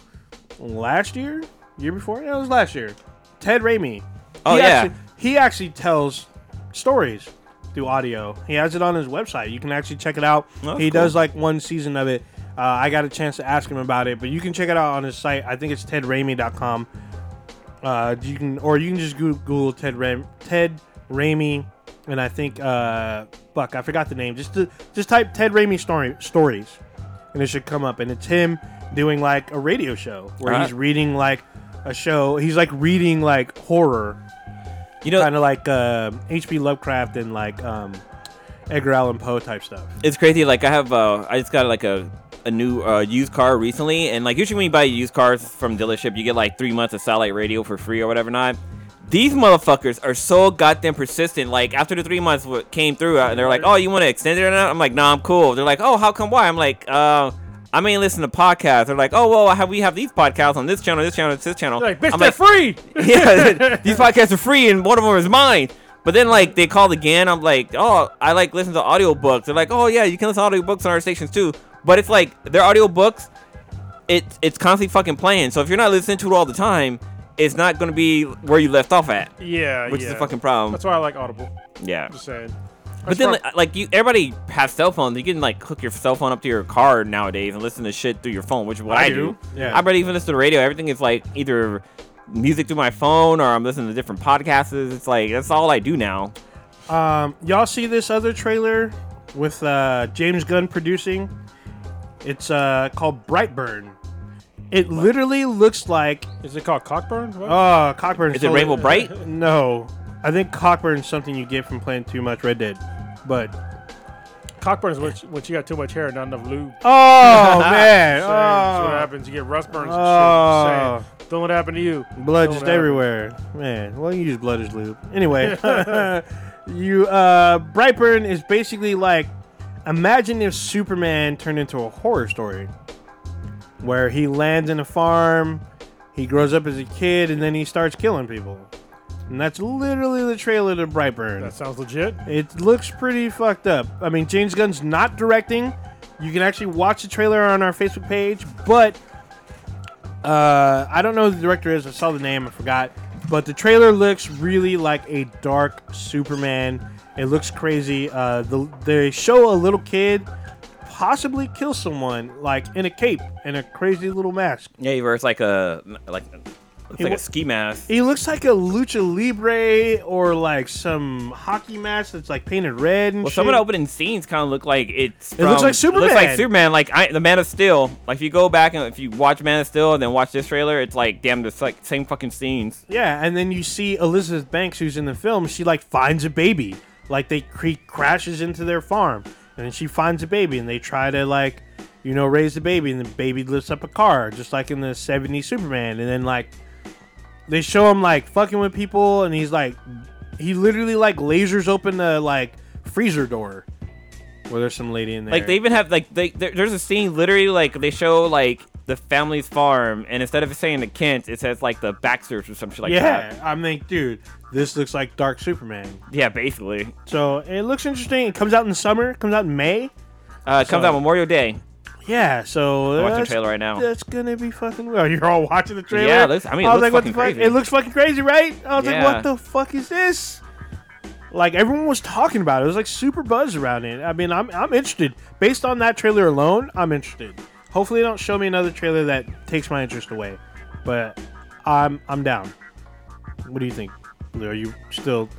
[SPEAKER 1] last year, year before. Yeah, it was last year. Ted Raimi.
[SPEAKER 2] Oh,
[SPEAKER 1] he
[SPEAKER 2] yeah.
[SPEAKER 1] Actually, he actually tells stories through audio. He has it on his website. You can actually check it out.
[SPEAKER 2] Oh, that's
[SPEAKER 1] he
[SPEAKER 2] cool.
[SPEAKER 1] does like one season of it. Uh, I got a chance to ask him about it, but you can check it out on his site. I think it's tedraimi.com. Uh, you can, or you can just Goo- Google Ted Ram- Ted Raimi, and I think uh, fuck, I forgot the name. Just to, just type Ted Raimi story stories, and it should come up. And it's him doing like a radio show where he's
[SPEAKER 2] Alright.
[SPEAKER 1] reading like a show. He's like reading like horror,
[SPEAKER 2] You know,
[SPEAKER 1] kind of like uh, H.P. Lovecraft and like um, Edgar Allan Poe type stuff.
[SPEAKER 2] it's crazy. Like I have, uh, I just got like a a new uh, used car recently, and like usually when you buy used cars from dealership, you get like three months of satellite radio for free or whatever. Not these motherfuckers are so goddamn persistent. Like after the three months w- came through, uh, they're like, "Oh, you want to extend it or not?" I'm like, "Nah, I'm cool." They're like, "Oh, how come? Why?" I'm like, "Uh." I mean, listen to podcasts. They're like, oh, well, have, we have these podcasts on this channel, this channel, this channel.
[SPEAKER 3] They're like, bitch,
[SPEAKER 2] I'm
[SPEAKER 3] they're free.
[SPEAKER 2] yeah, these podcasts are free, and one of them is mine. But then, like, they called again. I'm like, oh, I like listen to audiobooks. They're like, oh, yeah, you can listen to audiobooks on our stations too. But it's like, their audiobooks, it, it's constantly fucking playing. So if you're not listening to it all the time, it's not going to be where you left off at,
[SPEAKER 3] yeah,
[SPEAKER 2] which is
[SPEAKER 3] yeah.
[SPEAKER 2] a fucking problem.
[SPEAKER 3] That's why I like Audible.
[SPEAKER 2] yeah.
[SPEAKER 3] Just saying.
[SPEAKER 2] But then, like, like, you, everybody has cell phones. You can, like, hook your cell phone up to your car nowadays and listen to shit through your phone, which is what
[SPEAKER 1] I
[SPEAKER 2] I,
[SPEAKER 1] do,
[SPEAKER 2] do.
[SPEAKER 1] yeah.
[SPEAKER 2] I barely even listen to the radio. Everything is, like, either music through my phone or I'm listening to different podcasts. It's like, that's all I do now.
[SPEAKER 1] Um, y'all see this other trailer with uh, James Gunn producing? It's uh, called Brightburn. It literally looks like
[SPEAKER 3] is it called Cockburn? What?
[SPEAKER 1] oh Cockburn.
[SPEAKER 2] Is it Rainbow Bright?
[SPEAKER 1] No, I think Cockburn's something you get from playing too much Red Dead. But
[SPEAKER 3] Cockburn is when she- when she got too much hair and not enough lube.
[SPEAKER 1] oh man,
[SPEAKER 3] Saying, that's what
[SPEAKER 1] oh,
[SPEAKER 3] happens. You get rust burns.
[SPEAKER 1] Oh.
[SPEAKER 3] And shit. Just saying. Don't let it happen to you.
[SPEAKER 1] blood
[SPEAKER 3] Don't
[SPEAKER 1] just
[SPEAKER 3] let it happen.
[SPEAKER 1] everywhere, man. Well, you use blood as lube anyway. you uh, Brightburn is basically like imagine if Superman turned into a horror story where he lands in a farm, he grows up as a kid, and then he starts killing people. And that's literally the trailer to Brightburn.
[SPEAKER 3] That sounds legit.
[SPEAKER 1] It looks pretty fucked up. I mean, James Gunn's not directing. You can actually watch the trailer on our Facebook page, but uh, I don't know who the director is. I saw the name, I forgot. But the trailer looks really like a dark Superman. It looks crazy. Uh, the, they show a little kid possibly kill someone, like in a cape and a crazy little mask.
[SPEAKER 2] Yeah, you wears like a, like, it's like
[SPEAKER 1] wa-
[SPEAKER 2] a ski mask.
[SPEAKER 1] He looks like a lucha libre or like some hockey mask that's like painted red and
[SPEAKER 2] Well,
[SPEAKER 1] shit.
[SPEAKER 2] some of the opening scenes kind of look like it's.
[SPEAKER 1] It looks
[SPEAKER 2] from-
[SPEAKER 1] like Superman.
[SPEAKER 2] Looks like Superman, like I, the Man of Steel. Like if you go back and if you watch Man of Steel and then watch this trailer, it's like damn, it's like same fucking scenes.
[SPEAKER 1] Yeah, and then you see Elizabeth Banks, who's in the film. She like finds a baby, like they cre- crashes into their farm, and then she finds a baby, and they try to like, you know, raise the baby, and the baby lifts up a car, just like in the '70s Superman. And then like, they show him like fucking with people, and he's like, he literally like lasers open the like freezer door, where there's some lady in there.
[SPEAKER 2] Like they even have like they there, there's a scene literally like they show like the family's farm and instead of it saying the Kent, it says like the Baxters or some shit like
[SPEAKER 1] yeah,
[SPEAKER 2] that.
[SPEAKER 1] I mean, dude, this looks like Dark Superman.
[SPEAKER 2] Yeah, basically.
[SPEAKER 1] So it looks interesting. It comes out in the summer. It comes out in May.
[SPEAKER 2] Uh, it comes
[SPEAKER 1] So-
[SPEAKER 2] out Memorial Day.
[SPEAKER 1] Yeah, so
[SPEAKER 2] I'm watching the
[SPEAKER 1] that's-
[SPEAKER 2] trailer right now.
[SPEAKER 1] That's gonna be fucking. Well, you're all watching the trailer.
[SPEAKER 2] Yeah, it looks- I mean, it looks
[SPEAKER 1] what the
[SPEAKER 2] fucking
[SPEAKER 1] fuck?
[SPEAKER 2] crazy.
[SPEAKER 1] It looks fucking crazy, right? I was like,
[SPEAKER 2] Yeah.
[SPEAKER 1] what the fuck is this? Like everyone was talking about it. It was like super buzz around it. I mean, I'm I'm interested. Based on that trailer alone, I'm interested. Hopefully, they don't show me another trailer that takes my interest away. But I'm I'm down. What do you think? Blue? Are you still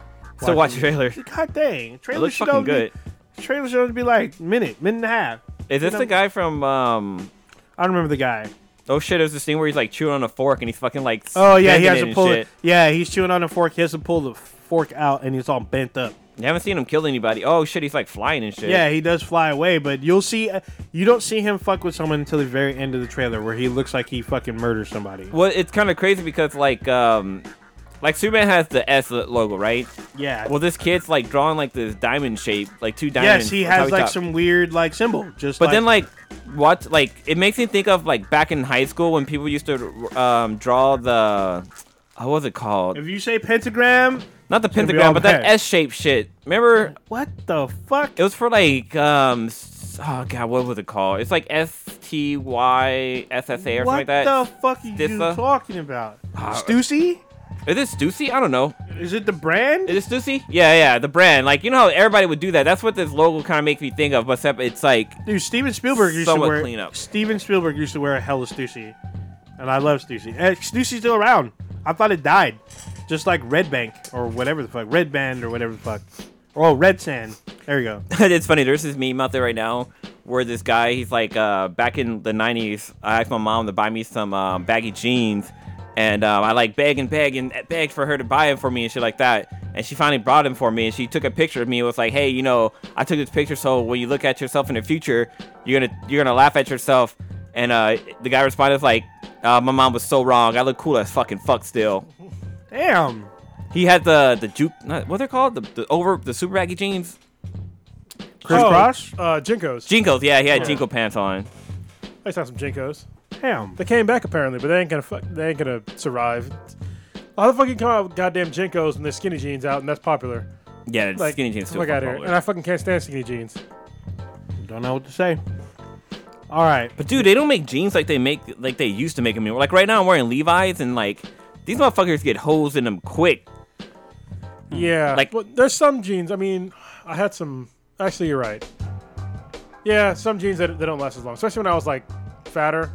[SPEAKER 2] So watch the trailer.
[SPEAKER 1] God dang,
[SPEAKER 2] It
[SPEAKER 1] trailer
[SPEAKER 2] looks
[SPEAKER 1] should
[SPEAKER 2] fucking
[SPEAKER 1] only
[SPEAKER 2] good.
[SPEAKER 1] Be, trailer should only be like minute, minute and a half.
[SPEAKER 2] Is this
[SPEAKER 1] know-
[SPEAKER 2] the guy from um?
[SPEAKER 1] I don't remember the guy.
[SPEAKER 2] Oh shit! There's a scene where he's like chewing on a fork and he's fucking like.
[SPEAKER 1] Oh yeah, he
[SPEAKER 2] bending
[SPEAKER 1] has
[SPEAKER 2] it
[SPEAKER 1] to
[SPEAKER 2] and
[SPEAKER 1] pull
[SPEAKER 2] shit.
[SPEAKER 1] it. Yeah, he's chewing on a fork. He has to pull the fork out, and he's all bent up.
[SPEAKER 2] You haven't seen him kill anybody. Oh shit! He's like flying and shit.
[SPEAKER 1] Yeah, he does fly away, but you'll see. Uh, you don't see him fuck with someone until the very end of the trailer, where he looks like he fucking murders somebody.
[SPEAKER 2] Well, it's kind of crazy because like um, like Superman has the S logo, right?
[SPEAKER 1] Yeah.
[SPEAKER 2] Well, this kid's like drawing like this diamond shape, like two diamonds.
[SPEAKER 1] yes, he
[SPEAKER 2] on
[SPEAKER 1] has
[SPEAKER 2] top of
[SPEAKER 1] like
[SPEAKER 2] top.
[SPEAKER 1] some weird like symbol. Just
[SPEAKER 2] But then like what? Like it makes me think of like back in high school when people used to um, draw the. uh, What was it called?
[SPEAKER 1] if you say pentagram,
[SPEAKER 2] Not the
[SPEAKER 3] be
[SPEAKER 2] pentagram,
[SPEAKER 3] all
[SPEAKER 2] but that
[SPEAKER 3] red.
[SPEAKER 2] S-shaped shit. Remember
[SPEAKER 1] what the fuck?
[SPEAKER 2] It was for like um s- oh god, what was it called? It's like S T Y S S A or something
[SPEAKER 1] what
[SPEAKER 2] like that.
[SPEAKER 1] the fuck are you
[SPEAKER 2] Stissa?
[SPEAKER 1] talking about?
[SPEAKER 2] Ah.
[SPEAKER 1] Stussy?
[SPEAKER 2] Is this Stussy? I don't know.
[SPEAKER 1] Is it the brand?
[SPEAKER 2] Is it Stussy? Yeah, yeah, the brand. Like you know how everybody would do that. That's what this logo kind of makes me think of. Except it's like
[SPEAKER 1] Dude, Steven Spielberg used
[SPEAKER 2] Somewhat
[SPEAKER 1] to wear.
[SPEAKER 2] clean up.
[SPEAKER 1] Steven Spielberg used to wear a hell of Stussy, and I love Stussy. Eh, Stussy's still around. I thought it died, just like Red Bank or whatever the fuck, Red Band or whatever the fuck, oh Red Sand. There you go.
[SPEAKER 2] it's funny. There's this meme out there right now where this guy, he's like, uh, back in the 90s, I asked my mom to buy me some um, baggy jeans. And um, I like begged and begged and begged for her to buy them for me and shit like that. And she finally brought them for me. And she took a picture of me. and was like, hey, you know, I took this picture. So when you look at yourself in the future, you're gonna you're gonna laugh at yourself. And uh, the guy responded like, uh, my mom was so wrong. I look cool as fucking fuck still.
[SPEAKER 1] Damn.
[SPEAKER 2] He had the the juke. Not, what they're called? The, the over the super baggy jeans.
[SPEAKER 1] Chris
[SPEAKER 3] Oh,
[SPEAKER 1] Cross.
[SPEAKER 3] Uh, Jinkos.
[SPEAKER 2] Jinkos. Yeah, he had Jinko pants on.
[SPEAKER 3] I saw some Jinkos.
[SPEAKER 1] Damn.
[SPEAKER 3] They came back apparently, but they ain't gonna fuck, they ain't gonna survive. How the fuck you come out with goddamn Jinkos and their skinny jeans out and that's popular?
[SPEAKER 2] Yeah, it's
[SPEAKER 3] Like oh
[SPEAKER 2] skinny jeans too.
[SPEAKER 3] Fuck out here. And I fucking can't stand skinny jeans.
[SPEAKER 1] Don't know what to say. All right.
[SPEAKER 2] But dude, they don't make jeans like they make like they used to make them anymore. Like right now, I'm wearing Levi's, and like these motherfuckers get holes in them quick.
[SPEAKER 3] Mm. Yeah.
[SPEAKER 2] Like-
[SPEAKER 3] Like well, there's some jeans. I mean, I had some actually you're right. Yeah, some jeans that, that don't last as long. Especially when I was like fatter.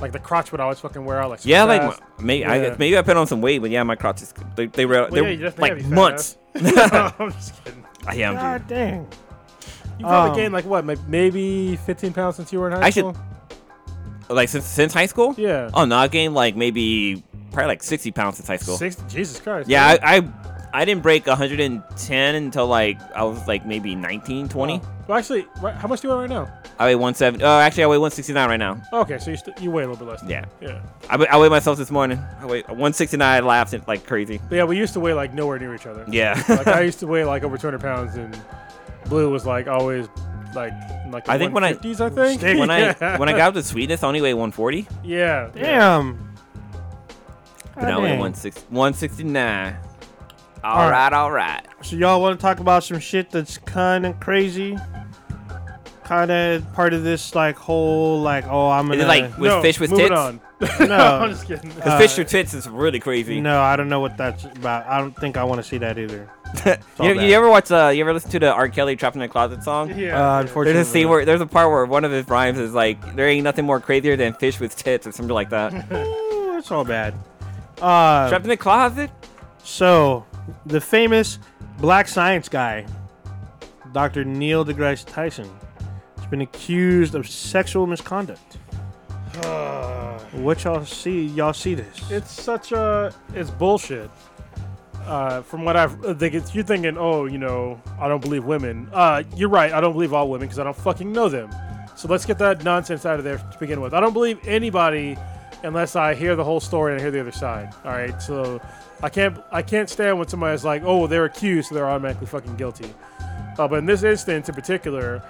[SPEAKER 3] Like the crotch would always fucking wear out like super
[SPEAKER 2] Yeah, like
[SPEAKER 3] fast.
[SPEAKER 2] my, may, I
[SPEAKER 3] Yeah.
[SPEAKER 2] maybe I put on some weight, but yeah, my crotches they they were
[SPEAKER 3] Well,
[SPEAKER 2] they're
[SPEAKER 3] yeah, you definitely
[SPEAKER 2] like
[SPEAKER 3] gotta be fat
[SPEAKER 2] months.
[SPEAKER 3] I'm just kidding.
[SPEAKER 2] I am. Dude.
[SPEAKER 1] God dang.
[SPEAKER 3] You probably
[SPEAKER 1] Um,
[SPEAKER 3] gained like what, may- maybe 15 pounds since you were in high
[SPEAKER 2] I should-
[SPEAKER 3] school?
[SPEAKER 2] Like since since high school.
[SPEAKER 3] Yeah.
[SPEAKER 2] Oh no, I gained like maybe probably like 60 pounds since high school.
[SPEAKER 3] Six, Jesus Christ.
[SPEAKER 2] Yeah, I, I I didn't break 110 until like I was like maybe 19, 20.
[SPEAKER 3] Uh, Well, actually, right, how much do you weigh right now?
[SPEAKER 2] I weigh 170. Oh, actually, I weigh 169 right now.
[SPEAKER 3] Okay, so you, st- you weigh a little bit less. than-
[SPEAKER 2] Yeah.
[SPEAKER 3] Yeah.
[SPEAKER 2] I, I weighed myself this morning. I weighed 169. I laughed it like crazy.
[SPEAKER 3] But yeah, we used to weigh like nowhere near each other.
[SPEAKER 2] Yeah.
[SPEAKER 3] Like I used to weigh like over 200 pounds, and Blue was like always like in, like the
[SPEAKER 2] I think when I-
[SPEAKER 3] 150s, I think
[SPEAKER 1] Stick-
[SPEAKER 2] when
[SPEAKER 3] yeah.
[SPEAKER 2] I when I got up to Sweetness, I only weighed 140.
[SPEAKER 3] yeah yeah.
[SPEAKER 1] Damn.
[SPEAKER 2] But now I weigh
[SPEAKER 1] Goddamn.
[SPEAKER 2] 160 169. all
[SPEAKER 1] All
[SPEAKER 2] right,
[SPEAKER 1] right.
[SPEAKER 2] all right.
[SPEAKER 1] So y'all want to talk about some shit that's kind of crazy, kind of part of this like whole like oh I'm gonna
[SPEAKER 2] Is it like with
[SPEAKER 3] no,
[SPEAKER 2] fish with
[SPEAKER 3] moving
[SPEAKER 2] tits?
[SPEAKER 3] on.
[SPEAKER 1] no
[SPEAKER 3] I'm just kidding.
[SPEAKER 2] Because fish with tits is really crazy.
[SPEAKER 1] No, I don't know what that's about. I don't think I want to see that either. It's all
[SPEAKER 2] you,
[SPEAKER 1] bad.
[SPEAKER 2] you ever watch? Uh, you ever listen to the R. Kelly "Trapped in the Closet" song?
[SPEAKER 1] Uh,
[SPEAKER 3] yeah.
[SPEAKER 1] unfortunately,
[SPEAKER 2] There's a scene where there's a part where one of his rhymes is like, "There ain't nothing more crazier than fish with tits" or something like that.
[SPEAKER 1] Ooh, it's all bad. Uh,
[SPEAKER 2] Trapped in the closet.
[SPEAKER 1] so the famous black science guy, Dr. Neil deGrasse Tyson, has been accused of sexual misconduct. What y'all see? Y'all see this?
[SPEAKER 3] it's such a it's bullshit. Uh, from what I've, I think it's, you're thinking, oh, you know, I don't believe women. Uh, you're right, I don't believe all women because I don't fucking know them. So let's get that nonsense out of there to begin with. I don't believe anybody unless I hear the whole story and I hear the other side. All right, so I can't I can't stand when somebody's like, oh, they're accused, so they're automatically fucking guilty. Uh, but in this instance in particular,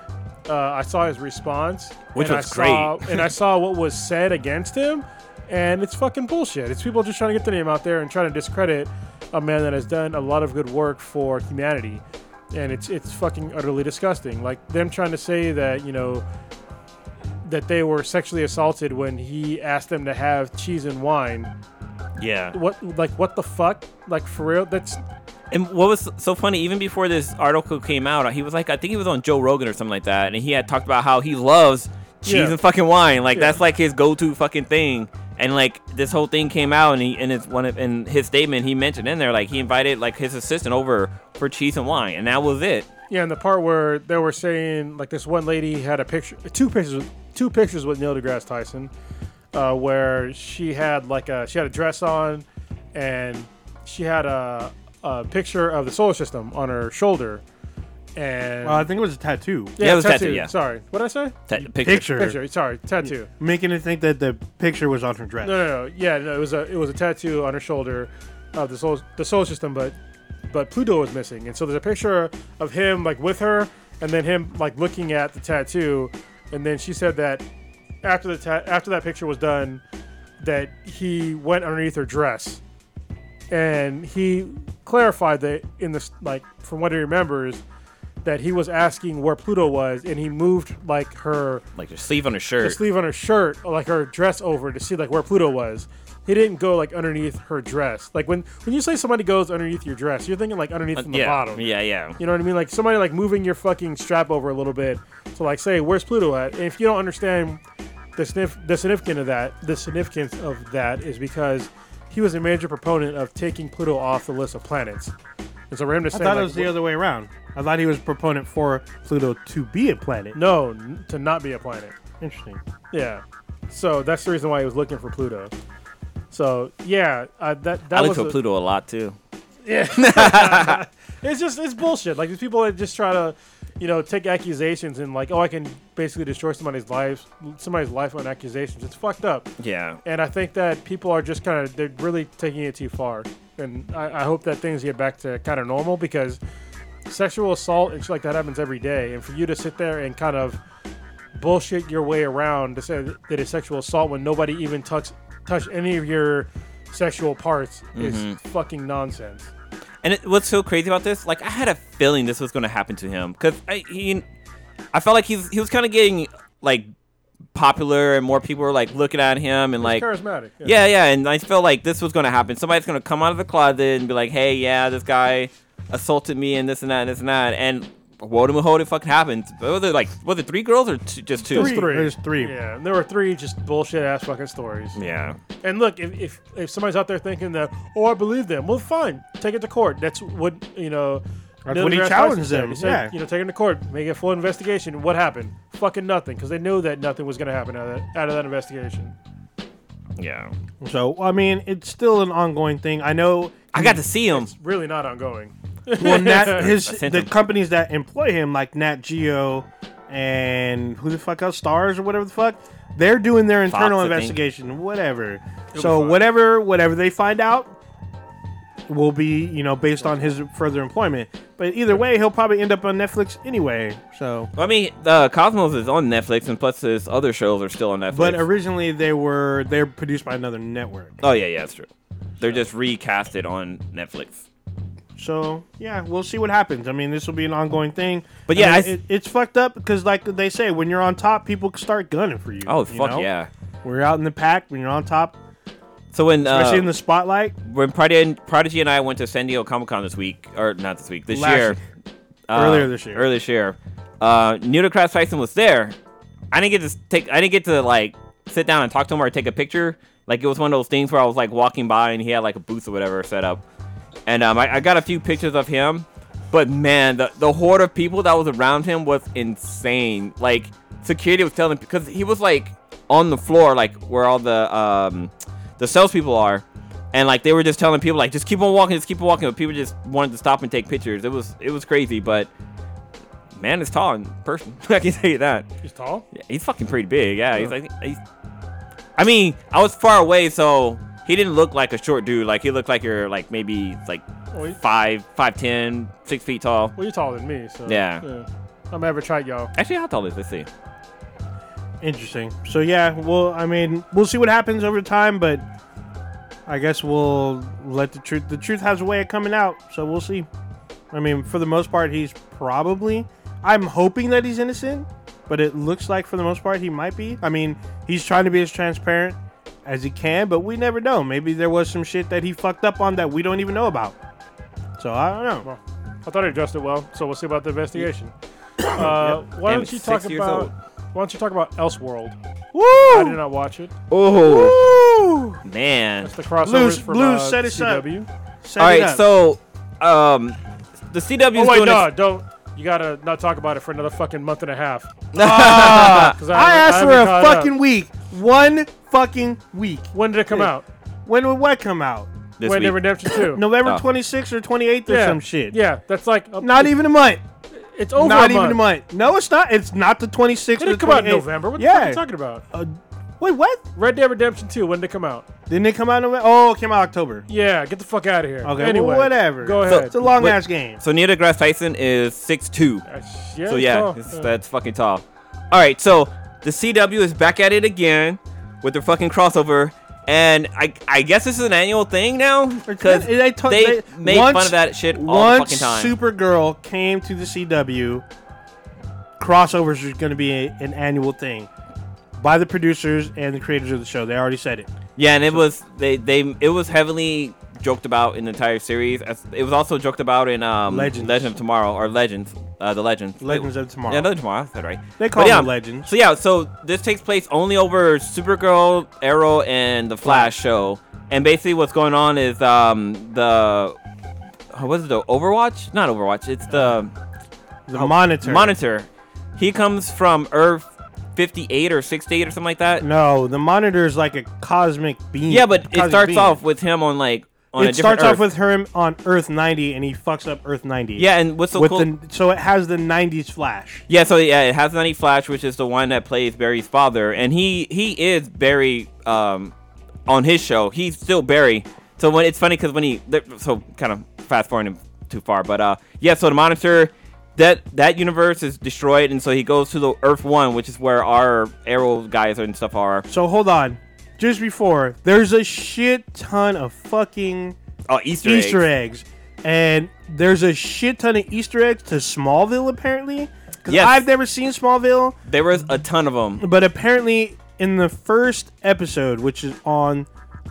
[SPEAKER 3] uh, I saw his response,
[SPEAKER 2] Which
[SPEAKER 3] and
[SPEAKER 2] was
[SPEAKER 3] I saw, and I saw what was said against him, and it's fucking bullshit. It's people just trying to get their name out there and trying to discredit a man that has done a lot of good work for humanity, and it's it's fucking utterly disgusting. Like them trying to say that you know that they were sexually assaulted when he asked them to have cheese and wine.
[SPEAKER 2] Yeah.
[SPEAKER 3] What like what the fuck? Like for real? That's
[SPEAKER 2] And what was so funny, even before this article came out, he was like, I think he was on Joe Rogan or something like that, and he had talked about how he loves cheese
[SPEAKER 3] Yeah.
[SPEAKER 2] and fucking wine, like
[SPEAKER 3] Yeah.
[SPEAKER 2] that's like his go-to fucking thing. And like this whole thing came out, and he and it's one of in his statement he mentioned in there, like he invited like his assistant over for cheese and wine, and that was it.
[SPEAKER 3] Yeah, and the part where they were saying like this one lady had a picture, two pictures, two pictures with Neil deGrasse Tyson, uh, where she had like a she had a dress on, and she had a, a picture of the solar system on her shoulder, and
[SPEAKER 1] Well, Uh, I think it was a tattoo.
[SPEAKER 2] Yeah, it was tattoo, yeah.
[SPEAKER 3] Sorry, what did I say?
[SPEAKER 2] Ta- picture.
[SPEAKER 1] Picture.
[SPEAKER 3] Picture. Sorry, tattoo.
[SPEAKER 1] making it think that the picture was on her dress.
[SPEAKER 3] No, no, no. Yeah, no, it was a it was a tattoo on her shoulder, of the soul the solar system, but but Pluto is missing, and so there's a picture of him like with her, and then him like looking at the tattoo, and then she said that after the ta- after that picture was done, that he went underneath her dress, and he clarified that in this like from what he remembers. That he was asking where Pluto was, and he moved like her
[SPEAKER 4] Like her sleeve on her shirt.
[SPEAKER 3] her sleeve on her shirt, or, like her dress over to see like where Pluto was. He didn't go like underneath her dress. Like when when you say somebody goes underneath your dress, you're thinking like underneath from the
[SPEAKER 2] Uh, yeah,
[SPEAKER 3] bottom.
[SPEAKER 2] yeah, yeah.
[SPEAKER 3] You know what I mean? Like somebody like moving your fucking strap over a little bit to like say where's Pluto at. And if you don't understand the sniff the significance of that, the significance of that is because he was a major proponent of taking Pluto off the list of planets. And so for him to
[SPEAKER 1] I
[SPEAKER 3] say
[SPEAKER 1] thought
[SPEAKER 3] like,
[SPEAKER 1] it was the other way around. I thought he was proponent for Pluto to be a planet.
[SPEAKER 3] no n- to not be a planet.
[SPEAKER 1] Interesting.
[SPEAKER 3] Yeah. So that's the reason why he was looking for Pluto. So yeah, uh, that that
[SPEAKER 2] I look
[SPEAKER 3] was
[SPEAKER 2] for
[SPEAKER 3] a-
[SPEAKER 2] Pluto a lot too.
[SPEAKER 3] It's just it's bullshit. Like these people that just try to, you know, take accusations and like, oh, I can basically destroy somebody's life, somebody's life on accusations. It's fucked up.
[SPEAKER 2] Yeah.
[SPEAKER 3] And I think that people are just kind of they're really taking it too far. And I, I hope that things get back to kind of normal because sexual assault and shit like that happens every day. And for you to sit there and kind of bullshit your way around to say that it's sexual assault when nobody even touched touched any of your sexual parts
[SPEAKER 2] Mm-hmm.
[SPEAKER 3] is fucking nonsense.
[SPEAKER 2] And it, what's so crazy about this? Like, I had a feeling this was going to happen to him because I he, I felt like he's he was kind of getting like popular and more people were like looking at him and like
[SPEAKER 3] Charismatic.
[SPEAKER 2] yeah yeah and I felt like this was going to happen. Somebody's going to come out of the closet and be like, hey yeah, this guy assaulted me and this and that and this and that and. Woe to me, hold it fucking happened. Was it like was it three girls or two, just two?
[SPEAKER 1] Three. There's three.
[SPEAKER 3] Yeah, and there were three just bullshit ass fucking stories.
[SPEAKER 2] Yeah,
[SPEAKER 3] And look, if, if if somebody's out there thinking that, oh, I believe them, well, fine, take it to court. That's what you know.
[SPEAKER 1] That's
[SPEAKER 3] Neil
[SPEAKER 1] what he
[SPEAKER 3] deGrasse
[SPEAKER 1] challenged
[SPEAKER 3] Tyson said.
[SPEAKER 1] them,
[SPEAKER 3] He said,
[SPEAKER 1] yeah.
[SPEAKER 3] you know, take him to court, make a full investigation. What happened? Fucking nothing, because they knew that nothing was gonna happen out of that, out of that investigation.
[SPEAKER 2] yeah.
[SPEAKER 1] So I mean, it's still an ongoing thing. I know.
[SPEAKER 2] I got to see him.
[SPEAKER 3] Really, not ongoing.
[SPEAKER 1] Well, Nat, his
[SPEAKER 2] I sent
[SPEAKER 1] the
[SPEAKER 2] him.
[SPEAKER 1] companies that employ him, like Nat Geo, and who the fuck else, Stars or whatever the fuck, they're doing their internal
[SPEAKER 2] I think.
[SPEAKER 1] investigation, whatever.
[SPEAKER 3] be
[SPEAKER 1] so
[SPEAKER 3] Fox.
[SPEAKER 1] whatever, whatever they find out, will be you know based on his further employment. But either way, he'll probably end up on Netflix anyway. So,
[SPEAKER 2] I mean, uh, Cosmos is on Netflix, and plus his other shows are still on Netflix.
[SPEAKER 1] but originally they were they're produced by another network.
[SPEAKER 2] oh yeah, yeah, that's true. They're just recasted on Netflix.
[SPEAKER 1] So yeah, we'll see what happens. I mean, this will be an ongoing thing.
[SPEAKER 2] But yeah,
[SPEAKER 1] I mean,
[SPEAKER 2] I s-
[SPEAKER 1] it, it's fucked up because like they say, when you're on top, people start gunning for you.
[SPEAKER 2] Oh
[SPEAKER 1] you
[SPEAKER 2] fuck
[SPEAKER 1] know?
[SPEAKER 2] yeah!
[SPEAKER 1] We're out in the pack when you're on top,
[SPEAKER 2] So when uh,
[SPEAKER 1] especially in the spotlight.
[SPEAKER 2] when Prodigy, Prodigy and I went to San Diego Comic Con this week, or not this week, this
[SPEAKER 1] Last
[SPEAKER 2] year,
[SPEAKER 1] year.
[SPEAKER 2] uh,
[SPEAKER 1] Earlier this year.
[SPEAKER 2] earlier this year, uh, Neil deGrasse Tyson was there. I didn't get to take, I didn't get to like sit down and talk to him or take a picture. Like it was one of those things where I was like walking by and he had like a booth or whatever set up, and um, I, I got a few pictures of him. But man, the, the horde of people that was around him was insane. Like security was telling because he was like on the floor, like where all the um, the salespeople are, and like they were just telling people like just keep on walking, just keep on walking. But people just wanted to stop and take pictures. It was it was crazy, but man is tall in person. I can tell you that.
[SPEAKER 3] He's tall.
[SPEAKER 2] Yeah, he's fucking pretty big. Yeah, he's like he's. I mean, I was far away, so he didn't look like a short dude. Like he looked like you're like maybe like
[SPEAKER 3] Well, he-
[SPEAKER 2] five, five ten, six feet tall.
[SPEAKER 3] Well, you're taller than me, so
[SPEAKER 2] Yeah.
[SPEAKER 3] I'm average height, y'all.
[SPEAKER 2] Actually, how tall is this? Let's see.
[SPEAKER 1] Interesting. So yeah, well, I mean, we'll see what happens over time, but I guess we'll let the truth. The truth has a way of coming out, so we'll see. I mean, for the most part, he's probably. I'm hoping that he's innocent, but it looks like for the most part he might be. I mean, he's trying to be as transparent as he can, but we never know. Maybe there was some shit that he fucked up on that we don't even know about. So I don't know.
[SPEAKER 3] Well, I thought he addressed it well, so we'll see about the investigation. Uh, why
[SPEAKER 2] Damn,
[SPEAKER 3] don't you
[SPEAKER 2] he's
[SPEAKER 3] talk
[SPEAKER 2] six years
[SPEAKER 3] about
[SPEAKER 2] old.
[SPEAKER 3] Why don't you talk about Elseworld? I did
[SPEAKER 1] Woo!
[SPEAKER 3] not watch it.
[SPEAKER 2] Oh
[SPEAKER 1] Woo!
[SPEAKER 2] man!
[SPEAKER 3] That's the crossovers
[SPEAKER 1] Blues-
[SPEAKER 3] from
[SPEAKER 1] Blues,
[SPEAKER 3] uh,
[SPEAKER 1] set us up.
[SPEAKER 3] CW.
[SPEAKER 1] Set
[SPEAKER 2] All
[SPEAKER 1] it
[SPEAKER 2] right,
[SPEAKER 1] up.
[SPEAKER 2] so um, the CW
[SPEAKER 3] Oh
[SPEAKER 2] is
[SPEAKER 3] wait,
[SPEAKER 2] doing.
[SPEAKER 3] no,
[SPEAKER 2] this-
[SPEAKER 3] don't. You gotta not talk about it for another fucking month and a half. 'Cause
[SPEAKER 1] I
[SPEAKER 3] haven't-
[SPEAKER 1] asked for
[SPEAKER 3] haven't
[SPEAKER 1] a
[SPEAKER 3] caught up.
[SPEAKER 1] fucking week. One fucking week.
[SPEAKER 3] When did it come out?
[SPEAKER 1] When would what come out?
[SPEAKER 2] this
[SPEAKER 3] when
[SPEAKER 2] week.
[SPEAKER 3] did Redemption Two?
[SPEAKER 1] November
[SPEAKER 2] Oh.
[SPEAKER 1] 26th or 28th or
[SPEAKER 3] yeah,
[SPEAKER 1] some shit.
[SPEAKER 3] Yeah, that's like a,
[SPEAKER 1] Not even a month.
[SPEAKER 3] It's over.
[SPEAKER 1] not
[SPEAKER 3] a
[SPEAKER 1] even
[SPEAKER 3] month.
[SPEAKER 1] a month. No, it's not. It's not the 26th.
[SPEAKER 3] It
[SPEAKER 1] or
[SPEAKER 3] didn't come out in
[SPEAKER 1] 28th.
[SPEAKER 3] November. What the fuck are
[SPEAKER 1] yeah.
[SPEAKER 3] you talking about?
[SPEAKER 1] Uh, Wait, what?
[SPEAKER 3] Red Dead Redemption 2, when did it come out?
[SPEAKER 1] Didn't it come out? In, Nove- oh, it came out October.
[SPEAKER 3] Yeah, get the fuck out of here.
[SPEAKER 1] Okay, well,
[SPEAKER 3] anyway,
[SPEAKER 1] whatever.
[SPEAKER 3] Go
[SPEAKER 2] So-
[SPEAKER 3] ahead.
[SPEAKER 1] It's a long
[SPEAKER 2] Wait.
[SPEAKER 1] ass game.
[SPEAKER 2] So Neil deGrasse Tyson is six two.
[SPEAKER 3] Uh,
[SPEAKER 2] So
[SPEAKER 3] oh,
[SPEAKER 2] yeah, it's,
[SPEAKER 3] uh,
[SPEAKER 2] that's fucking tall. All right, so the CW is back at it again with their fucking crossover, and I I guess this is an annual thing now because
[SPEAKER 1] They-
[SPEAKER 2] they,
[SPEAKER 1] to-
[SPEAKER 2] made
[SPEAKER 1] once-
[SPEAKER 2] fun of that shit all the
[SPEAKER 1] once
[SPEAKER 2] fucking time.
[SPEAKER 1] Supergirl came to the CW, crossovers is going to be a- an annual thing by the producers and the creators of the show. They already said it.
[SPEAKER 2] yeah, and it was they they it was heavily joked about in the entire series. As- It was also joked about in um
[SPEAKER 1] Legends.
[SPEAKER 2] Legend of Tomorrow or Legends, uh, the Legends.
[SPEAKER 1] Legends of Tomorrow.
[SPEAKER 2] Yeah, Legends of Tomorrow. That's right.
[SPEAKER 1] They
[SPEAKER 2] But
[SPEAKER 1] call
[SPEAKER 2] yeah,
[SPEAKER 1] them Legends.
[SPEAKER 2] So yeah, so this takes place only over Supergirl, Arrow, and the Flash show. And basically, what's going on is um the uh, what is it? The Overwatch? Not Overwatch. It's the
[SPEAKER 1] The
[SPEAKER 2] Oh,
[SPEAKER 1] monitor.
[SPEAKER 2] Monitor. He comes from Earth 58 or 68 or something like that.
[SPEAKER 1] No, the monitor is like a cosmic beam.
[SPEAKER 2] Yeah, but it
[SPEAKER 1] cosmic
[SPEAKER 2] starts
[SPEAKER 1] beam.
[SPEAKER 2] off with him on like on a
[SPEAKER 1] it
[SPEAKER 2] different
[SPEAKER 1] starts
[SPEAKER 2] Earth.
[SPEAKER 1] off with him on Earth 90, and he fucks up Earth 90.
[SPEAKER 2] yeah, and what's so
[SPEAKER 1] with
[SPEAKER 2] cool?
[SPEAKER 1] the, so it has the 90s Flash.
[SPEAKER 2] Yeah, so yeah, it has Nutty Flash, which is the one that plays Barry's father, and he he is Barry um, on his show. He's still Barry. So when it's funny because when he th- so kind of fast forwarding too far, but uh yeah, so the monitor that that universe is destroyed, and so he goes to the Earth One, which is where our Arrow guys and stuff are.
[SPEAKER 1] So hold on. Just before, there's a shit ton of fucking
[SPEAKER 2] Oh, Easter,
[SPEAKER 1] Easter
[SPEAKER 2] eggs.
[SPEAKER 1] eggs. And there's a shit ton of Easter eggs to Smallville, apparently. Because
[SPEAKER 2] Yes.
[SPEAKER 1] I've never seen Smallville,
[SPEAKER 2] There was a ton of them.
[SPEAKER 1] but apparently in the first episode, which is on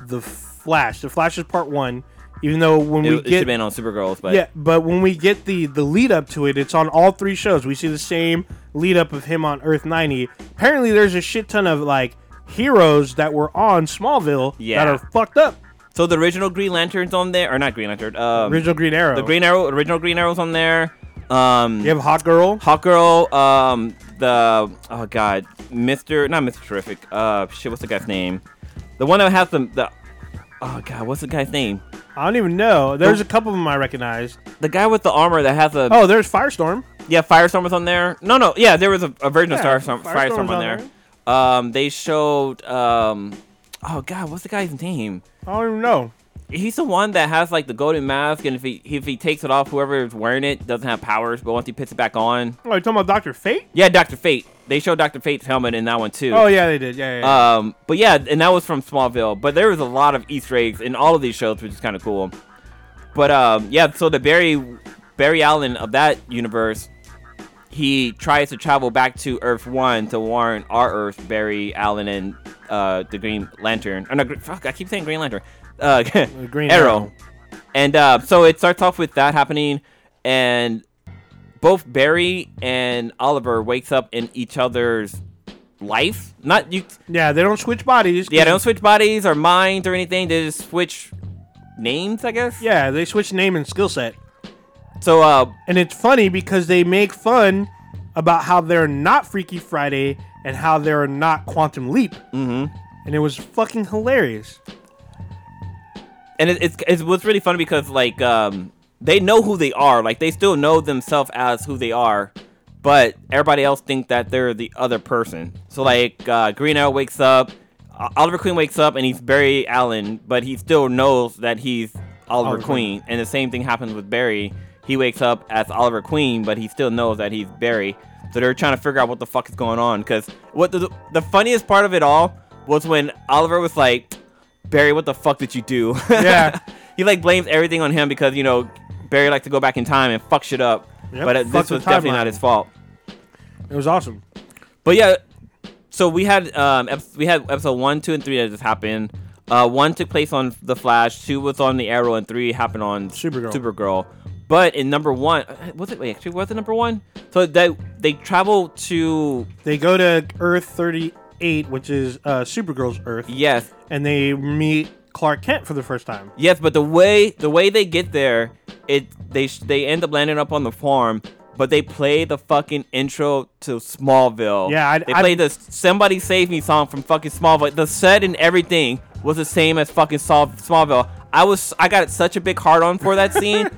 [SPEAKER 1] The Flash, The Flash is part one, even though when
[SPEAKER 2] It,
[SPEAKER 1] we
[SPEAKER 2] it should have
[SPEAKER 1] get.
[SPEAKER 2] been on Supergirls, but
[SPEAKER 1] yeah, but when we get the the lead up to it, it's on all three shows. We see the same lead up of him on Earth 90. Apparently, there's a shit ton of like heroes that were on Smallville
[SPEAKER 2] Yeah.
[SPEAKER 1] that are fucked up.
[SPEAKER 2] so the original Green Lantern's on there, or not Green Lantern? Um,
[SPEAKER 1] Original Green Arrow.
[SPEAKER 2] the Green Arrow, original Green Arrow's on there. Um,
[SPEAKER 1] you have Hot Girl.
[SPEAKER 2] Hot Girl, um, the oh god, Mister, not Mister Terrific. Uh, shit, what's the guy's name? The one that has the the oh god, what's the guy's name?
[SPEAKER 1] I don't even know. There's a couple of them I recognize.
[SPEAKER 2] The guy with the armor that has a
[SPEAKER 1] Oh, there's Firestorm.
[SPEAKER 2] yeah, Firestorm was on there. No, no, yeah, there was a, a version
[SPEAKER 1] Yeah,
[SPEAKER 2] of Firestorm,
[SPEAKER 1] Firestorm
[SPEAKER 2] Firestorm on,
[SPEAKER 1] was on
[SPEAKER 2] there. Um, they showed um, oh god, what's the guy's name?
[SPEAKER 1] I don't even know.
[SPEAKER 2] He's the one that has like the golden mask, and if he if he takes it off, whoever is wearing it doesn't have powers. But once he puts it back on,
[SPEAKER 1] Oh, you talking about Doctor Fate?
[SPEAKER 2] yeah, Doctor Fate. They showed Doctor Fate's helmet in that one too.
[SPEAKER 1] Oh yeah, they did. Yeah, yeah. yeah.
[SPEAKER 2] Um, but yeah, and that was from Smallville. But there was a lot of Easter eggs in all of these shows, which is kind of cool. But um, yeah, so the Barry Barry Allen of that universe, he tries to travel back to Earth One to warn our Earth, Barry Allen and uh, the Green Lantern. Oh no, Gr- fuck! I keep saying Green Lantern. Uh,
[SPEAKER 1] Green Arrow.
[SPEAKER 2] Arrow. And uh, so it starts off with that happening, and both Barry and Oliver wakes up in each other's life. Not you.
[SPEAKER 1] yeah, they don't switch bodies.
[SPEAKER 2] Yeah, they don't switch bodies or minds or anything. They just switch names, I guess.
[SPEAKER 1] Yeah, they switch name and skill set,
[SPEAKER 2] So, uh,
[SPEAKER 1] and it's funny because they make fun about how they're not Freaky Friday and how they're not Quantum Leap. Mm-hmm. And it was fucking hilarious.
[SPEAKER 2] and it, it's it was really funny because like um, they know who they are. Like they still know themselves as who they are, but everybody else think that they're the other person. So like uh, Green Arrow wakes up, O- Oliver Queen wakes up, and he's Barry Allen, but he still knows that he's Oliver,
[SPEAKER 1] Oliver
[SPEAKER 2] Queen. And the same thing happens with Barry. He wakes up as Oliver Queen, but he still knows that he's Barry. So they're trying to figure out what the fuck is going on. Because what the, the funniest part of it all was when Oliver was like, Barry, what the fuck did you do?
[SPEAKER 1] Yeah.
[SPEAKER 2] he like blames everything on him because you know Barry likes to go back in time and fuck shit up.
[SPEAKER 1] Yep,
[SPEAKER 2] but uh,
[SPEAKER 1] fuck
[SPEAKER 2] this
[SPEAKER 1] the
[SPEAKER 2] was definitely not
[SPEAKER 1] timeline.
[SPEAKER 2] his fault.
[SPEAKER 1] It was awesome.
[SPEAKER 2] But yeah, so we had um ep- we had episode one, two, and three that just happened. Uh, one took place on the Flash, two was on the Arrow, and three happened on
[SPEAKER 1] Supergirl.
[SPEAKER 2] Supergirl. But in number one, uh, was it? Wait, actually, was it number one? So they they travel to
[SPEAKER 1] They go to Earth 38, which is uh, Supergirl's Earth,
[SPEAKER 2] yes,
[SPEAKER 1] and they meet Clark Kent for the first time.
[SPEAKER 2] Yes, but the way the way they get there, it they sh- they end up landing up on the farm, but they play the fucking intro to Smallville.
[SPEAKER 1] Yeah, I-
[SPEAKER 2] they
[SPEAKER 1] I-
[SPEAKER 2] play the "Somebody Save Me" song from fucking Smallville. The set and everything was the same as fucking Sol- Smallville. I was I got such a big hard on for that scene.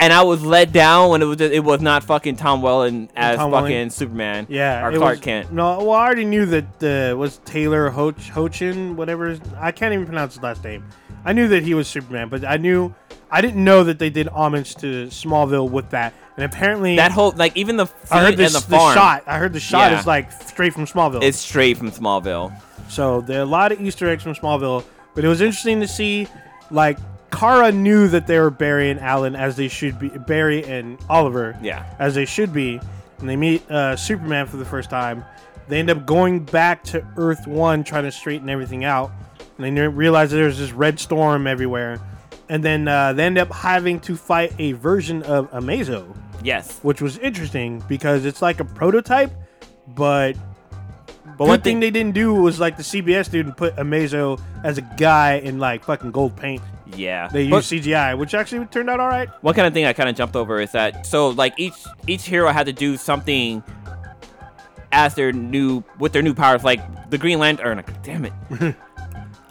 [SPEAKER 2] and I was let down when it was just, it was not fucking Tom Welling as
[SPEAKER 1] Tom
[SPEAKER 2] fucking
[SPEAKER 1] Welling.
[SPEAKER 2] Superman.
[SPEAKER 1] Yeah,
[SPEAKER 2] or
[SPEAKER 1] it
[SPEAKER 2] Clark
[SPEAKER 1] was-
[SPEAKER 2] Kent.
[SPEAKER 1] No, well, I already knew that uh, was Taylor Hoch Hochin, whatever. His, I can't even pronounce his last name. I knew that he was Superman, but I knew I didn't know that they did homage to Smallville with that. And apparently,
[SPEAKER 2] That whole like even the
[SPEAKER 1] I heard
[SPEAKER 2] scene in
[SPEAKER 1] this,
[SPEAKER 2] the
[SPEAKER 1] the
[SPEAKER 2] farm
[SPEAKER 1] shot. I heard the shot
[SPEAKER 2] Yeah.
[SPEAKER 1] is like straight from Smallville.
[SPEAKER 2] is straight from Smallville.
[SPEAKER 1] so there are a lot of Easter eggs from Smallville, but it was interesting to see like. Kara knew that they were Barry and Allen as they should be, Barry and Oliver,
[SPEAKER 2] Yeah.
[SPEAKER 1] as they should be, and they meet uh, Superman for the first time. They end up going back to Earth One, trying to straighten everything out, and they ne- realize that there's this red storm everywhere, and then uh, they end up having to fight a version of Amazo,
[SPEAKER 2] Yes,
[SPEAKER 1] which was interesting because it's like a prototype, but. But
[SPEAKER 2] one
[SPEAKER 1] one
[SPEAKER 2] thing-
[SPEAKER 1] thing they didn't do was like the CBS dude and put Amazo as a guy in like fucking gold paint.
[SPEAKER 2] yeah.
[SPEAKER 1] They
[SPEAKER 2] But-
[SPEAKER 1] used CGI, which actually turned out all right.
[SPEAKER 2] one kind of thing I kind of jumped over is that so like each each hero had to do something as their new with their new powers like the Green Lantern. Damn it.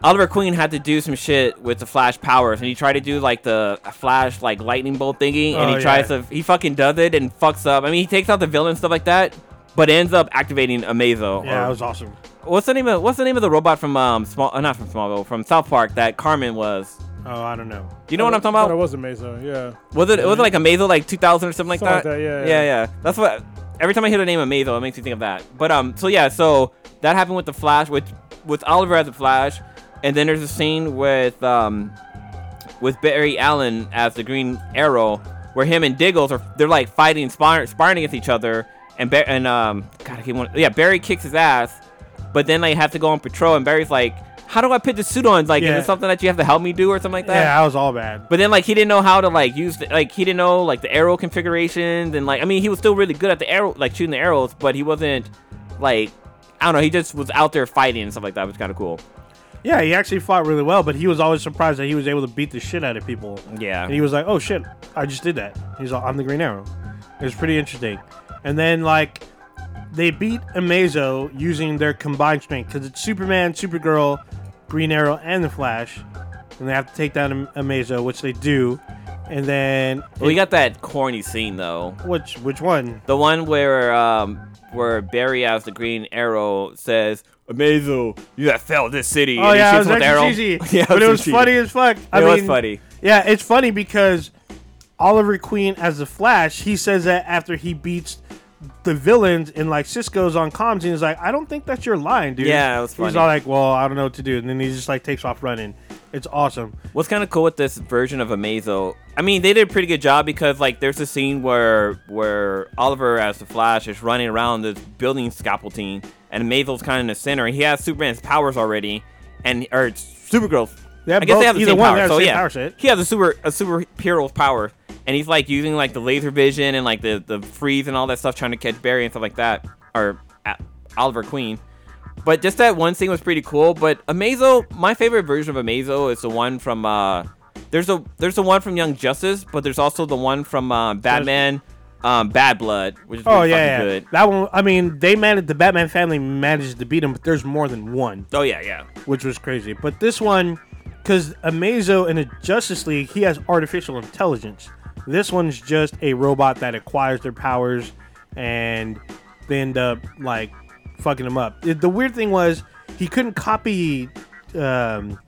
[SPEAKER 2] Oliver Queen had to do some shit with the Flash powers, and he tried to do like the Flash like lightning bolt thingy, and
[SPEAKER 1] Oh,
[SPEAKER 2] he
[SPEAKER 1] yeah.
[SPEAKER 2] tries to he fucking does it and fucks up. I mean, he takes out the villain and stuff like that, but ends up activating Amazo.
[SPEAKER 1] Yeah,
[SPEAKER 2] or-
[SPEAKER 1] it was awesome.
[SPEAKER 2] what's the name of What's the name of the robot from um small uh, not from Smallville from South Park that Carmen was?
[SPEAKER 1] Oh, I don't know.
[SPEAKER 2] Do you know what I'm talking
[SPEAKER 3] I
[SPEAKER 2] about?
[SPEAKER 3] thought it was amazing. Yeah.
[SPEAKER 2] Was it was it like Amazo like 2000 or something like
[SPEAKER 3] Something
[SPEAKER 2] that?
[SPEAKER 3] like that, yeah,
[SPEAKER 2] yeah,
[SPEAKER 3] yeah.
[SPEAKER 2] yeah. That's what every time I hear the name Amazo, it makes me think of that. But um, so yeah, so that happened with the Flash, with with Oliver as the Flash, and then there's a scene with um, with Barry Allen as the Green Arrow, where him and Diggles are they're like fighting, sparring, sparring against each other, and Bar- and um, God, I can't want- yeah, Barry kicks his ass, but then they have to go on patrol, and Barry's like, how do I put the suit on? Like,
[SPEAKER 1] Yeah.
[SPEAKER 2] is it something that you have to help me do or something like that?
[SPEAKER 1] Yeah, I was all bad.
[SPEAKER 2] But then like he didn't know how to like use the, like he didn't know like the arrow configurations and like I mean he was still really good at the arrow like shooting the arrows, but he wasn't like I don't know, he just was out there fighting and stuff like that, which is kinda cool.
[SPEAKER 1] Yeah, he actually fought really well, but he was always surprised that he was able to beat the shit out of people.
[SPEAKER 2] Yeah.
[SPEAKER 1] And he was like, "Oh shit, I just did that." He's like, "I'm the Green Arrow." It was pretty interesting. And then like they beat Amazo using their combined strength because it's Superman, Supergirl, Green Arrow, and the Flash, and they have to take down Am- Amazo, which they do. And then
[SPEAKER 2] Well, we got that corny scene though.
[SPEAKER 1] which which one?
[SPEAKER 2] The one where um where Barry as the green arrow says, Amazo, you have failed this city.
[SPEAKER 1] Oh
[SPEAKER 2] and he
[SPEAKER 1] yeah, it
[SPEAKER 2] shoots
[SPEAKER 1] was
[SPEAKER 2] him with the arrow.
[SPEAKER 1] actually cheesy.
[SPEAKER 2] yeah,
[SPEAKER 1] but it was
[SPEAKER 2] cheesy.
[SPEAKER 1] funny as fuck. I
[SPEAKER 2] It was
[SPEAKER 1] mean,
[SPEAKER 2] funny.
[SPEAKER 1] Yeah, it's funny because Oliver Queen as the Flash, he says that after he beats the villains and like Cisco's on comms and he's like, I don't think that's your line, dude.
[SPEAKER 2] Yeah, it was
[SPEAKER 1] He's
[SPEAKER 2] funny.
[SPEAKER 1] all like, Well, I don't know what to do, and then he just like takes off running. It's awesome.
[SPEAKER 2] What's kind of cool with this version of Amazo? I mean, they did a pretty good job because like there's a scene where where Oliver as the Flash is running around this building scaffolding, and Amazo's kind of in the center. He has Superman's powers already, and or it's Supergirl's.
[SPEAKER 1] They have
[SPEAKER 2] I guess they
[SPEAKER 1] both-
[SPEAKER 2] have the
[SPEAKER 1] either
[SPEAKER 2] same
[SPEAKER 1] one,
[SPEAKER 2] power.
[SPEAKER 1] they have the
[SPEAKER 2] so
[SPEAKER 1] same
[SPEAKER 2] yeah,
[SPEAKER 1] power set.
[SPEAKER 2] he has a super a superhero's power, and he's like using like the laser vision and like the the freeze and all that stuff, trying to catch Barry and stuff like that, or uh, Oliver Queen. But just that one scene was pretty cool. But Amazo, my favorite version of Amazo is the one from uh, there's a there's the one from Young Justice, but there's also the one from uh, Batman, um, Bad Blood, which is
[SPEAKER 1] Oh
[SPEAKER 2] really
[SPEAKER 1] yeah,
[SPEAKER 2] fucking
[SPEAKER 1] yeah.
[SPEAKER 2] good.
[SPEAKER 1] that one. I mean, they managed the Batman family manages to beat him, but there's more than one.
[SPEAKER 2] Oh yeah, yeah,
[SPEAKER 1] which was crazy. But this one, because Amazo in the Justice League, he has artificial intelligence. This one's just a robot that acquires their powers, and they end up like fucking him up. The- The weird thing was he couldn't copy um,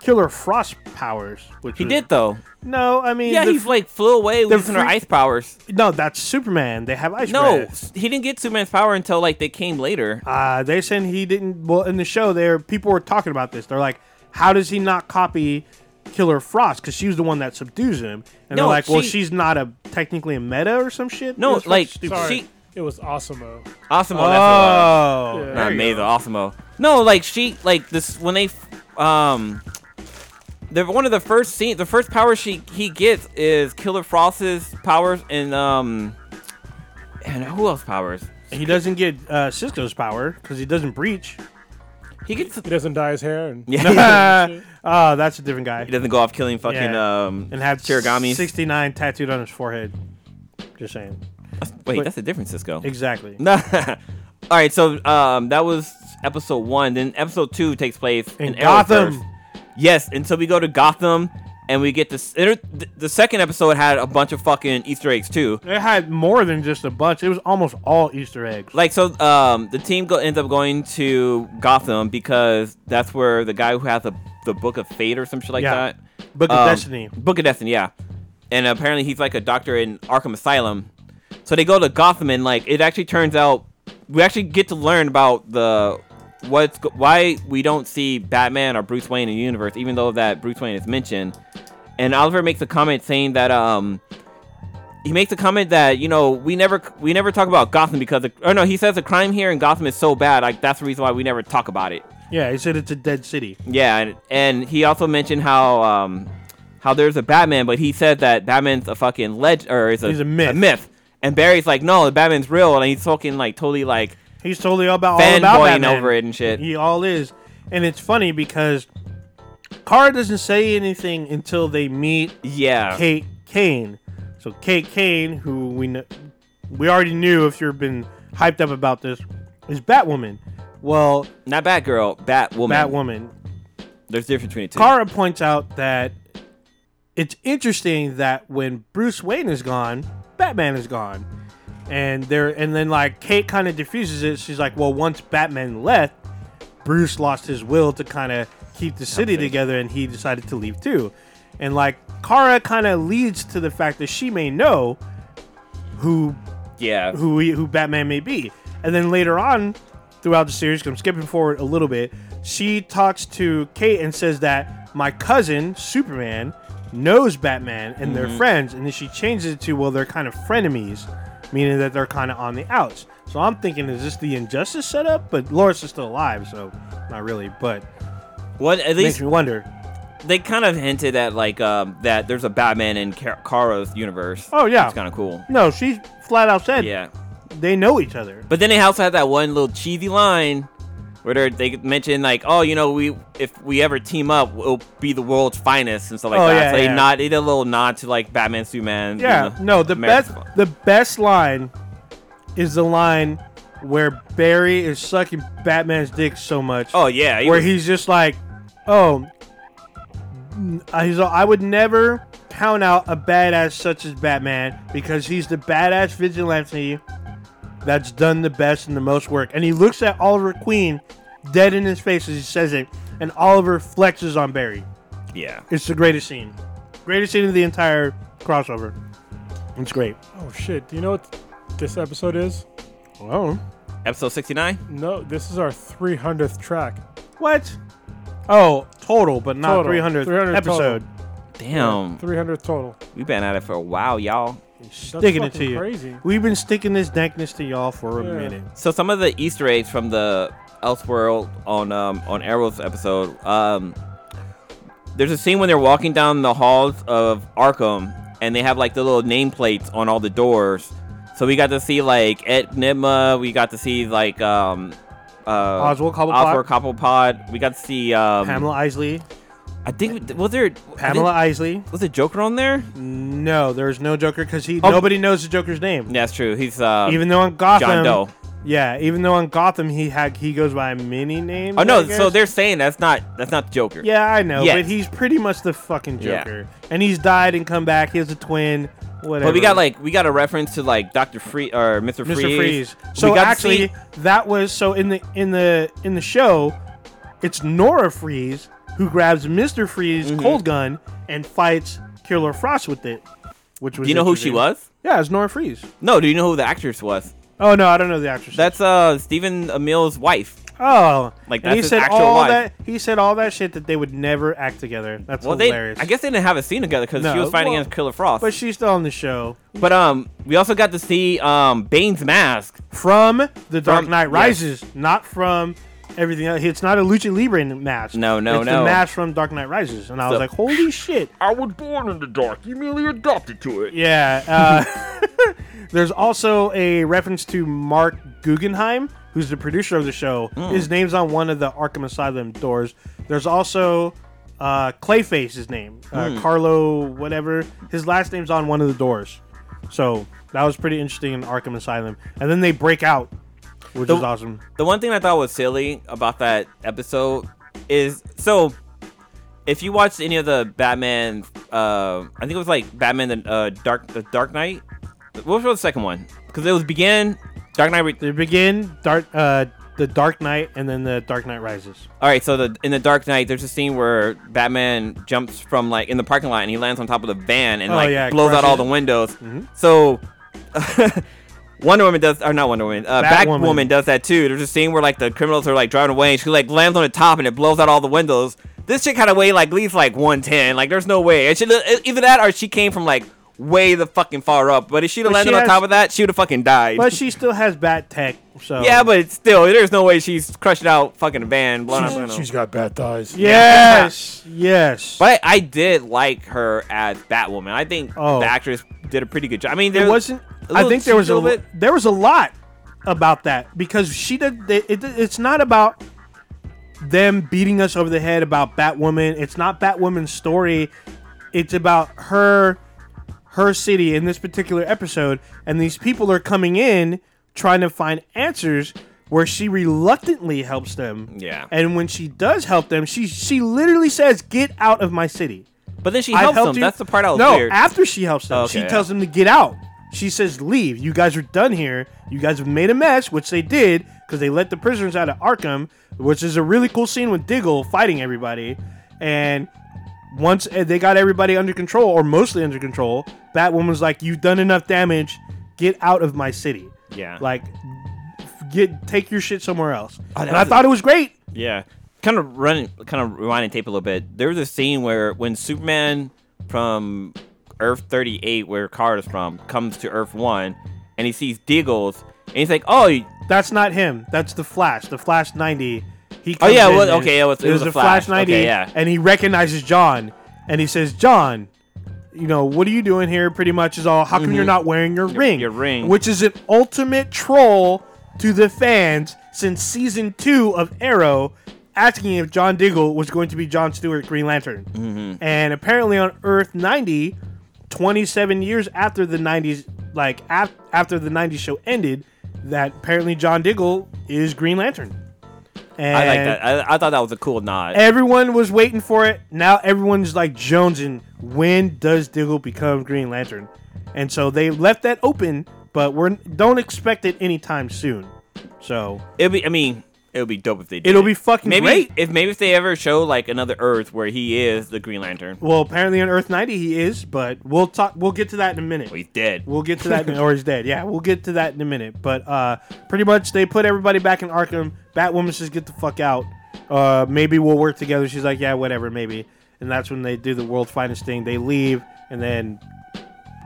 [SPEAKER 1] Killer Frost powers, which
[SPEAKER 2] he
[SPEAKER 1] was-
[SPEAKER 2] did though.
[SPEAKER 1] No, I mean,
[SPEAKER 2] Yeah,
[SPEAKER 1] the-
[SPEAKER 2] he's like flew away using her
[SPEAKER 1] freak-
[SPEAKER 2] ice powers.
[SPEAKER 1] no, that's Superman. They have ice.
[SPEAKER 2] No,
[SPEAKER 1] breath.
[SPEAKER 2] he didn't get Superman's power until like they came later.
[SPEAKER 1] Uh, they said he didn't. Well, in the show, there people were talking about this. They're like, "How does he not copy Killer Frost? Because she was the one that subdues him." And
[SPEAKER 2] No,
[SPEAKER 1] they're like, "Well,
[SPEAKER 2] she-
[SPEAKER 1] she's not a technically a meta or some shit."
[SPEAKER 2] No,
[SPEAKER 1] It was fucking
[SPEAKER 2] like,
[SPEAKER 1] stupid.
[SPEAKER 3] Sorry.
[SPEAKER 2] She-
[SPEAKER 3] it was Osimo.
[SPEAKER 2] Awesome.
[SPEAKER 1] Oh,
[SPEAKER 3] Yeah.
[SPEAKER 2] Not
[SPEAKER 1] there you go.
[SPEAKER 2] Maze, Osmo. No, like she, like this when they, f- um, the one of the first scene, the first power she he gets is Killer Frost's powers and um, and who else powers?
[SPEAKER 1] He doesn't get uh, Cisco's power because he doesn't breach.
[SPEAKER 2] He gets.
[SPEAKER 3] He doesn't dye his hair and
[SPEAKER 2] Yeah.
[SPEAKER 1] oh, that's a different guy.
[SPEAKER 2] he doesn't go off killing fucking
[SPEAKER 1] Yeah.
[SPEAKER 2] um
[SPEAKER 1] And have
[SPEAKER 2] Shirigami.
[SPEAKER 1] sixty nine tattooed on his forehead. Just saying.
[SPEAKER 2] Wait, that's a different Cisco.
[SPEAKER 1] Exactly.
[SPEAKER 2] All right, so um, that was episode one. Then episode two takes place
[SPEAKER 1] In
[SPEAKER 2] in, Arrowverse.
[SPEAKER 1] Gotham.
[SPEAKER 2] Yes, and so we go to Gotham, and we get this. It, the second episode had a bunch of fucking Easter eggs too.
[SPEAKER 1] It had more than just a bunch. It was almost all Easter eggs.
[SPEAKER 2] Like so, um, the team go- ends up going to Gotham because that's where the guy who has the the Book of Fate or some shit like
[SPEAKER 1] Yeah.
[SPEAKER 2] that.
[SPEAKER 1] Book of
[SPEAKER 2] Um,
[SPEAKER 1] Destiny.
[SPEAKER 2] Book of Destiny, yeah. And apparently he's like a doctor in Arkham Asylum. So they go to Gotham and like it actually turns out we actually get to learn about the what's go- why we don't see Batman or Bruce Wayne in the universe, even though that Bruce Wayne is mentioned. And Oliver makes a comment saying that um he makes a comment that you know we never we never talk about Gotham because the, oh no he says the crime here in Gotham is so bad like that's the reason why we never talk about it.
[SPEAKER 1] Yeah, he said it's a dead city.
[SPEAKER 2] Yeah, and, and he also mentioned how um, how there's a Batman, but he said that Batman's a fucking legend or is a,
[SPEAKER 1] He's a myth.
[SPEAKER 2] And Barry's like, no, the Batman's real, and he's fucking like totally like
[SPEAKER 1] He's totally all about all about
[SPEAKER 2] fanboying
[SPEAKER 1] Batman.
[SPEAKER 2] over it and shit.
[SPEAKER 1] He all is, and it's funny because Kara doesn't say anything until they meet
[SPEAKER 2] yeah,
[SPEAKER 1] Kate Kane. So Kate Kane, who we kn- we already knew if you've been hyped up about this, is Batwoman. Well,
[SPEAKER 2] not Batgirl, Batwoman.
[SPEAKER 1] Batwoman.
[SPEAKER 2] There's a difference between the two.
[SPEAKER 1] Kara points out that it's interesting that when Bruce Wayne is gone, Batman is gone. And there and then like Kate kind of diffuses it. She's like, "Well, once Batman left, Bruce lost his will to kind of keep the city together and he decided to leave too." And like Kara kind of leads to the fact that she may know who
[SPEAKER 2] yeah,
[SPEAKER 1] who he, who Batman may be. And then later on, throughout the series, 'cause I'm skipping forward a little bit. She talks to Kate and says that my cousin Superman knows Batman and they're friends, and then she changes it to well, they're kind of frenemies, meaning that they're kind of on the outs. So I'm thinking, is this the injustice setup? But Lois is still alive, so not really. But
[SPEAKER 2] what at
[SPEAKER 1] makes
[SPEAKER 2] least
[SPEAKER 1] me wonder.
[SPEAKER 2] they kind of hinted at like um, that there's a Batman in Kar- Kara's universe.
[SPEAKER 1] Oh, yeah.
[SPEAKER 2] it's kind of cool.
[SPEAKER 1] No, she flat out said
[SPEAKER 2] Yeah,
[SPEAKER 1] they know each other.
[SPEAKER 2] But then they also have that one little cheesy line where they're- they mention like, "Oh, you know, we if we ever team up, we'll be the world's finest" and stuff like
[SPEAKER 1] Oh,
[SPEAKER 2] that.
[SPEAKER 1] yeah,
[SPEAKER 2] so they
[SPEAKER 1] yeah.
[SPEAKER 2] nod, they did a little nod to like Batman, Superman. you
[SPEAKER 1] Yeah,
[SPEAKER 2] know,
[SPEAKER 1] no, the
[SPEAKER 2] America's
[SPEAKER 1] best
[SPEAKER 2] fu-
[SPEAKER 1] the best line is the line where Barry is sucking Batman's dick so much.
[SPEAKER 2] Oh yeah, he
[SPEAKER 1] where
[SPEAKER 2] was-
[SPEAKER 1] he's just like, oh, n- uh, he's all, I would never count out a badass such as Batman because he's the badass vigilante that's done the best and the most work. And he looks at Oliver Queen dead in his face as he says it, and Oliver flexes on Barry.
[SPEAKER 2] yeah.
[SPEAKER 1] It's the greatest scene. Greatest scene of the entire crossover. It's great.
[SPEAKER 3] Oh shit! Do you know what this episode is?
[SPEAKER 1] Oh.
[SPEAKER 2] Episode sixty nine.
[SPEAKER 3] No, this is our 300th track.
[SPEAKER 1] What? Oh, total, but not
[SPEAKER 3] Total.
[SPEAKER 1] 300,
[SPEAKER 3] 300
[SPEAKER 1] episode.
[SPEAKER 2] Damn,
[SPEAKER 3] 300th total.
[SPEAKER 2] we've been at it for a while, y'all.
[SPEAKER 3] That's
[SPEAKER 1] Sticking it to
[SPEAKER 3] fucking
[SPEAKER 1] you.
[SPEAKER 3] Crazy.
[SPEAKER 1] We've been sticking this dankness to y'all for a
[SPEAKER 3] Yeah.
[SPEAKER 1] minute.
[SPEAKER 2] So some of the Easter eggs from the Elseworld on um, on Arrow's episode. Um, there's a scene when they're walking down the halls of Arkham, and they have like the little nameplates on all the doors. So we got to see like Ed Nitma. We got to see like um, uh,
[SPEAKER 1] Oswald Cobblepot.
[SPEAKER 2] Oswald Cobblepot. We got to see um,
[SPEAKER 1] Pamela Isley.
[SPEAKER 2] I think was there I think-
[SPEAKER 1] Pamela Isley.
[SPEAKER 2] was the Joker on there?
[SPEAKER 1] No, there's no Joker because he
[SPEAKER 2] Oh.
[SPEAKER 1] nobody knows the Joker's name.
[SPEAKER 2] Yeah, that's true. He's uh,
[SPEAKER 1] Even though on Gotham,
[SPEAKER 2] John Doe.
[SPEAKER 1] yeah, even though on Gotham he had he goes by many names.
[SPEAKER 2] Oh
[SPEAKER 1] I
[SPEAKER 2] no!
[SPEAKER 1] guess.
[SPEAKER 2] So they're saying that's not that's not the Joker.
[SPEAKER 1] Yeah, I know,
[SPEAKER 2] Yes.
[SPEAKER 1] but he's pretty much the fucking
[SPEAKER 2] Yeah.
[SPEAKER 1] Joker, and he's died and come back. He has a twin. Whatever.
[SPEAKER 2] But we got like we got a reference to like Doctor Free or Mister Freeze.
[SPEAKER 1] Mr. Freeze.
[SPEAKER 2] We
[SPEAKER 1] So
[SPEAKER 2] got to
[SPEAKER 1] actually,
[SPEAKER 2] see-
[SPEAKER 1] that was so in the in the in the show, it's Nora Freeze who grabs Mr. Freeze
[SPEAKER 2] Mm-hmm.
[SPEAKER 1] cold gun and fights Killer Frost with it. Which was
[SPEAKER 2] do you know who she
[SPEAKER 1] interesting.
[SPEAKER 2] was?
[SPEAKER 1] Yeah, it's Nora Freeze.
[SPEAKER 2] No, do you know who the actress was?
[SPEAKER 1] Oh no, I don't know the actress.
[SPEAKER 2] That's uh Stephen Emil's wife.
[SPEAKER 1] oh,
[SPEAKER 2] Like,
[SPEAKER 1] and
[SPEAKER 2] that's
[SPEAKER 1] he
[SPEAKER 2] his
[SPEAKER 1] said
[SPEAKER 2] actual
[SPEAKER 1] all
[SPEAKER 2] wife.
[SPEAKER 1] that he said all that shit that they would never act together. That's
[SPEAKER 2] Well, they
[SPEAKER 1] hilarious.
[SPEAKER 2] I guess they didn't have a scene together because she
[SPEAKER 1] No,
[SPEAKER 2] was fighting
[SPEAKER 1] well-
[SPEAKER 2] against Killer Frost.
[SPEAKER 1] but
[SPEAKER 2] But,
[SPEAKER 1] she's still on the show
[SPEAKER 2] um, we also got to see um Bane's mask.
[SPEAKER 1] from The Dark
[SPEAKER 2] From-
[SPEAKER 1] Knight
[SPEAKER 2] yes.
[SPEAKER 1] Rises, not from everything else. It's not a Lucha Libre mask.
[SPEAKER 2] No, no,
[SPEAKER 1] it's
[SPEAKER 2] no.
[SPEAKER 1] The mask from Dark Knight Rises, and I was
[SPEAKER 2] So-
[SPEAKER 1] like, holy shit.
[SPEAKER 4] I was born in the dark. You merely adopted to it.
[SPEAKER 1] Yeah. Uh, there's also a reference to Mark Guggenheim, who's the producer of the show.
[SPEAKER 2] Hmm.
[SPEAKER 1] His name's on one of the Arkham Asylum doors. There's also uh, Clayface, his name, uh,
[SPEAKER 2] Hmm.
[SPEAKER 1] Carlo, whatever. His last name's on one of the doors. So that was pretty interesting in Arkham Asylum. And then they break out, which
[SPEAKER 2] The-
[SPEAKER 1] is awesome.
[SPEAKER 2] The one thing I thought was silly about that episode is so if you watched any of the Batman uh, I think it was like Batman the uh, Dark the Dark Knight. What was the second one? Because it was Begin, Dark Knight. Re-
[SPEAKER 1] They begin dark, uh, the Dark Knight, and then the Dark Knight Rises.
[SPEAKER 2] All right, so the in the Dark Knight, there's a scene where Batman jumps from like in the parking lot and he lands on top of the van and
[SPEAKER 1] Oh,
[SPEAKER 2] like
[SPEAKER 1] yeah,
[SPEAKER 2] blows out all the
[SPEAKER 1] crushes. Mm-hmm.
[SPEAKER 2] windows. So Wonder Woman does, or not Wonder Woman, uh,
[SPEAKER 1] Batwoman.
[SPEAKER 2] Batwoman. does that too. There's a scene where like the criminals are like driving away and she like lands on the top and it blows out all the windows. This chick had a weigh like at least like 110. Like there's no way. And she uh, either that or she came from like way the fucking far up. But if she'd
[SPEAKER 1] But
[SPEAKER 2] have
[SPEAKER 1] she
[SPEAKER 2] landed on
[SPEAKER 1] has-
[SPEAKER 2] top of that, she would have fucking died.
[SPEAKER 1] But she still has bat tech, so
[SPEAKER 2] yeah, but it's still, there's no way she's crushing out fucking van, blowing up
[SPEAKER 5] She's,
[SPEAKER 2] windows.
[SPEAKER 5] she's got bad thighs.
[SPEAKER 1] yes, yes.
[SPEAKER 2] But I, I did like her as Batwoman. I think
[SPEAKER 1] Oh.
[SPEAKER 2] the actress did a pretty good job. I mean,
[SPEAKER 1] it
[SPEAKER 2] there
[SPEAKER 1] wasn't.
[SPEAKER 2] a
[SPEAKER 1] I
[SPEAKER 2] little
[SPEAKER 1] think there was a
[SPEAKER 2] cheesy
[SPEAKER 1] lo-
[SPEAKER 2] bit.
[SPEAKER 1] there was a lot about that because she did. They, it, it's not about them beating us over the head about Batwoman. It's not Batwoman's story. It's about her, her city in this particular episode, and these people are coming in trying to find answers where she reluctantly helps them.
[SPEAKER 2] Yeah.
[SPEAKER 1] And when she does help them, she she literally says, "Get out of my city."
[SPEAKER 2] But then she
[SPEAKER 1] I've
[SPEAKER 2] helps
[SPEAKER 1] helped
[SPEAKER 2] them.
[SPEAKER 1] you-
[SPEAKER 2] That's the part I was
[SPEAKER 1] no,
[SPEAKER 2] weird.
[SPEAKER 1] after she helps them,
[SPEAKER 2] Okay,
[SPEAKER 1] she
[SPEAKER 2] yeah.
[SPEAKER 1] tells them to get out. She says, "Leave. You guys are done here. You guys have made a mess," which they did because they let the prisoners out of Arkham, which is a really cool scene with Diggle fighting everybody. And once eh, they got everybody under control, or mostly under control, Batwoman's like, "You've done enough damage. Get out of my city."
[SPEAKER 2] Yeah.
[SPEAKER 1] like f- get take your shit somewhere else.
[SPEAKER 2] Oh, that
[SPEAKER 1] and I
[SPEAKER 2] was a-
[SPEAKER 1] thought it was great.
[SPEAKER 2] yeah. Kind of running, kind of rewinding tape a little bit. There was a scene where when Superman from Earth 38, where Kara is from, comes to Earth 1 and he sees Diggles and he's like, oh, y-
[SPEAKER 1] That's not him. That's the Flash. The Flash ninety. He.
[SPEAKER 2] Oh, yeah,
[SPEAKER 1] comes in
[SPEAKER 2] well,
[SPEAKER 1] and-
[SPEAKER 2] okay, yeah, it was- it was
[SPEAKER 1] the
[SPEAKER 2] the
[SPEAKER 1] Flash,
[SPEAKER 2] Flash.
[SPEAKER 1] ninety.
[SPEAKER 2] Okay, yeah.
[SPEAKER 1] And he recognizes John, and he says, "John, you know what are you doing here?" Pretty much is all. How come you're not wearing your, ring?
[SPEAKER 2] Mm-hmm. your ring.
[SPEAKER 1] which is an ultimate troll to the fans since season two of Arrow. Asking if John Diggle was going to be John Stewart Green Lantern.
[SPEAKER 2] Mm-hmm.
[SPEAKER 1] And apparently on Earth 90, 27 years after the 90s like af- after the 90s show ended that apparently john diggle is green lantern and
[SPEAKER 2] I like that. I, I thought that was a cool nod.
[SPEAKER 1] everyone was waiting for it now everyone's like jonesing when does diggle become green lantern and so they left that open but we're don't expect it anytime soon so
[SPEAKER 2] It'll be, I mean, it'll be dope if they did.
[SPEAKER 1] it'll
[SPEAKER 2] it.
[SPEAKER 1] be fucking
[SPEAKER 2] Maybe
[SPEAKER 1] great
[SPEAKER 2] if maybe if they ever show like another Earth where he is the Green Lantern,
[SPEAKER 1] well apparently on earth 90 he is but we'll talk we'll get to that in a minute
[SPEAKER 2] well, he's dead.
[SPEAKER 1] We'll get to that, in, or he's dead. Yeah, we'll get to that in a minute. But uh, pretty much, they put everybody back in Arkham. Batwoman says, "Get the fuck out." Uh, maybe we'll work together. She's like, "Yeah, whatever, maybe." And that's when they do the world's finest thing. They leave, and then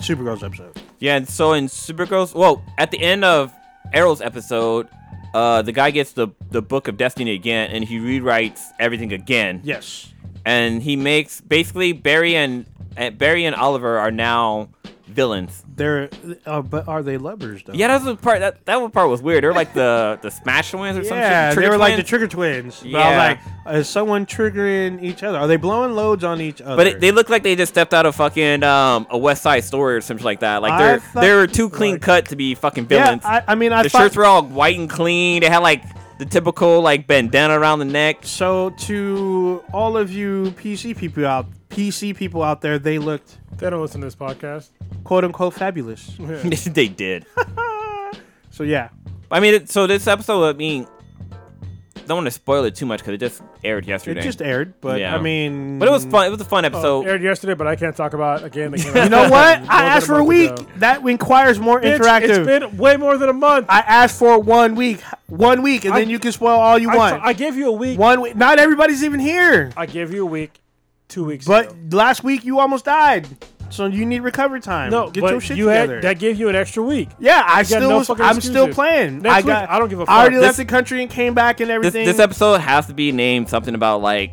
[SPEAKER 1] Supergirl's episode.
[SPEAKER 2] Yeah, and so in Supergirl's well, at the end of Arrow's episode, uh, the guy gets the the Book of Destiny again, and he rewrites everything again.
[SPEAKER 1] Yes,
[SPEAKER 2] and he makes basically Barry and uh, Barry and Oliver are now villains.
[SPEAKER 1] they're uh, but are they lovers though?
[SPEAKER 2] Yeah, that's the part that that one part was weird. They're like the the Smash twins or something.
[SPEAKER 1] Yeah, they were like the Trigger Twins. But
[SPEAKER 2] Yeah.
[SPEAKER 1] I was like, is someone triggering each other? Are they blowing loads on each other?
[SPEAKER 2] But it, they look like they just stepped out of fucking um, a West Side Story or something like that. Like
[SPEAKER 1] I
[SPEAKER 2] they're
[SPEAKER 1] thought-
[SPEAKER 2] they were too clean cut to be fucking
[SPEAKER 1] yeah,
[SPEAKER 2] villains.
[SPEAKER 1] I, I mean, I
[SPEAKER 2] the
[SPEAKER 1] thought
[SPEAKER 2] shirts were all white and clean. They had like the typical like bandana around the neck.
[SPEAKER 1] So to all of you PC people out PC people out there, they looked
[SPEAKER 3] They don't listen to this podcast.
[SPEAKER 1] quote unquote fabulous.
[SPEAKER 2] they did.
[SPEAKER 1] So yeah.
[SPEAKER 2] I mean, it- so this episode, I mean, don't want to spoil it too much because it just aired
[SPEAKER 1] It
[SPEAKER 2] yesterday.
[SPEAKER 1] just Oh, aired, but
[SPEAKER 2] Yeah.
[SPEAKER 1] I mean
[SPEAKER 2] but it was fun. It was a fun
[SPEAKER 3] So
[SPEAKER 2] episode.
[SPEAKER 3] aired yesterday, but I can't talk about a game that came
[SPEAKER 1] You
[SPEAKER 3] out.
[SPEAKER 1] know what? I
[SPEAKER 3] than
[SPEAKER 1] asked
[SPEAKER 3] a
[SPEAKER 1] for a
[SPEAKER 3] month
[SPEAKER 1] week.
[SPEAKER 3] ago.
[SPEAKER 1] That inquires more
[SPEAKER 3] Bitch,
[SPEAKER 1] interactive.
[SPEAKER 3] It's been way more than a month.
[SPEAKER 1] I asked for one week. One week, and
[SPEAKER 3] I-
[SPEAKER 1] then you can spoil all you
[SPEAKER 3] I,
[SPEAKER 1] want.
[SPEAKER 3] I gave you a week.
[SPEAKER 1] one week. Not everybody's even here.
[SPEAKER 3] I gave you a week, two weeks. ago.
[SPEAKER 1] But last week you almost died. So you need recovery time.
[SPEAKER 3] no,
[SPEAKER 1] get
[SPEAKER 3] but
[SPEAKER 1] your shit
[SPEAKER 3] you
[SPEAKER 1] together.
[SPEAKER 3] had that gave you an extra week.
[SPEAKER 1] yeah, I
[SPEAKER 3] got
[SPEAKER 1] still
[SPEAKER 3] no
[SPEAKER 1] was,
[SPEAKER 3] fucking
[SPEAKER 1] I'm still
[SPEAKER 3] excuses.
[SPEAKER 1] playing.
[SPEAKER 3] Next
[SPEAKER 1] I
[SPEAKER 3] week,
[SPEAKER 1] got
[SPEAKER 3] I don't give a
[SPEAKER 1] I already
[SPEAKER 3] fuck.
[SPEAKER 1] left
[SPEAKER 2] This-
[SPEAKER 1] the country and came back and
[SPEAKER 2] this,
[SPEAKER 1] everything.
[SPEAKER 2] this episode has to be named something about like.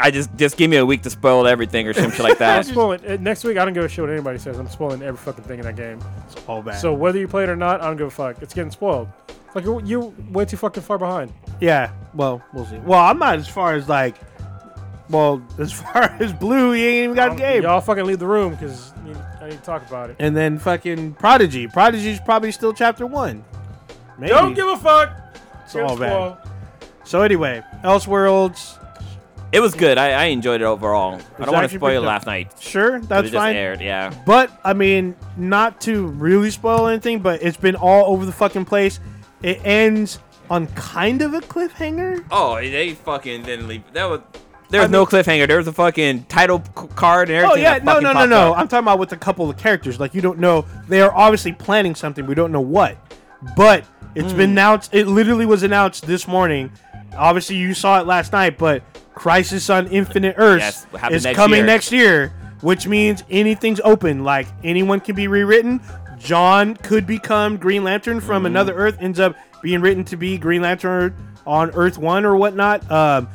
[SPEAKER 2] I just just give me a week to spoil everything or something like
[SPEAKER 3] I'm
[SPEAKER 2] that.
[SPEAKER 3] spoiling. uh, Next week, I don't give a shit what anybody says. I'm spoiling every fucking thing in that game.
[SPEAKER 1] all bad.
[SPEAKER 3] So whether you play it or not, I don't give a fuck. It's getting spoiled. Like you're, you're way too fucking far behind.
[SPEAKER 1] Yeah, well, we'll see. Well, I'm not as far as like, well, as far as blue, he ain't even got a game.
[SPEAKER 3] Y'all fucking leave the room because I need to talk about it.
[SPEAKER 1] And then fucking Prodigy. Prodigy's probably still chapter one. Maybe.
[SPEAKER 3] Don't give a fuck. It's
[SPEAKER 1] all bad. so anyway, Elseworlds.
[SPEAKER 2] It was good. I, I enjoyed it overall. I
[SPEAKER 1] It's
[SPEAKER 2] don't want to
[SPEAKER 1] actually
[SPEAKER 2] spoil
[SPEAKER 1] picked up.
[SPEAKER 2] last night.
[SPEAKER 1] Sure, that's
[SPEAKER 2] it just
[SPEAKER 1] fine.
[SPEAKER 2] aired. Yeah.
[SPEAKER 1] But I mean, not to really spoil anything, but it's been all over the fucking place. It ends on kind of a cliffhanger.
[SPEAKER 2] Oh, they fucking didn't leave. That was there was no cliffhanger. There was a fucking title c- card and
[SPEAKER 1] Oh
[SPEAKER 2] everything.
[SPEAKER 1] yeah,
[SPEAKER 2] that
[SPEAKER 1] no,
[SPEAKER 2] fucking
[SPEAKER 1] no, no,
[SPEAKER 2] popped
[SPEAKER 1] no.
[SPEAKER 2] up.
[SPEAKER 1] I'm talking about with a couple of characters. Like you don't know they are obviously planning something. We don't know what, but it's
[SPEAKER 2] Hmm.
[SPEAKER 1] been announced. It literally was announced this morning. Obviously, you saw it last night, but Crisis on Infinite Earth
[SPEAKER 2] Yes, will happen
[SPEAKER 1] is
[SPEAKER 2] next
[SPEAKER 1] coming
[SPEAKER 2] year.
[SPEAKER 1] next year, which means anything's open. Like anyone can be rewritten. John could become Green Lantern from
[SPEAKER 2] Hmm.
[SPEAKER 1] another Earth. Ends up being written to be Green Lantern on Earth One or whatnot. Um,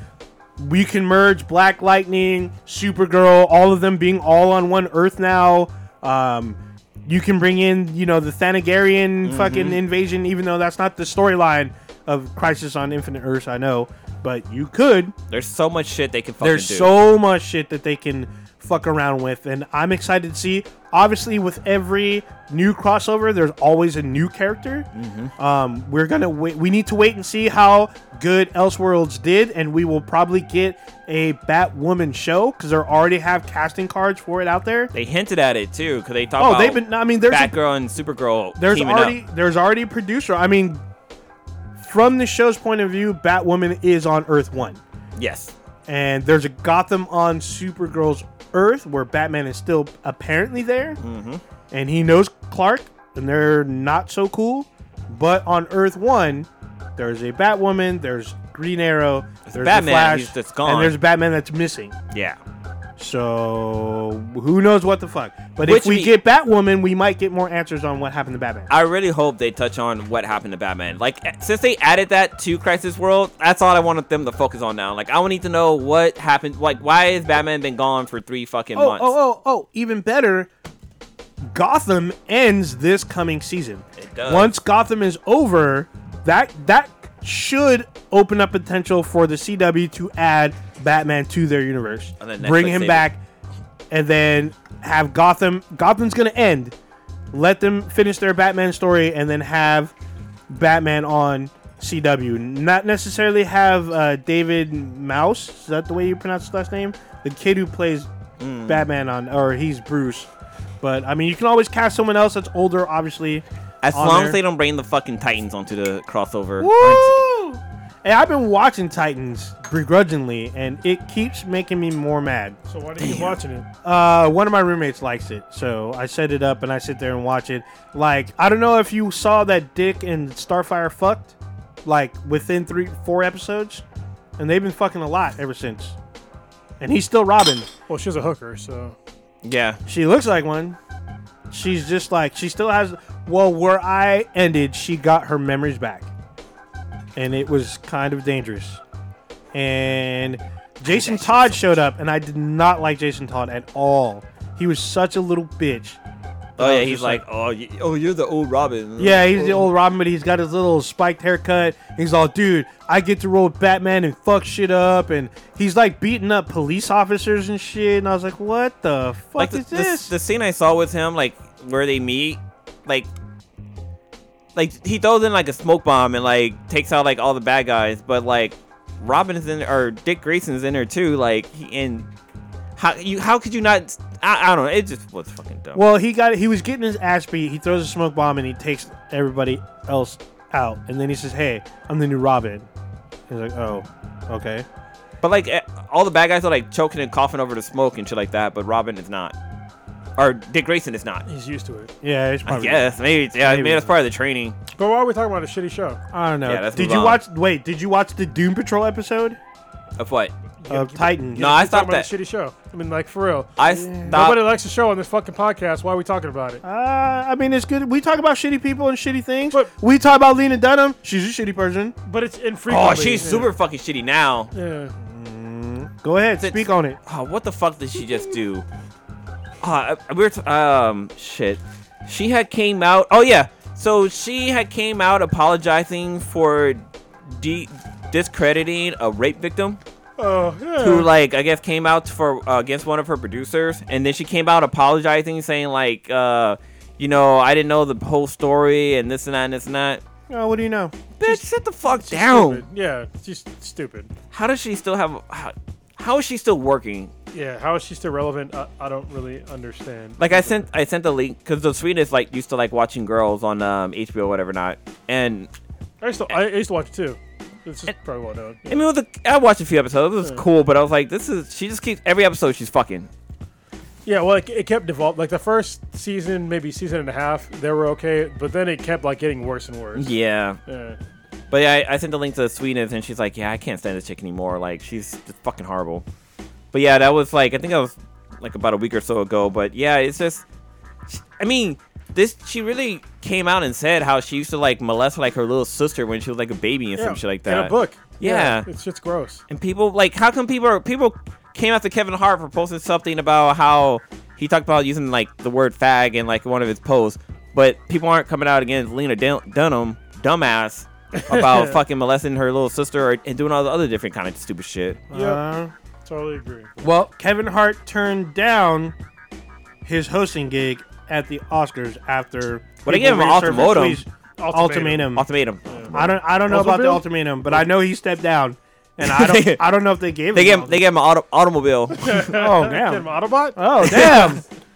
[SPEAKER 1] we can merge Black Lightning, Supergirl, all of them being all on one Earth now. Um, you can bring in, you know, the Thanagarian fucking invasion, even though that's not the storyline of Crisis on Infinite Earths, I know, but you could.
[SPEAKER 2] There's so much shit they can fucking
[SPEAKER 1] There's
[SPEAKER 2] do.
[SPEAKER 1] so much shit that they can fuck around with, and I'm excited to see. Obviously, with every new crossover, there's always a new character.
[SPEAKER 2] Mm-hmm.
[SPEAKER 1] Um, we're gonna wait. We need to wait and see how good Elseworlds did, and we will probably get a Batwoman show because they already have casting cards for it out there.
[SPEAKER 2] they hinted at it too because they talk
[SPEAKER 1] Oh,
[SPEAKER 2] about
[SPEAKER 1] they've been. I mean, there's a-
[SPEAKER 2] Batgirl and Supergirl
[SPEAKER 1] there's
[SPEAKER 2] teaming
[SPEAKER 1] already
[SPEAKER 2] up.
[SPEAKER 1] there's already a producer. I mean, from the show's point of view, Batwoman is on Earth One.
[SPEAKER 2] Yes.
[SPEAKER 1] and there's a Gotham on Supergirl's Earth where Batman is still apparently there,
[SPEAKER 2] Mm-hmm.
[SPEAKER 1] and he knows Clark, and they're not so cool. But on Earth One, there's a Batwoman, there's Green Arrow, there's
[SPEAKER 2] Batman,
[SPEAKER 1] the
[SPEAKER 2] he's
[SPEAKER 1] Flash,
[SPEAKER 2] just gone.
[SPEAKER 1] and there's Batman that's missing.
[SPEAKER 2] Yeah.
[SPEAKER 1] So who knows what the fuck? But
[SPEAKER 2] Which
[SPEAKER 1] if we
[SPEAKER 2] we-
[SPEAKER 1] get Batwoman, we might get more answers on what happened to Batman.
[SPEAKER 2] I really hope they touch on what happened to Batman. Like eh, since they added that to Crisis World, that's all I wanted them to focus on now. Like I need to know what happened. Like why has Batman been gone for three fucking
[SPEAKER 1] oh,
[SPEAKER 2] months?
[SPEAKER 1] oh, oh, oh, even better. Gotham ends this coming season.
[SPEAKER 2] It does.
[SPEAKER 1] Once Gotham is over, that that should open up potential for the CW to add Batman to their universe.
[SPEAKER 2] And then
[SPEAKER 1] Bring
[SPEAKER 2] Netflix
[SPEAKER 1] him
[SPEAKER 2] save
[SPEAKER 1] back and then have Gotham Gotham's going to end. Let them finish their Batman story and then have Batman on CW. Not necessarily have uh, David Mouse. Is that the way you pronounce his last name? The kid who plays
[SPEAKER 2] Mm.
[SPEAKER 1] Batman on, or he's Bruce. But I mean, you can always cast someone else that's older, obviously.
[SPEAKER 2] As
[SPEAKER 1] on
[SPEAKER 2] long
[SPEAKER 1] there.
[SPEAKER 2] as they don't bring the fucking Titans onto the crossover.
[SPEAKER 1] Woo! Hey, I've been watching Titans begrudgingly, and it keeps making me more mad.
[SPEAKER 3] So why do you keep watching it?
[SPEAKER 1] Uh, one of my roommates likes it, so I set it up and I sit there and watch it. Like, I don't know if you saw that Dick and Starfire fucked, like within three, four episodes, and they've been fucking a lot ever since. And he's still Robin.
[SPEAKER 3] Well, she's a hooker, so
[SPEAKER 2] Yeah.
[SPEAKER 1] She looks like one. She's just like she still has. Well, where I ended, she got her memories back, and it was kind of dangerous. And Jason Todd showed up, and I did not like Jason Todd at all. He was such a little bitch.
[SPEAKER 2] Oh yeah.
[SPEAKER 1] it's
[SPEAKER 2] He's
[SPEAKER 1] just
[SPEAKER 2] like, oh, you, oh, you're the old Robin.
[SPEAKER 1] Yeah, he's the old Robin, but he's got his little spiked haircut. He's all, dude, I get to roll with Batman and fuck shit up, and he's like beating up police officers and shit. And I was like, what the fuck
[SPEAKER 2] like the,
[SPEAKER 1] is
[SPEAKER 2] the,
[SPEAKER 1] this?
[SPEAKER 2] the scene I saw with him, like where they meet, like, like he throws in like a smoke bomb and like takes out like all the bad guys, but like Robin is in or Dick Grayson's in there too, like he and how you how could you not? I, I don't know. It just was fucking dumb.
[SPEAKER 1] Well, he got he was getting his ass beat. He throws a smoke bomb and he takes everybody else out. And then he says, "Hey, I'm the new Robin." He's like, "Oh, okay."
[SPEAKER 2] but like eh, all the bad guys are like choking and coughing over the smoke and shit like that, but Robin is not, or Dick Grayson is not.
[SPEAKER 3] he's used to it.
[SPEAKER 1] Yeah, it's
[SPEAKER 2] I
[SPEAKER 1] probably.
[SPEAKER 2] guess maybe yeah,
[SPEAKER 1] Maybe.
[SPEAKER 2] maybe that's part of the training.
[SPEAKER 3] But why are we talking about a shitty show?
[SPEAKER 1] I don't know.
[SPEAKER 2] Yeah, let's
[SPEAKER 1] did
[SPEAKER 2] move
[SPEAKER 1] you
[SPEAKER 2] on.
[SPEAKER 1] watch? Wait, did you watch the Doom Patrol episode
[SPEAKER 2] Of what?
[SPEAKER 1] of Titan?
[SPEAKER 2] No, I
[SPEAKER 3] We're talking
[SPEAKER 2] stopped
[SPEAKER 3] about
[SPEAKER 2] that.
[SPEAKER 3] a shitty show. I mean, like for real.
[SPEAKER 2] I stopped.
[SPEAKER 3] Nobody likes the show on this fucking podcast. Why are we talking about it?
[SPEAKER 1] Uh, I mean, it's good. We talk about shitty people and shitty things.
[SPEAKER 3] But-
[SPEAKER 1] we talk about Lena Dunham. She's a shitty person.
[SPEAKER 3] But it's infrequently.
[SPEAKER 2] oh, she's
[SPEAKER 3] yeah.
[SPEAKER 2] super fucking shitty now.
[SPEAKER 3] Yeah.
[SPEAKER 1] Go ahead,
[SPEAKER 2] It's-
[SPEAKER 1] speak on it.
[SPEAKER 2] Oh, what the fuck did she just do? Uh, we are t- um shit. She had came out. Oh yeah, so she had came out apologizing for de- discrediting a rape victim
[SPEAKER 3] Oh, yeah.
[SPEAKER 2] who like I guess came out for uh, against one of her producers, and then she came out apologizing, saying like uh you know I didn't know the whole story and this and that and this and that.
[SPEAKER 1] Oh, what do you know?
[SPEAKER 2] Bitch, sit the fuck
[SPEAKER 3] She's
[SPEAKER 2] down.
[SPEAKER 3] stupid. Yeah, she's stupid.
[SPEAKER 2] How does she still have? How, How is she still working?
[SPEAKER 3] Yeah, how is she still relevant? I, I don't really understand.
[SPEAKER 2] Like I sent, I sent the link because the Swedish like used to like watching girls on um, HBO, or whatever not. And
[SPEAKER 3] I used to, I used to watch it too. It's just probably well known.
[SPEAKER 2] I mean, it was a, I watched a few episodes. It
[SPEAKER 3] Hmm.
[SPEAKER 2] was cool, but I was like, this is. She just keeps every episode she's fucking.
[SPEAKER 3] Yeah, well, it, it kept devolving. Like the first season, maybe season and a half, they were okay, but then it kept like getting worse and worse.
[SPEAKER 2] Yeah,
[SPEAKER 3] Yeah.
[SPEAKER 2] but yeah, I, I sent the link to Swedish, and she's like, yeah, I can't stand this chick anymore. Like she's just fucking horrible. But yeah, that was like I think I was like about a week or so ago. But yeah, it's just. I mean, this she really came out and said how she used to like molest like her little sister when she was like a baby and
[SPEAKER 3] Yeah,
[SPEAKER 2] some shit like
[SPEAKER 3] in
[SPEAKER 2] that.
[SPEAKER 3] a book.
[SPEAKER 2] Yeah.
[SPEAKER 3] it's just gross.
[SPEAKER 2] And people like, how come people are, people came after Kevin Hart for posting something about how he talked about using like the word fag in like one of his posts, but people aren't coming out against Lena Dun- Dunham, dumbass, about fucking molesting her little sister or, and doing all the other different kind of stupid shit.
[SPEAKER 1] Uh,
[SPEAKER 3] Yeah, totally agree.
[SPEAKER 1] well, Kevin Hart turned down his hosting gig at the Oscars after.
[SPEAKER 2] But
[SPEAKER 1] people
[SPEAKER 2] they gave him an
[SPEAKER 1] resurfaced
[SPEAKER 2] ultimatum.
[SPEAKER 1] tweets- Ultimatum.
[SPEAKER 2] Ultimatum.
[SPEAKER 1] I don't. I don't know about the
[SPEAKER 3] Ultimatum?
[SPEAKER 1] ultimatum, but I know he stepped down, and I don't. I don't know if they gave.
[SPEAKER 2] They
[SPEAKER 1] him
[SPEAKER 2] gave
[SPEAKER 1] an
[SPEAKER 2] him, they gave him an auto- automobile.
[SPEAKER 1] ultimatum. Oh
[SPEAKER 3] Damn,
[SPEAKER 1] damn.
[SPEAKER 3] Autobot.
[SPEAKER 1] Oh damn.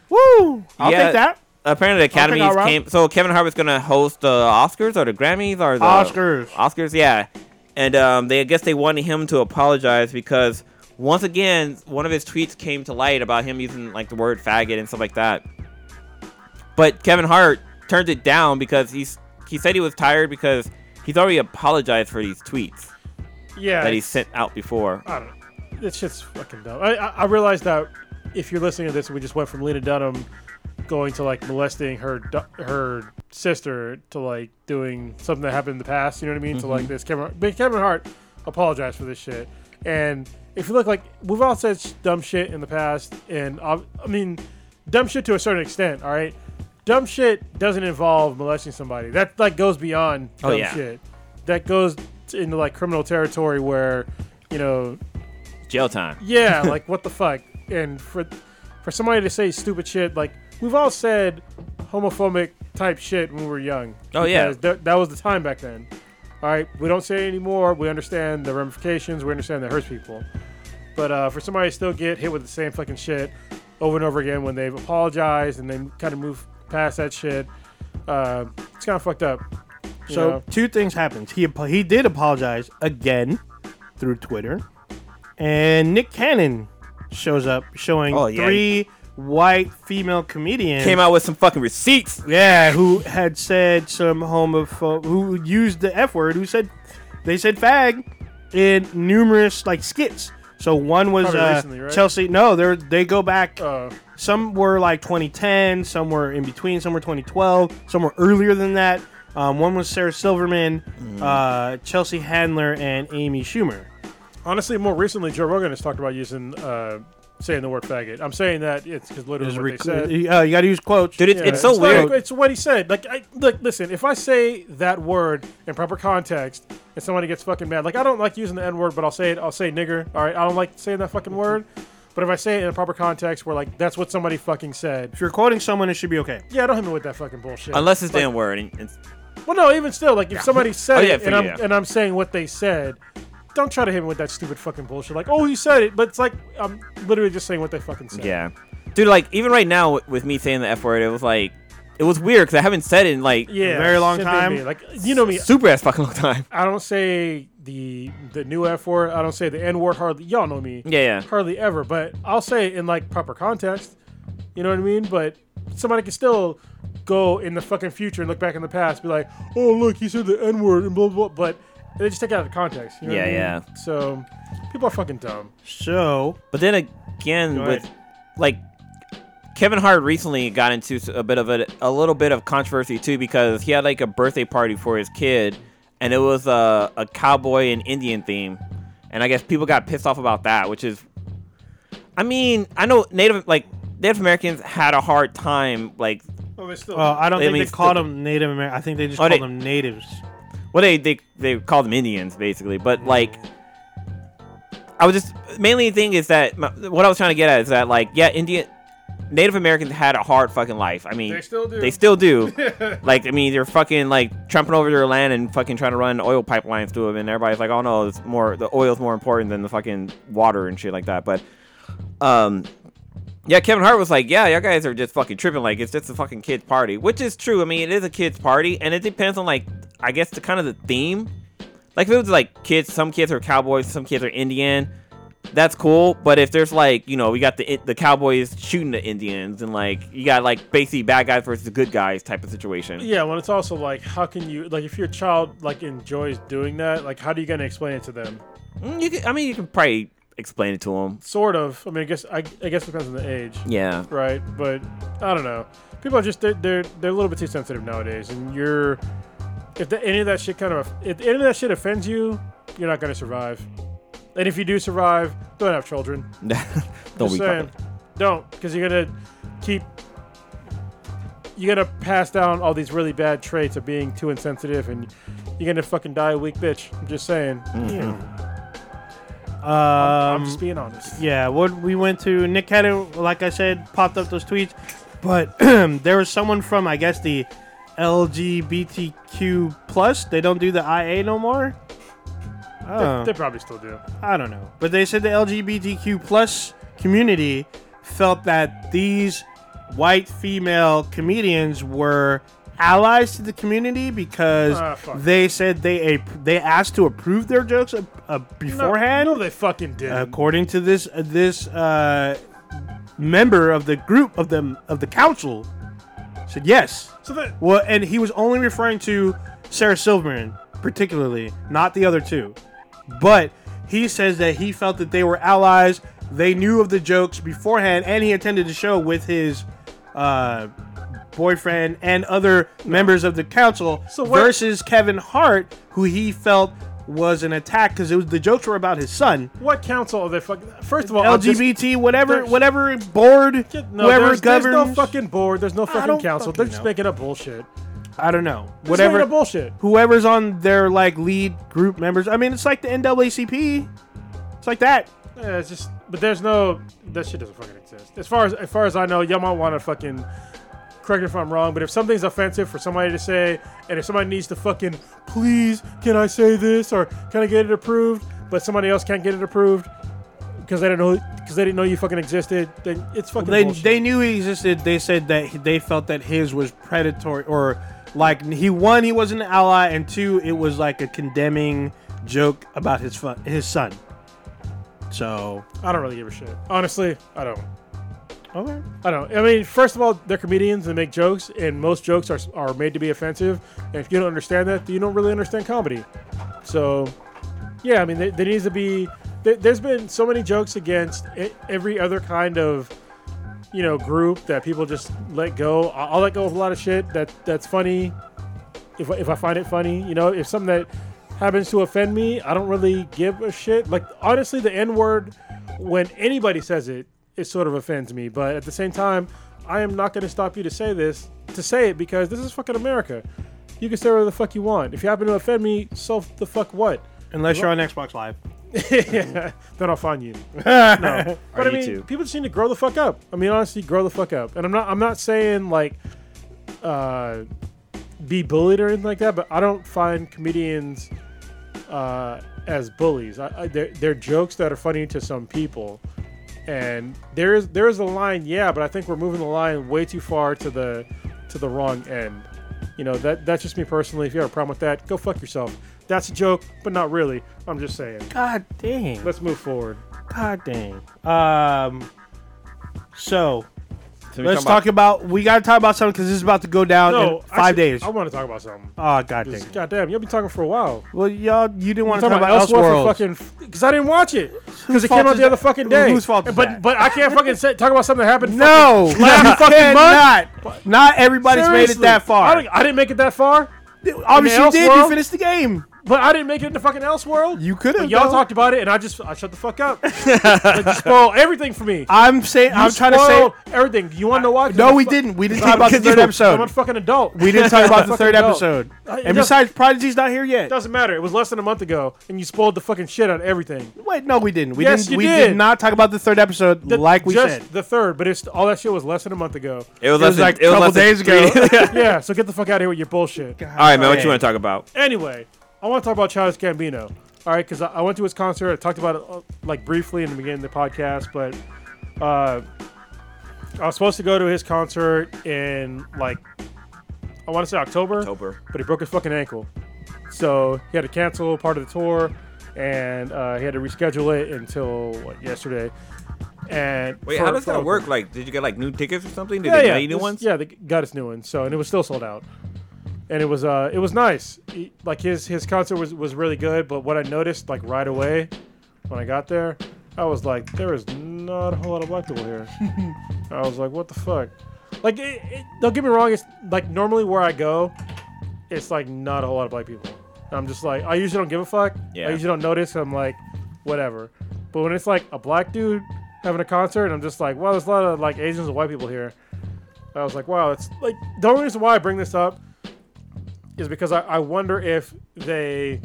[SPEAKER 1] Woo. I'll
[SPEAKER 2] Yeah.
[SPEAKER 1] take that.
[SPEAKER 2] Apparently, the Academy
[SPEAKER 1] I'll rob-
[SPEAKER 2] came. So Kevin Hart was gonna host the Oscars or the Grammys or the
[SPEAKER 1] Oscars.
[SPEAKER 2] Oscars, yeah. And um, they, I guess they wanted him to apologize because once again, one of his tweets came to light about him using like the word faggot and stuff like that. But Kevin Hart turned it down because he's he said he was tired because he's already apologized for these tweets
[SPEAKER 3] Yeah,
[SPEAKER 2] that he sent out before.
[SPEAKER 3] I don't know. This shit's fucking dumb. I, I, I realize that if you're listening to this, we just went from Lena Dunham going to like molesting her du- her sister to like doing something that happened in the past. You know what I mean? To
[SPEAKER 2] Mm-hmm.
[SPEAKER 3] like this Kevin, but Kevin Hart apologized for this shit. And if you look like we've all said sh- dumb shit in the past, and ob- I mean dumb shit to a certain extent. All right, dumb shit doesn't involve molesting somebody. That like goes beyond
[SPEAKER 2] Oh,
[SPEAKER 3] dumb
[SPEAKER 2] yeah.
[SPEAKER 3] shit. That goes t- into like criminal territory where you know
[SPEAKER 2] Jail time.
[SPEAKER 3] yeah, like what the fuck? And for for somebody to say stupid shit, like we've all said homophobic type shit when we were young.
[SPEAKER 2] Oh, yeah.
[SPEAKER 3] because that- that was the time back then. All right, we don't say it anymore. We understand the ramifications. We understand that hurts people. But uh, for somebody to still get hit with the same fucking shit over and over again when they've apologized and then kind of move past that shit, uh, it's kind of fucked up. you
[SPEAKER 1] So
[SPEAKER 3] know?
[SPEAKER 1] two things happened. He apo- he did apologize again through Twitter, and Nick Cannon shows up showing
[SPEAKER 2] Oh, yeah.
[SPEAKER 1] three white female comedians
[SPEAKER 2] Came out with some fucking receipts.
[SPEAKER 1] Yeah, who had said some homophobe, who used the F word, who said they said fag in numerous like skits. So one was
[SPEAKER 3] Probably
[SPEAKER 1] uh,
[SPEAKER 3] recently, right?
[SPEAKER 1] Chelsea. No, they they go back.
[SPEAKER 3] Uh,
[SPEAKER 1] some were like 2010, some were in between, some were 2012, some were earlier than that. Um, one was Sarah Silverman,
[SPEAKER 2] Mm.
[SPEAKER 1] uh, Chelsea Handler, and Amy Schumer.
[SPEAKER 3] Honestly, more recently, Joe Rogan has talked about using uh, saying the word faggot. I'm saying that it's because literally
[SPEAKER 1] Is
[SPEAKER 3] what
[SPEAKER 1] rec-
[SPEAKER 3] they said.
[SPEAKER 1] uh, you got to use quotes.
[SPEAKER 2] Dude, it's,
[SPEAKER 3] Yeah,
[SPEAKER 2] it's so
[SPEAKER 3] not-
[SPEAKER 2] weird.
[SPEAKER 3] it's what he said. Like, I, like, listen, if I say that word in proper context and somebody gets fucking mad, like, I don't like using the N word, but I'll say it. I'll say nigger. All right, I don't like saying that fucking word. But if I say it in a proper context, where like that's what somebody fucking said.
[SPEAKER 1] if you're quoting someone, it should be okay.
[SPEAKER 3] Yeah, don't hit me with that fucking bullshit.
[SPEAKER 2] Unless it's
[SPEAKER 3] Like,
[SPEAKER 2] the N word. and it's-
[SPEAKER 3] well, no, even still, like if somebody said
[SPEAKER 2] Oh, yeah,
[SPEAKER 3] it
[SPEAKER 2] for
[SPEAKER 3] and
[SPEAKER 2] you,
[SPEAKER 3] I'm,
[SPEAKER 2] yeah.
[SPEAKER 3] and I'm saying what they said, don't try to hit me with that stupid fucking bullshit. Like, oh, you said it, but it's like I'm literally just saying what they fucking said.
[SPEAKER 2] Yeah, dude. Like even right now with- with me saying the f word, it was like it was weird because I haven't said it in like
[SPEAKER 3] yeah,
[SPEAKER 1] Very long
[SPEAKER 3] same thing to
[SPEAKER 1] time.
[SPEAKER 3] me. Like, you know me,
[SPEAKER 2] super ass fucking long time.
[SPEAKER 3] I don't say the the new F word. I don't say the N word hardly. Y'all know me.
[SPEAKER 2] Yeah, yeah.
[SPEAKER 3] Hardly ever, but I'll say it in like proper context. You know what I mean? But somebody can still go in the fucking future and look back in the past, be like, "Oh, look, he said the N word," and blah blah. blah," But they just take it out of context. You know what I
[SPEAKER 2] Yeah,
[SPEAKER 3] mean? So people are fucking dumb.
[SPEAKER 1] So
[SPEAKER 2] But then again,
[SPEAKER 1] Go
[SPEAKER 2] with
[SPEAKER 1] ahead.
[SPEAKER 2] like Kevin Hart recently got into s- a bit of a a little bit of controversy too because he had like a birthday party for his kid, and it was a a cowboy and Indian theme, and I guess people got pissed off about that, which is, I mean, I know Native like Native Americans had a hard time like
[SPEAKER 3] Oh, they still.
[SPEAKER 1] uh, I don't
[SPEAKER 2] They
[SPEAKER 1] think
[SPEAKER 2] mean
[SPEAKER 1] they called
[SPEAKER 2] still-
[SPEAKER 1] them Native American. I think they just
[SPEAKER 2] Oh,
[SPEAKER 1] called
[SPEAKER 2] they-
[SPEAKER 1] them natives.
[SPEAKER 2] Well, they they they call them Indians basically, but like, I was just mainly the thing is that my, what I was trying to get at is that like, yeah, Indian Native Americans had a hard fucking life. I mean,
[SPEAKER 3] They still do.
[SPEAKER 2] They still do. like, I mean, they're fucking like trampling over their land and fucking trying to run oil pipelines through them, and everybody's like, "Oh no, it's more the oil's more important than the fucking water and shit like that." But, um, yeah, Kevin Hart was like, "Yeah, y'all guys are just fucking tripping. Like, it's just a fucking kids party," which is true. I mean, it is a kids party, and it depends on like, I guess the kind of the theme. Like, if it was like kids, some kids are cowboys, some kids are Indian. That's cool, but if there's like, you know, we got the the Cowboys shooting the Indians, and like you got like basically bad guys versus good guys type of situation.
[SPEAKER 3] Yeah, when it's also like, how can you like if your child like enjoys doing that, like how do you gonna explain it to them?
[SPEAKER 2] Mm, You can, I mean, you can probably explain it to them.
[SPEAKER 3] Sort of. I mean, I guess I, I guess it depends on the age,
[SPEAKER 2] Yeah,
[SPEAKER 3] right? But I don't know. People are just they're, they're they're a little bit too sensitive nowadays, and you're if the, any of that shit kind of if any of that shit offends you, you're not gonna survive. And if you do survive, don't have children.
[SPEAKER 2] don't be
[SPEAKER 3] Just saying,
[SPEAKER 2] fucking.
[SPEAKER 3] don't because you're gonna keep you're gonna pass down all these really bad traits of being too insensitive and you're gonna fucking die a weak bitch i'm just saying
[SPEAKER 1] Um,
[SPEAKER 3] i'm just being honest
[SPEAKER 1] Yeah, what we went to Nick had it, like I said, popped up those tweets, but there was someone from I guess the LGBTQ plus. They don't do the IA no more.
[SPEAKER 3] they,
[SPEAKER 1] Oh,
[SPEAKER 3] they probably still do
[SPEAKER 1] I don't know, but they said the LGBTQ plus community felt that these white female comedians were allies to the community because
[SPEAKER 3] Ah, fuck.
[SPEAKER 1] they said they ap- they asked to approve their jokes uh, uh, beforehand.
[SPEAKER 3] no, no they fucking did not
[SPEAKER 1] According to this this uh, member of the group of them of the council, said yes.
[SPEAKER 3] so that
[SPEAKER 1] Well, and he was only referring to Sarah Silverman particularly, not the other two. But he says that he felt that they were allies. They knew of the jokes beforehand, and he attended the show with his uh, boyfriend and other members of the council.
[SPEAKER 3] So what-
[SPEAKER 1] versus Kevin Hart, who he felt was an attack because it was the jokes were about his son.
[SPEAKER 3] what council are they fucking first of all I'll just-
[SPEAKER 1] LGBT, whatever,
[SPEAKER 3] there's-
[SPEAKER 1] whatever board,
[SPEAKER 3] get- no,
[SPEAKER 1] whoever
[SPEAKER 3] there's, there's
[SPEAKER 1] governs.
[SPEAKER 3] no fucking board there's no fucking
[SPEAKER 1] don't
[SPEAKER 3] council
[SPEAKER 1] fucking
[SPEAKER 3] they're just
[SPEAKER 1] know.
[SPEAKER 3] making up bullshit
[SPEAKER 1] I don't know.
[SPEAKER 3] Just making
[SPEAKER 1] Whatever.
[SPEAKER 3] up bullshit
[SPEAKER 1] whoever's on their like lead group members. I mean, it's like the NAACP. It's like that.
[SPEAKER 3] Yeah, it's just, but there's no that shit doesn't fucking exist. As far as as far as I know, y'all might want to fucking correct me if I'm wrong, but if something's offensive for somebody to say, and if somebody needs to fucking please, can I say this or can I get it approved, but somebody else can't get it approved because they don't know because they didn't know you fucking existed, then it's fucking
[SPEAKER 1] They
[SPEAKER 3] bullshit.
[SPEAKER 1] they knew he existed. They said that he- they felt that his was predatory or like he one he was an ally and two it was like a condemning joke about his fun, his son. So
[SPEAKER 3] I don't really give a shit. Honestly, I don't.
[SPEAKER 1] okay.
[SPEAKER 3] I don't. I mean, first of all, they're comedians and they make jokes, and most jokes are, are made to be offensive. And if you don't understand that, then you don't really understand comedy. So, yeah, I mean, there, there needs to be. There, there's been so many jokes against e- every other kind of, you know, group that people just let go. I- I'll let go of a lot of shit that that's funny, if I- if I find it funny. You know, if something that happens to offend me, I don't really give a shit. Like honestly, the N word, when anybody says it, it sort of offends me. But at the same time, I am not going to stop you to say this to say it because this is fucking America. You can say whatever the fuck you want. If you happen to offend me, so the fuck what?
[SPEAKER 1] Unless you're on Xbox Live.
[SPEAKER 3] yeah, then I'll find you. no, but I mean,
[SPEAKER 2] YouTube.
[SPEAKER 3] people just need to grow the fuck up. I mean, honestly, grow the fuck up. And I'm not, I'm not saying like, uh, be bullied or anything like that. But I don't find comedians uh, as bullies. I, I, they're, they're jokes that are funny to some people, and there is there is a line, yeah. But I think we're moving the line way too far to the to the wrong end. You know that that's just me personally. If you have a problem with that, go fuck yourself. That's a joke, but not really. I'm just saying.
[SPEAKER 1] God dang.
[SPEAKER 3] Let's move forward.
[SPEAKER 1] God dang. Um. So
[SPEAKER 2] So we
[SPEAKER 1] let's
[SPEAKER 2] talking
[SPEAKER 1] talk about we gotta talk about something because this is about to go down in five
[SPEAKER 3] actually,
[SPEAKER 1] days.
[SPEAKER 3] I want to talk about something.
[SPEAKER 1] oh god dang.
[SPEAKER 3] 'Cause Goddamn, you'll be talking for a while.
[SPEAKER 1] Well, y'all, you didn't want to
[SPEAKER 3] talking
[SPEAKER 1] talk about
[SPEAKER 3] about
[SPEAKER 1] Elseworlds.
[SPEAKER 3] Elseworlds for fucking because I didn't watch it because it
[SPEAKER 1] fault
[SPEAKER 3] came out
[SPEAKER 1] is
[SPEAKER 3] the other
[SPEAKER 1] that?
[SPEAKER 3] fucking day.
[SPEAKER 1] Whose fault is
[SPEAKER 3] But
[SPEAKER 1] that?
[SPEAKER 3] but I can't fucking say, talk about something that happened.
[SPEAKER 1] No,
[SPEAKER 3] fucking
[SPEAKER 1] last
[SPEAKER 3] last fucking month.
[SPEAKER 1] fucking month. Not everybody's made it
[SPEAKER 3] Seriously.
[SPEAKER 1] that
[SPEAKER 3] I,
[SPEAKER 1] far.
[SPEAKER 3] don't- I didn't make it that far.
[SPEAKER 1] Obviously, you
[SPEAKER 3] in the
[SPEAKER 1] did. You
[SPEAKER 3] Elseworlds?
[SPEAKER 1] finished the game.
[SPEAKER 3] But I didn't make it into fucking Elseworld.
[SPEAKER 1] You could've,
[SPEAKER 3] But Y'all
[SPEAKER 1] though.
[SPEAKER 3] talked about it, and I just I shut the fuck up. like, you spoiled everything for me.
[SPEAKER 1] I'm saying
[SPEAKER 3] You
[SPEAKER 1] I'm trying to say
[SPEAKER 3] spoiled everything. You want to watch?
[SPEAKER 1] no, we didn't. We didn't talk about the third
[SPEAKER 3] I'm a
[SPEAKER 1] episode.
[SPEAKER 3] fucking adult.
[SPEAKER 1] We didn't talk about the third
[SPEAKER 3] Fucking adult.
[SPEAKER 1] episode.
[SPEAKER 3] I-
[SPEAKER 1] And
[SPEAKER 3] no-
[SPEAKER 1] besides, Prodigy's not here yet.
[SPEAKER 3] Doesn't matter. It was less than a month ago, and you spoiled the fucking shit out of everything.
[SPEAKER 1] Wait, no, we didn't. We
[SPEAKER 3] Yes,
[SPEAKER 1] didn't.
[SPEAKER 3] you
[SPEAKER 1] we
[SPEAKER 3] did.
[SPEAKER 1] did. not talk about the third episode
[SPEAKER 3] The-
[SPEAKER 1] like we
[SPEAKER 3] just
[SPEAKER 1] said.
[SPEAKER 3] the third, but it's all that shit was less than a month ago.
[SPEAKER 2] It was,
[SPEAKER 1] It was
[SPEAKER 2] less
[SPEAKER 1] like
[SPEAKER 2] than,
[SPEAKER 1] a couple days ago.
[SPEAKER 3] yeah, so get the fuck out of here with your bullshit.
[SPEAKER 2] All right, man. What
[SPEAKER 1] Okay.
[SPEAKER 2] you want to talk about?
[SPEAKER 3] Anyway, I want to talk about Childish Gambino. All right, because I, I went to his concert. I talked about it uh, like briefly in the beginning of the podcast, but uh, I was supposed to go to his concert in like I want to say October,
[SPEAKER 2] October.
[SPEAKER 3] but he broke his fucking ankle, so he had to cancel part of the tour, and uh, he had to reschedule it until what, yesterday. And
[SPEAKER 2] Wait,
[SPEAKER 3] for-
[SPEAKER 2] how does
[SPEAKER 3] for
[SPEAKER 2] that
[SPEAKER 3] Oakland.
[SPEAKER 2] work? Like, did you get like new tickets or something? Did
[SPEAKER 3] Yeah,
[SPEAKER 2] they
[SPEAKER 3] yeah,
[SPEAKER 2] get you new
[SPEAKER 3] this-
[SPEAKER 2] ones?
[SPEAKER 3] Yeah, they got us new ones. So and it was still sold out, and it was uh it was nice. He- like his his concert was was really good. But what I noticed like right away when I got there, I was like, there is not a whole lot of black people here. I was like, what the fuck? Like, it, it, don't get me wrong. It's like normally where I go, it's like not a whole lot of black people. I'm just like, I usually don't give a fuck.
[SPEAKER 2] Yeah.
[SPEAKER 3] I usually don't notice. I'm like, whatever. But when it's like a black dude having a concert, I'm just like, wow, there's a lot of like Asians and white people here. I was like, wow, it's like the only reason why I bring this up is because I, I wonder if they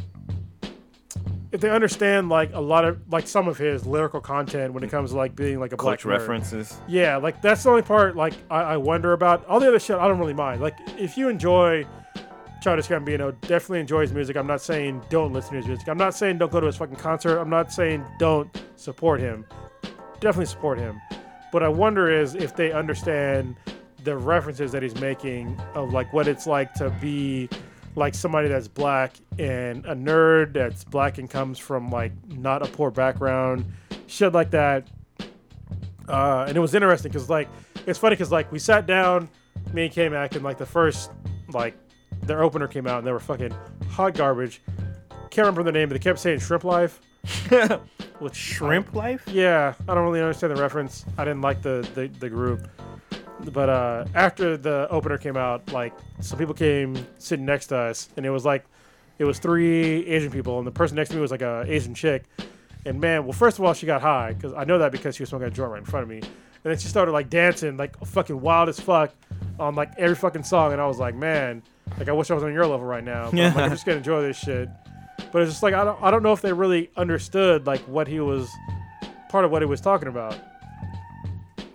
[SPEAKER 3] if they understand like a lot of like some of his lyrical content when it comes to like being like a black
[SPEAKER 2] Coach
[SPEAKER 3] nerd.
[SPEAKER 2] references.
[SPEAKER 3] Yeah, like that's the only part like I, I wonder about. All the other shit I don't really mind. Like if you enjoy Childish Gambino, definitely enjoy his music. I'm not saying don't listen to his music. I'm not saying don't go to his fucking concert. I'm not saying don't support him. Definitely support him. But I wonder is if they understand the references that he's making of like what it's like to be like somebody that's black and a nerd that's black and comes from like not a poor background, shit like that uh, and it was interesting because like it's funny because like we sat down, me and K Mac, and like the first like their opener came out and they were fucking hot garbage. Can't remember the name, but they kept saying Shrimp Life. With
[SPEAKER 1] Shrimp life.
[SPEAKER 3] yeah, I don't really understand the reference. I didn't like the the, the group. But uh, after the opener came out, like some people came sitting next to us, and it was like it was three Asian people, and the person next to me was like a Asian chick. And man, well, first of all, she got high because I know that because she was smoking a joint right in front of me, and then she started like dancing like fucking wild as fuck on like every fucking song, and I was like, man, like I wish I was on your level right now. But I'm, like, I'm just gonna enjoy this shit. But it's just like I don't I don't know if they really understood like what he was part of what he was talking about.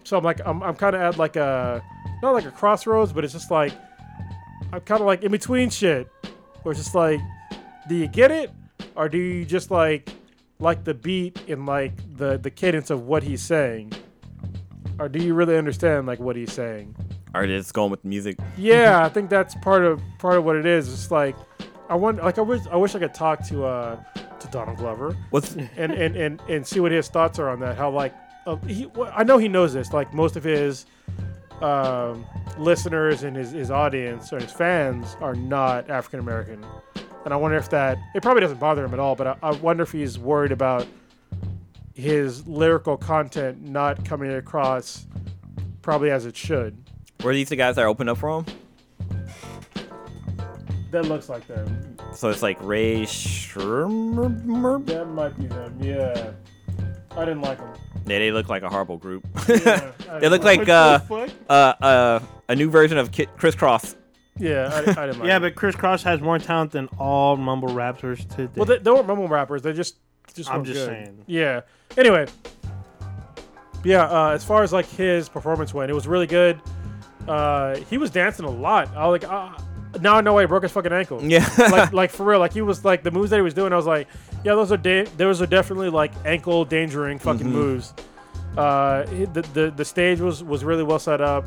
[SPEAKER 3] So I'm like, I'm, I'm kind of at like a, not like a crossroads, but it's just like, I'm kind of like in between shit. Where it's just like, do you get it? Or do you just like, like the beat and like the, the cadence of what he's saying? Or do you really understand like what he's saying?
[SPEAKER 2] Or just going with music.
[SPEAKER 3] Yeah, I think that's part of part of what it is. It's like, I wonder, like I wish I wish I could talk to uh to Donald Glover
[SPEAKER 2] What's
[SPEAKER 3] and, and, and, and see what his thoughts are on that. How like uh, he, well, I know he knows this. Like most of his um, listeners and his, his audience or his fans are not African American, and I wonder if that it probably doesn't bother him at all. But I, I wonder if he's worried about his lyrical content not coming across probably as it should.
[SPEAKER 2] were these the guys that opened up for him?
[SPEAKER 3] That looks like them.
[SPEAKER 2] So it's like Ray Shermer.
[SPEAKER 3] That might be them. Yeah, I didn't like them.
[SPEAKER 2] Yeah, they look like a horrible group.
[SPEAKER 3] Yeah, I-
[SPEAKER 2] they look
[SPEAKER 3] What
[SPEAKER 2] like
[SPEAKER 3] the
[SPEAKER 2] uh,
[SPEAKER 3] fuck?
[SPEAKER 2] uh, uh, a new version of Kit Crisscross.
[SPEAKER 3] Yeah, I, I didn't like.
[SPEAKER 1] Yeah,
[SPEAKER 3] them.
[SPEAKER 1] but Chris Cross has more talent than all mumble rappers today.
[SPEAKER 3] Well, they, they weren't mumble rappers. They just just.
[SPEAKER 1] I'm
[SPEAKER 3] weren't
[SPEAKER 1] just
[SPEAKER 3] good.
[SPEAKER 1] saying.
[SPEAKER 3] Yeah. Anyway. Yeah. Uh, as far as like his performance went, it was really good. Uh, he was dancing a lot. I was like, ah now I know why he broke his fucking ankle.
[SPEAKER 2] Yeah.
[SPEAKER 3] like, like for real. Like he was like the moves that he was doing. I was like, yeah, those are da- those are definitely like ankle dangering fucking moves. Uh, he- the, the the stage was was really well set up.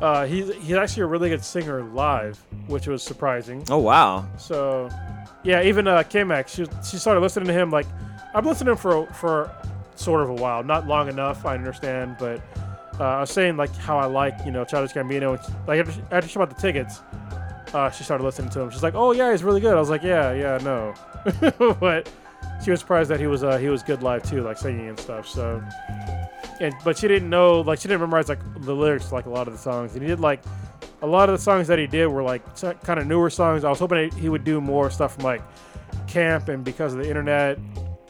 [SPEAKER 3] Uh, he's he's actually a really good singer live, which was surprising.
[SPEAKER 2] Oh wow.
[SPEAKER 3] So, yeah, even uh, K-Max, she, she started listening to him. Like, I've listened to him for for sort of a while, not long enough, I understand. But uh, I was saying like how I like you know Childish Gambino. And she- like after she, after she bought the tickets, uh, she started listening to him. She's like, oh yeah, he's really good. I was like, yeah, yeah, no, but she was surprised that he was uh, he was good live too, like singing and stuff. So. And, but she didn't know, like she didn't memorize like the lyrics, to, like a lot of the songs. And he did like a lot of the songs that he did were like kind of newer songs. I was hoping he would do more stuff from like camp and because of the internet.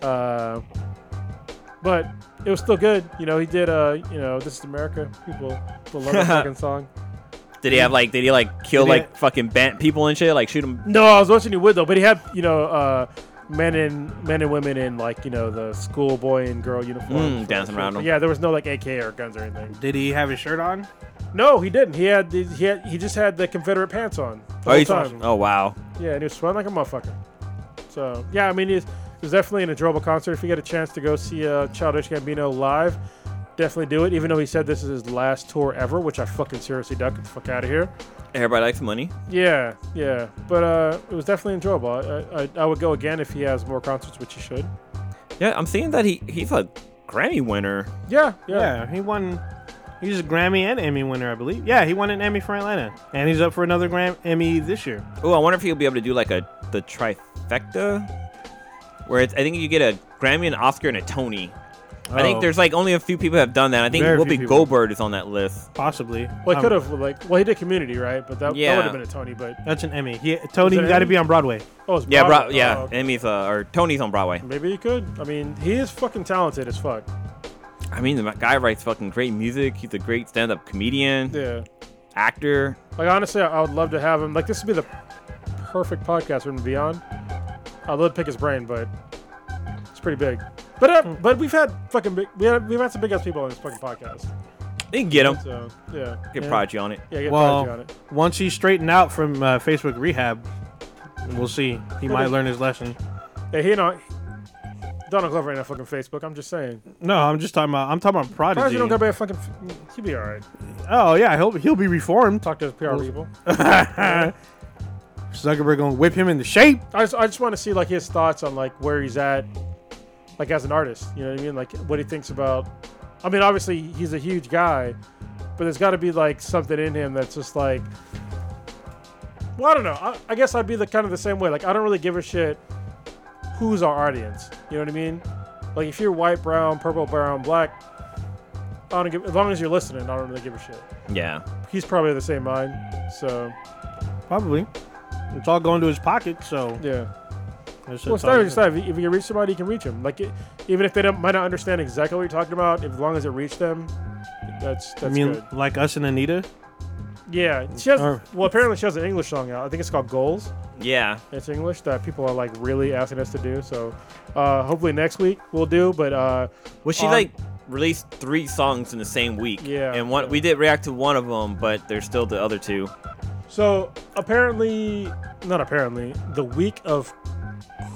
[SPEAKER 3] Uh, but it was still good. You know, he did. Uh, you know, this is America. People, people love that fucking song.
[SPEAKER 2] Did he have like? Did he like kill
[SPEAKER 1] Did he-
[SPEAKER 2] like fucking bent people and shit? Like shoot them?
[SPEAKER 3] No, I was watching you with though, but he had you know uh, men and men and women in like you know the schoolboy and girl uniforms
[SPEAKER 2] Mm, dancing around 'em.
[SPEAKER 3] Yeah, there was no like AK or guns or anything.
[SPEAKER 1] Did he have his shirt on?
[SPEAKER 3] No, he didn't. He had the- he had he just had the Confederate pants on the
[SPEAKER 2] Oh,
[SPEAKER 3] whole
[SPEAKER 2] he's-
[SPEAKER 3] time.
[SPEAKER 2] oh wow.
[SPEAKER 3] Yeah, and he was sweating like a motherfucker. So yeah, I mean, it's, it was definitely an enjoyable concert. If you get a chance to go see uh, Childish Gambino live, definitely do it. Even though he said this is his last tour ever, which I fucking seriously doubt. Get the fuck out of here.
[SPEAKER 2] Everybody likes money.
[SPEAKER 3] Yeah, yeah, but uh, it was definitely enjoyable. I, I, I would go again if he has more concerts, which he should.
[SPEAKER 2] Yeah, I'm seeing that he he's a Grammy winner.
[SPEAKER 3] Yeah, yeah.
[SPEAKER 1] Yeah, he won. He's a Grammy and Emmy winner, I believe. Yeah, he won an Emmy for Atlanta, and he's up for another Gram Emmy this year.
[SPEAKER 2] Oh, I wonder if he'll be able to do like a the trifecta, where it's, I think you get a Grammy, an Oscar, and a Tony. I think
[SPEAKER 1] Oh.
[SPEAKER 2] there's like only a few people have done that. I think
[SPEAKER 1] Very few
[SPEAKER 2] Whoopi
[SPEAKER 1] people.
[SPEAKER 2] Goldberg is on that list.
[SPEAKER 1] Possibly.
[SPEAKER 3] Well, he
[SPEAKER 1] Um,
[SPEAKER 3] could have like, well, he did Community, right? But that,
[SPEAKER 2] Yeah.
[SPEAKER 3] that would have been a Tony. But
[SPEAKER 1] That's an Emmy. He, Tony,
[SPEAKER 3] Is it
[SPEAKER 1] you got to
[SPEAKER 3] Emmy?
[SPEAKER 1] be on Broadway.
[SPEAKER 3] oh, it's
[SPEAKER 2] Yeah, bro,
[SPEAKER 3] Broadway.
[SPEAKER 2] yeah.
[SPEAKER 3] Oh, okay.
[SPEAKER 2] Emmy's uh, or Tony's on Broadway.
[SPEAKER 3] Maybe he could. I mean, he is fucking talented as fuck.
[SPEAKER 2] I mean, the guy writes fucking great music. He's a great stand-up comedian,
[SPEAKER 3] Yeah.
[SPEAKER 2] actor.
[SPEAKER 3] Like honestly, I I would love to have him. Like this would be the perfect podcast for him to be on. I'd love to pick his brain, but it's pretty big. But uh, but we've had fucking big. We had, we've had some big ass people on this fucking podcast.
[SPEAKER 2] They can get him.
[SPEAKER 3] So yeah,
[SPEAKER 2] Get
[SPEAKER 3] yeah.
[SPEAKER 2] Prodigy on it.
[SPEAKER 3] Yeah, get Prodigy on
[SPEAKER 1] Well,
[SPEAKER 3] it.
[SPEAKER 1] once he's straightened out from uh, Facebook rehab, we'll see. He might learn his lesson.
[SPEAKER 3] Yeah, he and I, Donald Glover ain't on fucking Facebook. I'm just saying.
[SPEAKER 1] No, I'm just talking about. I'm talking about
[SPEAKER 3] Prodigy
[SPEAKER 1] Prodigy.
[SPEAKER 3] don't got to be a fucking. f- He'd be all right.
[SPEAKER 1] oh yeah, he'll he'll be reformed.
[SPEAKER 3] Talk to his PR people.
[SPEAKER 1] Zuckerberg gonna whip him into shape.
[SPEAKER 3] I just, I just want to see like his thoughts on like where he's at, like as an artist. You know what I mean? Like what he thinks about. I mean, obviously he's a huge guy, but there's got to be like something in him that's just like. Well, I don't know. I, I guess I'd be the kind of the same way. Like I don't really give a shit who's our audience. You know what I mean? Like if you're white, brown, purple, brown, black. I don't give, as long as you're listening, I don't really give a shit.
[SPEAKER 2] Yeah.
[SPEAKER 3] He's probably of the same mind, so
[SPEAKER 1] Probably. It's all going to his pocket, so.
[SPEAKER 3] yeah.
[SPEAKER 1] that's-
[SPEAKER 3] Well,
[SPEAKER 1] that's
[SPEAKER 3] it's not
[SPEAKER 1] all-
[SPEAKER 3] even just that. If you, if you can reach somebody, you can reach them. Like, it, even if they don't, might not understand exactly what you're talking about, as long as it reached them, that's that's
[SPEAKER 1] I mean,
[SPEAKER 3] good.
[SPEAKER 1] like us and Anita.
[SPEAKER 3] Yeah, she has.
[SPEAKER 1] Or-
[SPEAKER 3] well, apparently she has an English song out. I think it's called Goals.
[SPEAKER 2] Yeah.
[SPEAKER 3] It's English that people are like really asking us to do. So, uh, hopefully next week we'll do. But uh,
[SPEAKER 2] Well, she
[SPEAKER 3] Um,
[SPEAKER 2] like released three songs in the same week.
[SPEAKER 3] Yeah,
[SPEAKER 2] And one
[SPEAKER 3] yeah.
[SPEAKER 2] we did react to one of them, but there's still the other two.
[SPEAKER 3] so apparently, not apparently, the week of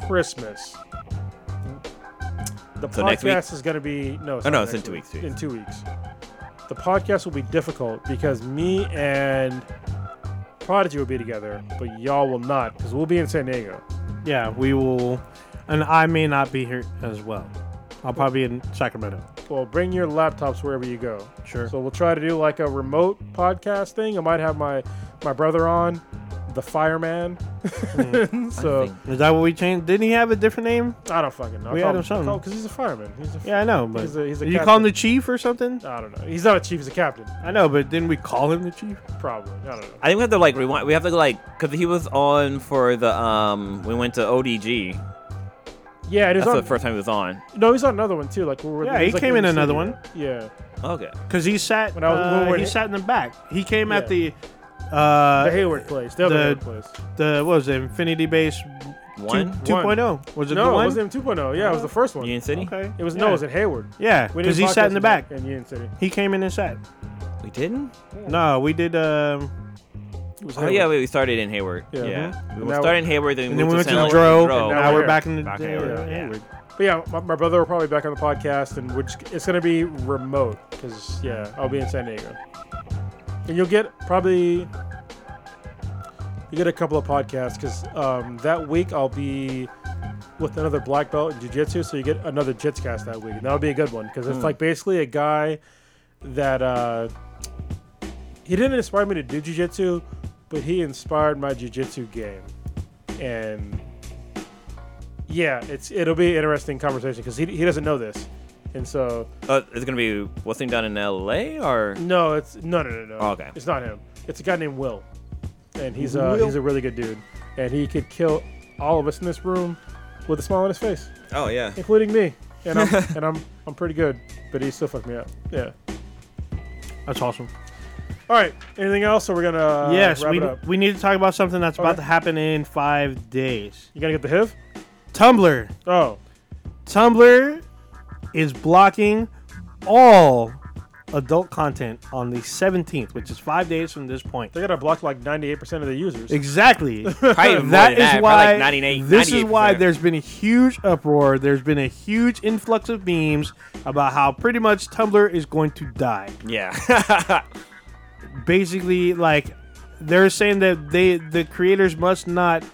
[SPEAKER 3] Christmas. The
[SPEAKER 2] So next
[SPEAKER 3] podcast
[SPEAKER 2] week?
[SPEAKER 3] is going to be no.
[SPEAKER 2] Oh,
[SPEAKER 3] not
[SPEAKER 2] no, it's in
[SPEAKER 3] next
[SPEAKER 2] two
[SPEAKER 3] week.
[SPEAKER 2] weeks, two
[SPEAKER 3] In two weeks. the podcast will be difficult because me and Prodigy will be together, but y'all will not because we'll be in San Diego.
[SPEAKER 1] Yeah, we will. And I may not be here as well. I'll probably be in Sacramento.
[SPEAKER 3] Well, bring your laptops wherever you go.
[SPEAKER 1] Sure.
[SPEAKER 3] So we'll try to do like a remote podcast thing. I might have my my brother on, the fireman.
[SPEAKER 2] Hmm.
[SPEAKER 3] so
[SPEAKER 1] Is that what we changed? Didn't he have a different name?
[SPEAKER 3] I don't fucking know.
[SPEAKER 1] We
[SPEAKER 3] I
[SPEAKER 1] had him something.
[SPEAKER 3] because he's a fireman. He's a
[SPEAKER 1] Yeah, I know, but
[SPEAKER 3] He's a- he's a
[SPEAKER 1] you call him
[SPEAKER 3] captain.
[SPEAKER 1] the chief or something?
[SPEAKER 3] I don't know. He's not a chief. He's a captain.
[SPEAKER 1] I know, but didn't we call him the chief?
[SPEAKER 3] Probably. I don't know.
[SPEAKER 2] I think we have to like rewind. We have to like because he was on for the um. We went to ODG.
[SPEAKER 3] Yeah, it is
[SPEAKER 2] That's
[SPEAKER 3] on.
[SPEAKER 2] the first time he was on.
[SPEAKER 3] no, he's on another one too. Like we were.
[SPEAKER 1] Yeah, he
[SPEAKER 3] he's, like,
[SPEAKER 1] came in
[SPEAKER 3] the
[SPEAKER 1] another
[SPEAKER 3] studio.
[SPEAKER 1] one.
[SPEAKER 3] Yeah.
[SPEAKER 2] Okay.
[SPEAKER 1] Because he sat.
[SPEAKER 3] When I was-
[SPEAKER 1] uh,
[SPEAKER 3] when we-
[SPEAKER 1] he sat in the back. He came at
[SPEAKER 3] Yeah.
[SPEAKER 1] the. Uh,
[SPEAKER 3] the Hayward place. The, other
[SPEAKER 1] the-
[SPEAKER 3] Hayward place.
[SPEAKER 1] the what was it? Infinity Base
[SPEAKER 2] One.
[SPEAKER 1] 2.0. oh? Was it
[SPEAKER 3] No,
[SPEAKER 1] the
[SPEAKER 3] it
[SPEAKER 1] one?
[SPEAKER 3] wasn't even 2.0. Yeah, it was the first one.
[SPEAKER 2] Union City.
[SPEAKER 1] Okay.
[SPEAKER 3] It was
[SPEAKER 1] Yeah.
[SPEAKER 3] no, it was at Hayward.
[SPEAKER 1] Yeah,
[SPEAKER 3] We did
[SPEAKER 1] because
[SPEAKER 3] a
[SPEAKER 1] he sat in
[SPEAKER 3] podcast
[SPEAKER 1] the back.
[SPEAKER 3] in Union City.
[SPEAKER 1] He came in and sat.
[SPEAKER 2] We didn't.
[SPEAKER 1] No, we did. Um,
[SPEAKER 3] It was
[SPEAKER 2] Oh yeah, we we started in Hayward. Yeah.
[SPEAKER 3] Yeah.
[SPEAKER 2] We
[SPEAKER 3] Now-
[SPEAKER 2] started in Hayward, then we
[SPEAKER 1] uh-huh. and then we
[SPEAKER 2] moved
[SPEAKER 1] went
[SPEAKER 2] to
[SPEAKER 1] to the
[SPEAKER 2] San
[SPEAKER 1] Dro.
[SPEAKER 2] Dro.
[SPEAKER 1] and Now
[SPEAKER 3] we're
[SPEAKER 1] we're
[SPEAKER 3] here.
[SPEAKER 1] back in the.
[SPEAKER 2] Back in
[SPEAKER 1] yeah,
[SPEAKER 2] Hayward,
[SPEAKER 1] yeah.
[SPEAKER 2] yeah.
[SPEAKER 3] But yeah, my, my brother will probably be back on the podcast, and we're just, it's gonna be remote because yeah, I'll be in San Diego, and you'll get probably you get a couple of podcasts because um, that week I'll be with another black belt in jiu-jitsu so you get another jitscast that week and that'll be a good one because it's like basically a guy that uh, he didn't inspire me to do jiu-jitsu but he inspired my jiu-jitsu game and yeah, it's it'll be an interesting conversation because he, he doesn't know this, and so
[SPEAKER 2] Uh, it's gonna be what's being done in L.A. or
[SPEAKER 3] no, it's no no no no.
[SPEAKER 2] Oh, okay.
[SPEAKER 3] it's not him. It's a guy named Will, and he's uh, he's a really good dude, and he could kill all of us in this room with a smile on his face,
[SPEAKER 2] Oh yeah.
[SPEAKER 3] including me. And I'm, and I'm, I'm pretty good, but he still fucked me up. Yeah.
[SPEAKER 1] That's awesome.
[SPEAKER 3] All right. Anything else? Or we're gonna uh,
[SPEAKER 1] yes,
[SPEAKER 3] wrap
[SPEAKER 1] we,
[SPEAKER 3] it up.
[SPEAKER 1] we need to talk about something that's about
[SPEAKER 3] Okay.
[SPEAKER 1] to happen in five days.
[SPEAKER 3] You gonna get the HIV?
[SPEAKER 1] Tumblr.
[SPEAKER 3] Oh,
[SPEAKER 1] Tumblr is blocking all adult content on the 17th, which is five days from this point.
[SPEAKER 3] they gotta block like 98% of the users.
[SPEAKER 1] Exactly.
[SPEAKER 2] Probably even more
[SPEAKER 1] That
[SPEAKER 2] than
[SPEAKER 1] is
[SPEAKER 2] probably
[SPEAKER 1] why
[SPEAKER 2] like 98,
[SPEAKER 1] this is why
[SPEAKER 2] 98%.
[SPEAKER 1] there's been a huge uproar. There's been a huge influx of memes about how pretty much Tumblr is going to die.
[SPEAKER 2] yeah.
[SPEAKER 1] Basically, like they're saying that they the creators must not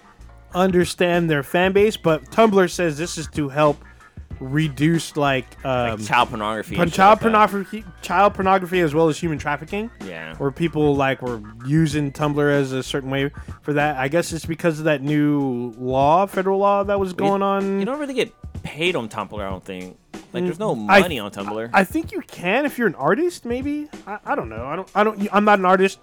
[SPEAKER 1] understand their fan base, but Tumblr says this is to help reduce like, um,
[SPEAKER 2] child pornography.
[SPEAKER 1] pun-
[SPEAKER 2] and shit
[SPEAKER 1] child
[SPEAKER 2] like that.
[SPEAKER 1] pornography, child pornography as well as human trafficking.
[SPEAKER 2] Yeah.
[SPEAKER 1] where people like were using Tumblr as a certain way for that. I guess it's because of that new law, federal law that was
[SPEAKER 2] You-
[SPEAKER 1] going on.
[SPEAKER 2] You don't really get paid on Tumblr. I don't think. Like, there's no
[SPEAKER 1] Mm, I-
[SPEAKER 2] money on Tumblr.
[SPEAKER 1] I think you can if you're an artist, maybe. I, I don't know. I don't. I don't. I'm not an artist.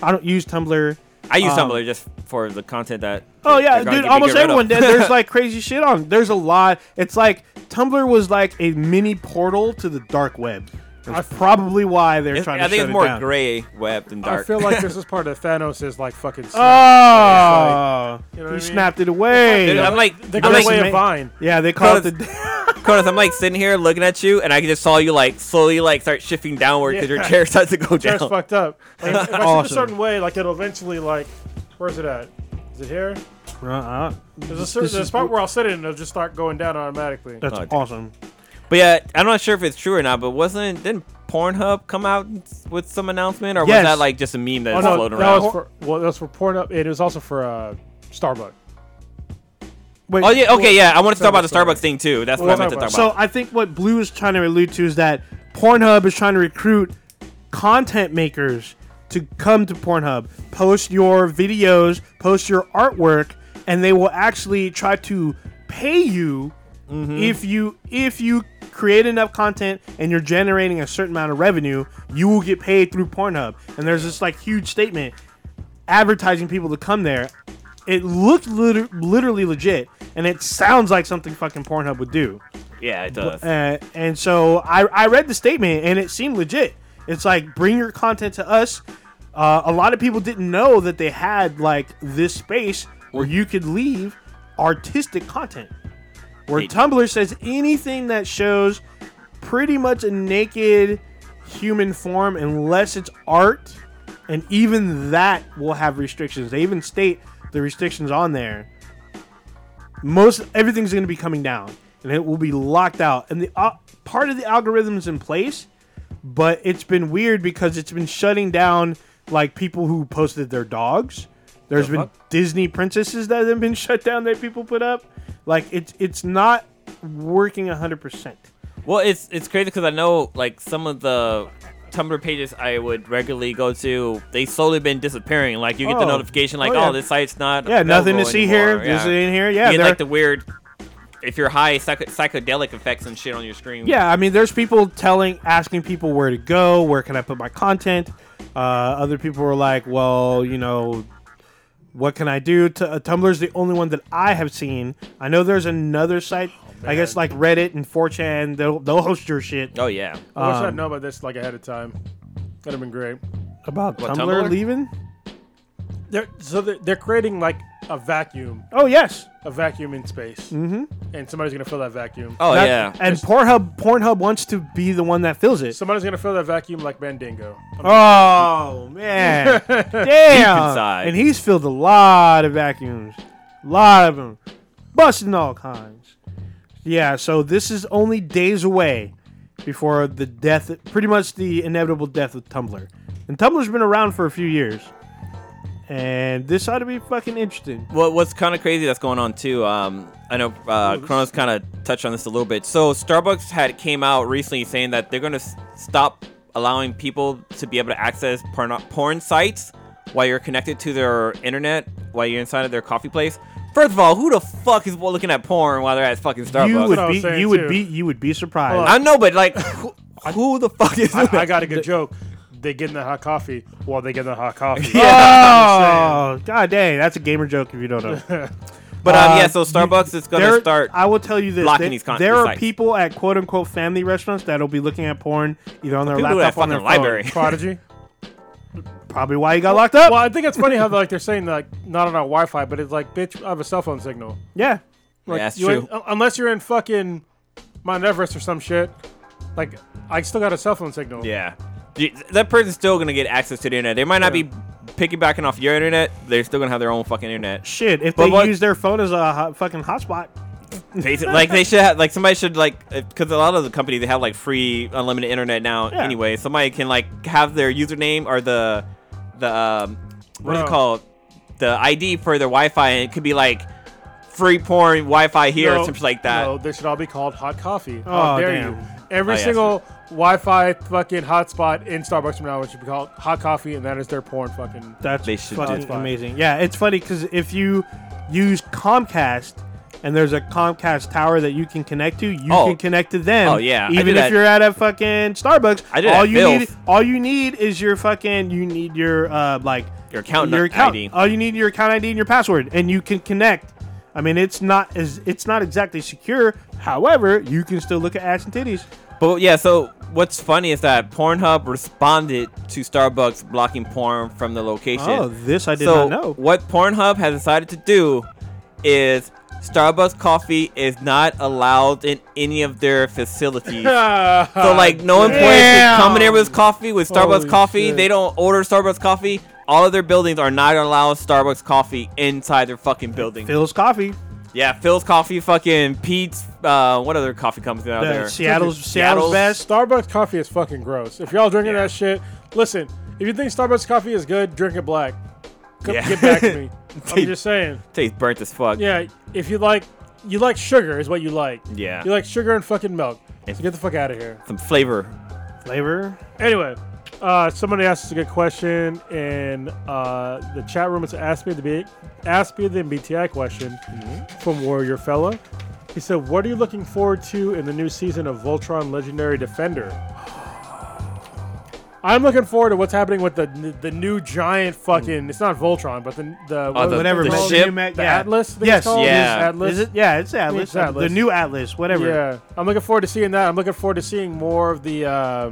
[SPEAKER 1] I don't use Tumblr.
[SPEAKER 2] I use
[SPEAKER 1] Um,
[SPEAKER 2] Tumblr just for the content that.
[SPEAKER 1] Oh yeah,
[SPEAKER 2] they're gonna
[SPEAKER 1] dude.
[SPEAKER 2] get-
[SPEAKER 1] Almost
[SPEAKER 2] get rid of.
[SPEAKER 1] everyone. did. There's like crazy shit on. There's a lot. It's like Tumblr was like a mini portal to the dark web. That's probably why they're
[SPEAKER 2] It's-
[SPEAKER 1] trying to
[SPEAKER 2] I think
[SPEAKER 1] shut
[SPEAKER 2] it's
[SPEAKER 1] it
[SPEAKER 2] more
[SPEAKER 1] down.
[SPEAKER 2] gray web than
[SPEAKER 3] I
[SPEAKER 2] dark.
[SPEAKER 3] feel like this is part of Thanos' like fucking.
[SPEAKER 1] Oh,
[SPEAKER 3] snap. You know
[SPEAKER 1] he
[SPEAKER 3] what I mean?
[SPEAKER 1] snapped it away.
[SPEAKER 2] Dude, I'm like,
[SPEAKER 3] the
[SPEAKER 2] I'm
[SPEAKER 3] great
[SPEAKER 2] like,
[SPEAKER 3] way
[SPEAKER 1] ma-
[SPEAKER 3] of Vine.
[SPEAKER 1] yeah, they call it
[SPEAKER 2] Cause-
[SPEAKER 1] the.
[SPEAKER 2] Cronus, I'm like sitting here looking at you, and I just saw you like slowly like start shifting downward because your
[SPEAKER 3] Yeah.
[SPEAKER 2] chair starts to go down.
[SPEAKER 3] Chair's fucked up. Like, if I shoot a
[SPEAKER 1] Awesome.
[SPEAKER 3] certain way, like it'll eventually like, where's it at? Is it here?
[SPEAKER 1] Uh-uh.
[SPEAKER 3] There's a certain
[SPEAKER 1] This
[SPEAKER 3] there's
[SPEAKER 1] is-
[SPEAKER 3] a part where I'll sit it and it'll just start going down automatically.
[SPEAKER 1] That's
[SPEAKER 2] Oh, dude.
[SPEAKER 1] awesome.
[SPEAKER 2] But yeah, I'm not sure if it's true or not. But wasn't didn't Pornhub come out with some announcement, or
[SPEAKER 1] Yes.
[SPEAKER 2] was that like just a meme that's
[SPEAKER 3] Oh no,
[SPEAKER 2] floating
[SPEAKER 3] that
[SPEAKER 2] around?
[SPEAKER 3] was for well, that was for porn up. It was also for uh, Starbucks.
[SPEAKER 1] Wait,
[SPEAKER 2] oh yeah, okay, yeah. I wanted to talk about the
[SPEAKER 3] Sorry.
[SPEAKER 2] Starbucks thing too. That's
[SPEAKER 3] Well,
[SPEAKER 2] what I meant to talk about.
[SPEAKER 1] So I think what Blue is trying to allude to is that Pornhub is trying to recruit content makers to come to Pornhub, post your videos, post your artwork, and they will actually try to pay you
[SPEAKER 2] Mm-hmm.
[SPEAKER 1] if you if you create enough content and you're generating a certain amount of revenue, you will get paid through Pornhub. And there's this like huge statement advertising people to come there. It looked liter- literally legit, and it sounds like something fucking Pornhub would do.
[SPEAKER 2] yeah, it does.
[SPEAKER 1] Uh, and so I, I read the statement and it seemed legit. It's like bring your content to us. Uh, a lot of people didn't know that they had like this space where you could leave artistic content. Where
[SPEAKER 2] Hey.
[SPEAKER 1] Tumblr says anything that shows pretty much a naked human form, unless it's art, and even that will have restrictions. They even state the restrictions on there most everything's going to be coming down and it will be locked out and the uh, part of the algorithm's in place but it's been weird because it's been shutting down like people who posted their dogs There's been disney princesses that have been shut down that people put up like it's it's not working 100%
[SPEAKER 2] Well, it's it's crazy because I know like some of the Tumblr pages I would regularly go to, they slowly been disappearing. Like you get
[SPEAKER 1] Oh.
[SPEAKER 2] the notification, like,
[SPEAKER 1] Oh,
[SPEAKER 2] oh,
[SPEAKER 1] yeah.
[SPEAKER 2] this site's not.
[SPEAKER 1] yeah nothing to
[SPEAKER 2] available
[SPEAKER 1] see
[SPEAKER 2] anymore.
[SPEAKER 1] here
[SPEAKER 2] Yeah.
[SPEAKER 1] this in here
[SPEAKER 2] You
[SPEAKER 1] yeah
[SPEAKER 2] get
[SPEAKER 1] there-
[SPEAKER 2] like the weird. If you're high, psych- psychedelic effects and shit on your screen.
[SPEAKER 1] Yeah, I mean, there's people telling, asking people where to go, where can I put my content. Uh, other people were like, well, you know, what can I do? T- uh, Tumblr's the only one that I have seen. I know there's another site, I guess like Reddit and 4chan, they'll, they'll host your shit.
[SPEAKER 2] Oh yeah.
[SPEAKER 3] I wish
[SPEAKER 1] Um,
[SPEAKER 3] I'd known about this like ahead of time. That'd have been great.
[SPEAKER 1] About
[SPEAKER 2] What,
[SPEAKER 1] Tumblr,
[SPEAKER 2] Tumblr?
[SPEAKER 1] leaving?
[SPEAKER 3] They're, so they're, they're creating like a vacuum,
[SPEAKER 1] Oh, yes.
[SPEAKER 3] a vacuum in space, mm-hmm. and somebody's gonna fill that vacuum.
[SPEAKER 2] Oh
[SPEAKER 1] That-
[SPEAKER 2] yeah.
[SPEAKER 1] And Pornhub, Pornhub wants to be the one that fills it.
[SPEAKER 3] Somebody's gonna fill that vacuum like Mandingo.
[SPEAKER 1] Oh man, damn!
[SPEAKER 2] inside.
[SPEAKER 1] And he's filled a lot of vacuums, a lot of them, busting all kinds. Yeah, so this is only days away before the death, pretty much the inevitable death of Tumblr. And Tumblr's been around for a few years, and this ought to be fucking interesting.
[SPEAKER 2] What, what's kind of crazy that's going on too? Um, I know uh, Kronos kind of touched on this a little bit. So Starbucks had came out recently saying that they're going to s- stop allowing people to be able to access porn, porn sites while you're connected to their internet while you're inside of their coffee place. First of all, who the fuck is looking at porn while they're at fucking Starbucks?
[SPEAKER 1] You
[SPEAKER 3] what I
[SPEAKER 1] would
[SPEAKER 3] was
[SPEAKER 1] be,
[SPEAKER 3] saying,
[SPEAKER 1] you would
[SPEAKER 3] too.
[SPEAKER 1] be, you would be surprised.
[SPEAKER 3] Hold on.
[SPEAKER 2] I know, but like, who, who the fuck is?
[SPEAKER 3] I,
[SPEAKER 2] doing
[SPEAKER 3] I
[SPEAKER 2] that?
[SPEAKER 3] got a good joke. They get in the hot coffee while they get in the hot coffee.
[SPEAKER 1] Oh, god dang, that's a gamer joke if you don't know.
[SPEAKER 2] But um,
[SPEAKER 1] Uh,
[SPEAKER 2] yeah, so
[SPEAKER 1] you-
[SPEAKER 2] Starbucks is gonna
[SPEAKER 1] there-
[SPEAKER 2] start.
[SPEAKER 1] I will tell you this:
[SPEAKER 2] blocking
[SPEAKER 1] there,
[SPEAKER 2] these con-
[SPEAKER 1] there
[SPEAKER 2] these
[SPEAKER 1] are
[SPEAKER 2] sites.
[SPEAKER 1] people at quote unquote family restaurants that'll be looking at porn either on their
[SPEAKER 2] People do
[SPEAKER 1] laptop
[SPEAKER 2] that
[SPEAKER 1] or on their
[SPEAKER 2] fucking
[SPEAKER 1] phone.
[SPEAKER 2] library.
[SPEAKER 3] Prodigy.
[SPEAKER 1] Probably why he got locked up.
[SPEAKER 3] Well, I think it's funny how like they're saying like not on our Wi-Fi, but it's like, bitch, I have a cell phone signal.
[SPEAKER 1] yeah,
[SPEAKER 2] Yeah, that's
[SPEAKER 3] You
[SPEAKER 2] true.
[SPEAKER 3] ain't- un- unless you're in fucking Mount Everest or some shit. Like, I still got a cell phone signal.
[SPEAKER 2] Yeah. You- That person's still gonna get access to the internet. They might not
[SPEAKER 3] Yeah.
[SPEAKER 2] be piggybacking off your internet. They're still gonna have their own fucking internet.
[SPEAKER 1] shit. If
[SPEAKER 2] But
[SPEAKER 1] they
[SPEAKER 2] what-
[SPEAKER 1] use their phone as a hot, fucking hotspot,
[SPEAKER 2] Basi- like they should have, like somebody should like because a lot of the companies they have like free unlimited internet now
[SPEAKER 1] Yeah.
[SPEAKER 2] anyway somebody can like have their username or the the um, what is it
[SPEAKER 3] Bro.
[SPEAKER 2] called the id for their wi-fi and it could be like free porn wi-fi here or
[SPEAKER 3] No,
[SPEAKER 2] something like that
[SPEAKER 3] No, they should all be called hot coffee.
[SPEAKER 1] Oh,
[SPEAKER 3] How dare
[SPEAKER 1] damn.
[SPEAKER 3] you? Every
[SPEAKER 2] Oh, yeah,
[SPEAKER 3] single Wi-Fi fucking hotspot in Starbucks from now on should be called hot coffee, and that is their porn fucking.
[SPEAKER 1] that's
[SPEAKER 2] They should
[SPEAKER 1] fucking
[SPEAKER 2] do
[SPEAKER 3] that.
[SPEAKER 1] amazing. Yeah, it's funny because if you use Comcast. And there's a Comcast tower that you can connect to. You
[SPEAKER 2] Oh.
[SPEAKER 1] can connect to them.
[SPEAKER 2] Oh, yeah. I did
[SPEAKER 1] even if
[SPEAKER 2] that-
[SPEAKER 1] you're at a fucking Starbucks.
[SPEAKER 2] I did
[SPEAKER 1] all
[SPEAKER 2] that
[SPEAKER 1] you
[SPEAKER 2] filth.
[SPEAKER 1] need, all you need is your fucking. You need your uh like
[SPEAKER 2] your account
[SPEAKER 1] your account.
[SPEAKER 2] id
[SPEAKER 1] All you need your account ID and your password, and you can connect. I mean, it's not as it's not exactly secure. However, you can still look at ass and titties.
[SPEAKER 2] but yeah so what's funny is that pornhub responded to starbucks blocking porn from the location
[SPEAKER 1] Oh, this I did
[SPEAKER 2] so
[SPEAKER 1] not know.
[SPEAKER 2] what Pornhub has decided to do is Starbucks coffee is not allowed in any of their facilities. so like no employees can come in there with coffee with Starbucks
[SPEAKER 3] Holy
[SPEAKER 2] coffee.
[SPEAKER 3] shit.
[SPEAKER 2] They don't order Starbucks coffee. All of their buildings are not allowed Starbucks coffee inside their fucking building.
[SPEAKER 1] Phil's Coffee,
[SPEAKER 2] yeah, Phil's Coffee, fucking Pete's. Uh, what other coffee companies out
[SPEAKER 1] the
[SPEAKER 2] there?
[SPEAKER 1] Seattle's
[SPEAKER 3] Dude,
[SPEAKER 1] Seattle's
[SPEAKER 2] Seattle's-
[SPEAKER 1] best.
[SPEAKER 3] Starbucks coffee is fucking gross. If y'all drinking that shit, listen. If you think Starbucks coffee is good, drink it black. Come
[SPEAKER 2] Yeah.
[SPEAKER 3] Get back to me.
[SPEAKER 2] Dude.
[SPEAKER 3] I'm just saying.
[SPEAKER 2] Tastes burnt as fuck.
[SPEAKER 3] Yeah, if you like, you like sugar is what you like.
[SPEAKER 2] Yeah.
[SPEAKER 3] You like sugar and fucking milk.
[SPEAKER 2] It's-
[SPEAKER 3] So get the fuck out of here.
[SPEAKER 2] Some flavor.
[SPEAKER 1] Flavor.
[SPEAKER 3] Anyway, uh, somebody asked us a good question in uh, the chat room. It's asked me the B- asked me the MBTI question
[SPEAKER 2] Mm-hmm.
[SPEAKER 3] from Warrior Fella. He said, "What are you looking forward to in the new season of Voltron Legendary Defender?" I'm looking forward to what's happening with the the new giant fucking. It's not Voltron, but the the
[SPEAKER 2] Mm. Oh, the-
[SPEAKER 1] Whatever.
[SPEAKER 2] the
[SPEAKER 1] man.
[SPEAKER 2] ship?
[SPEAKER 1] You met-
[SPEAKER 3] the
[SPEAKER 1] yeah.
[SPEAKER 3] Atlas. I think it's
[SPEAKER 1] Yes.
[SPEAKER 3] called,
[SPEAKER 2] Yeah.
[SPEAKER 3] is Atlas.
[SPEAKER 1] Is it? Yeah, it's Atlas. Uh,
[SPEAKER 3] It's Atlas.
[SPEAKER 1] The new Atlas. Whatever.
[SPEAKER 3] Yeah, I'm looking forward to seeing that. I'm looking forward to seeing more of the uh,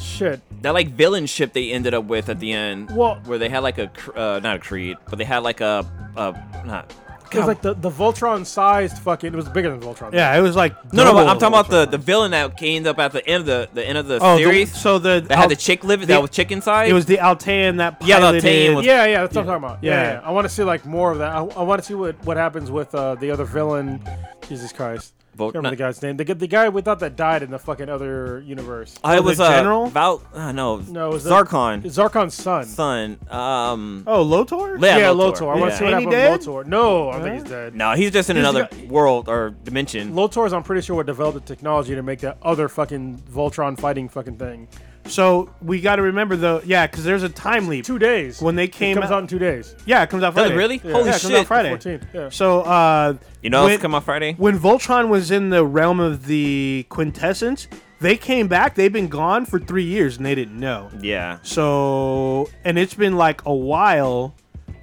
[SPEAKER 3] shit.
[SPEAKER 2] That like villain ship they ended up with at the end,
[SPEAKER 3] Well-
[SPEAKER 2] where they had like a cr- uh, not a creed, but they had like a, a not.
[SPEAKER 3] It was like the, the Voltron sized fucking. It was bigger than Voltron.
[SPEAKER 1] Yeah, it was like
[SPEAKER 2] No, no,
[SPEAKER 1] double-
[SPEAKER 2] but I'm talking about the, the villain that came up at the end of the, the end of the
[SPEAKER 1] Oh, the-
[SPEAKER 2] series.
[SPEAKER 1] so the
[SPEAKER 2] that had the chick live
[SPEAKER 1] the-
[SPEAKER 2] that was chicken side.
[SPEAKER 1] It was the Altean that
[SPEAKER 2] Yeah, the
[SPEAKER 1] piloted.
[SPEAKER 2] Altean was-
[SPEAKER 3] yeah, yeah. That's what I'm talking about. Yeah,
[SPEAKER 1] Yeah.
[SPEAKER 3] yeah. I want to see like more of that. I, I want to see what, what happens with uh, the other villain. Jesus Christ,
[SPEAKER 2] Vol-
[SPEAKER 3] Can't remember
[SPEAKER 2] not-
[SPEAKER 3] the guy's name. The, g- the guy we thought that died in the fucking other universe.
[SPEAKER 2] I
[SPEAKER 1] the
[SPEAKER 2] was uh,
[SPEAKER 1] general?
[SPEAKER 2] Val. Uh, no,
[SPEAKER 3] No, it was the-
[SPEAKER 2] Zarkon
[SPEAKER 3] Zarkon's son.
[SPEAKER 2] son. Um,
[SPEAKER 1] Oh, Lotor.
[SPEAKER 2] yeah,
[SPEAKER 3] yeah,
[SPEAKER 2] Lotor.
[SPEAKER 3] Lotor. I want to see what
[SPEAKER 1] Ain't he
[SPEAKER 3] happened with
[SPEAKER 1] dead?
[SPEAKER 3] Lotor. No, I don't think he's dead.
[SPEAKER 2] No, he's just in another
[SPEAKER 3] got-
[SPEAKER 2] world or dimension.
[SPEAKER 3] Lotor's, I'm pretty sure, would develop the technology to make that other fucking Voltron fighting fucking thing.
[SPEAKER 1] So we got to remember though. Yeah, because there's a time leap.
[SPEAKER 3] Two days.
[SPEAKER 1] When they came
[SPEAKER 3] it comes
[SPEAKER 1] out-
[SPEAKER 3] out, in two days.
[SPEAKER 1] Yeah, it comes out
[SPEAKER 2] Does it
[SPEAKER 1] Friday.
[SPEAKER 2] really?
[SPEAKER 1] Yeah.
[SPEAKER 2] Holy
[SPEAKER 1] yeah, it Comes
[SPEAKER 2] shit.
[SPEAKER 1] out Friday.
[SPEAKER 3] 14th. Yeah.
[SPEAKER 1] So uh,
[SPEAKER 2] you know,
[SPEAKER 1] when-
[SPEAKER 2] it's come out Friday.
[SPEAKER 1] when Voltron was in the realm of the quintessence, they came back. They've been gone for three years and they didn't know.
[SPEAKER 2] yeah,
[SPEAKER 1] So, and it's been like a while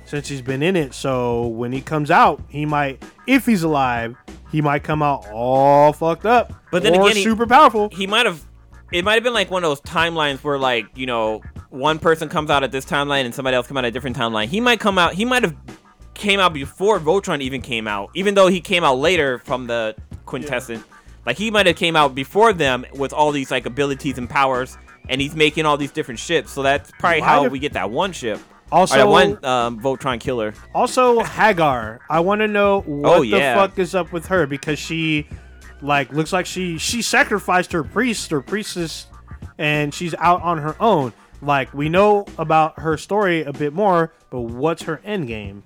[SPEAKER 1] since he's been in it. So when he comes out, he might, if he's alive, he might come out all fucked up.
[SPEAKER 2] But then
[SPEAKER 1] or
[SPEAKER 2] again, he-
[SPEAKER 1] super powerful.
[SPEAKER 2] he might have. It might have been like one of those timelines where, like, you know, one person comes out at this timeline and somebody else come out at a different timeline. He might come out. He might have came out before Voltron even came out, even though he came out later from the quintessence. Like he might have came out before them with all these like abilities and powers, and he's making all these different ships. So that's probably
[SPEAKER 1] Might
[SPEAKER 2] how
[SPEAKER 1] have-
[SPEAKER 2] we get that one ship.
[SPEAKER 1] Also-
[SPEAKER 2] or that one um, Voltron killer.
[SPEAKER 1] Also, Hagar. I want to know what
[SPEAKER 2] Oh, yeah.
[SPEAKER 1] the fuck is up with her because she, like, looks like she she sacrificed her priest or priestess, and she's out on her own. Like, we know about her story a bit more, but what's her end game?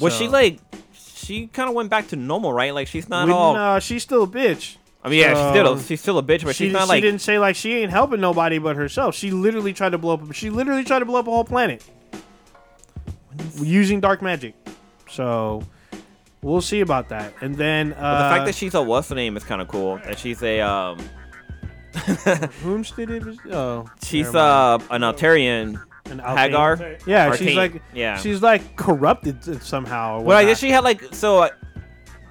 [SPEAKER 2] Was
[SPEAKER 1] So-
[SPEAKER 2] she like? She kind of went back to normal, right? Like she's not
[SPEAKER 1] We-
[SPEAKER 2] all.
[SPEAKER 1] nah, uh, she's still a bitch.
[SPEAKER 2] I mean, yeah, she's still
[SPEAKER 1] so-
[SPEAKER 2] she's still a bitch, but
[SPEAKER 1] She,
[SPEAKER 2] she's not
[SPEAKER 1] she
[SPEAKER 2] like.
[SPEAKER 1] didn't say like she ain't helping nobody but herself. She literally tried to blow up. She literally tried to blow up a whole planet using dark magic. So we'll see about that. And then uh,
[SPEAKER 2] But the fact that she's a what's her name is kind of cool. That she's a um,
[SPEAKER 1] Whom did it? Was, oh,
[SPEAKER 2] she's
[SPEAKER 1] never mind.
[SPEAKER 2] uh, an Altarian,
[SPEAKER 1] an Althane.
[SPEAKER 2] Hagar.
[SPEAKER 1] Yeah,
[SPEAKER 2] Or
[SPEAKER 1] she's
[SPEAKER 2] Kate.
[SPEAKER 1] like
[SPEAKER 2] yeah.
[SPEAKER 1] she's like corrupted somehow. Or
[SPEAKER 2] well, I
[SPEAKER 1] whatnot.
[SPEAKER 2] guess she had like so. Uh,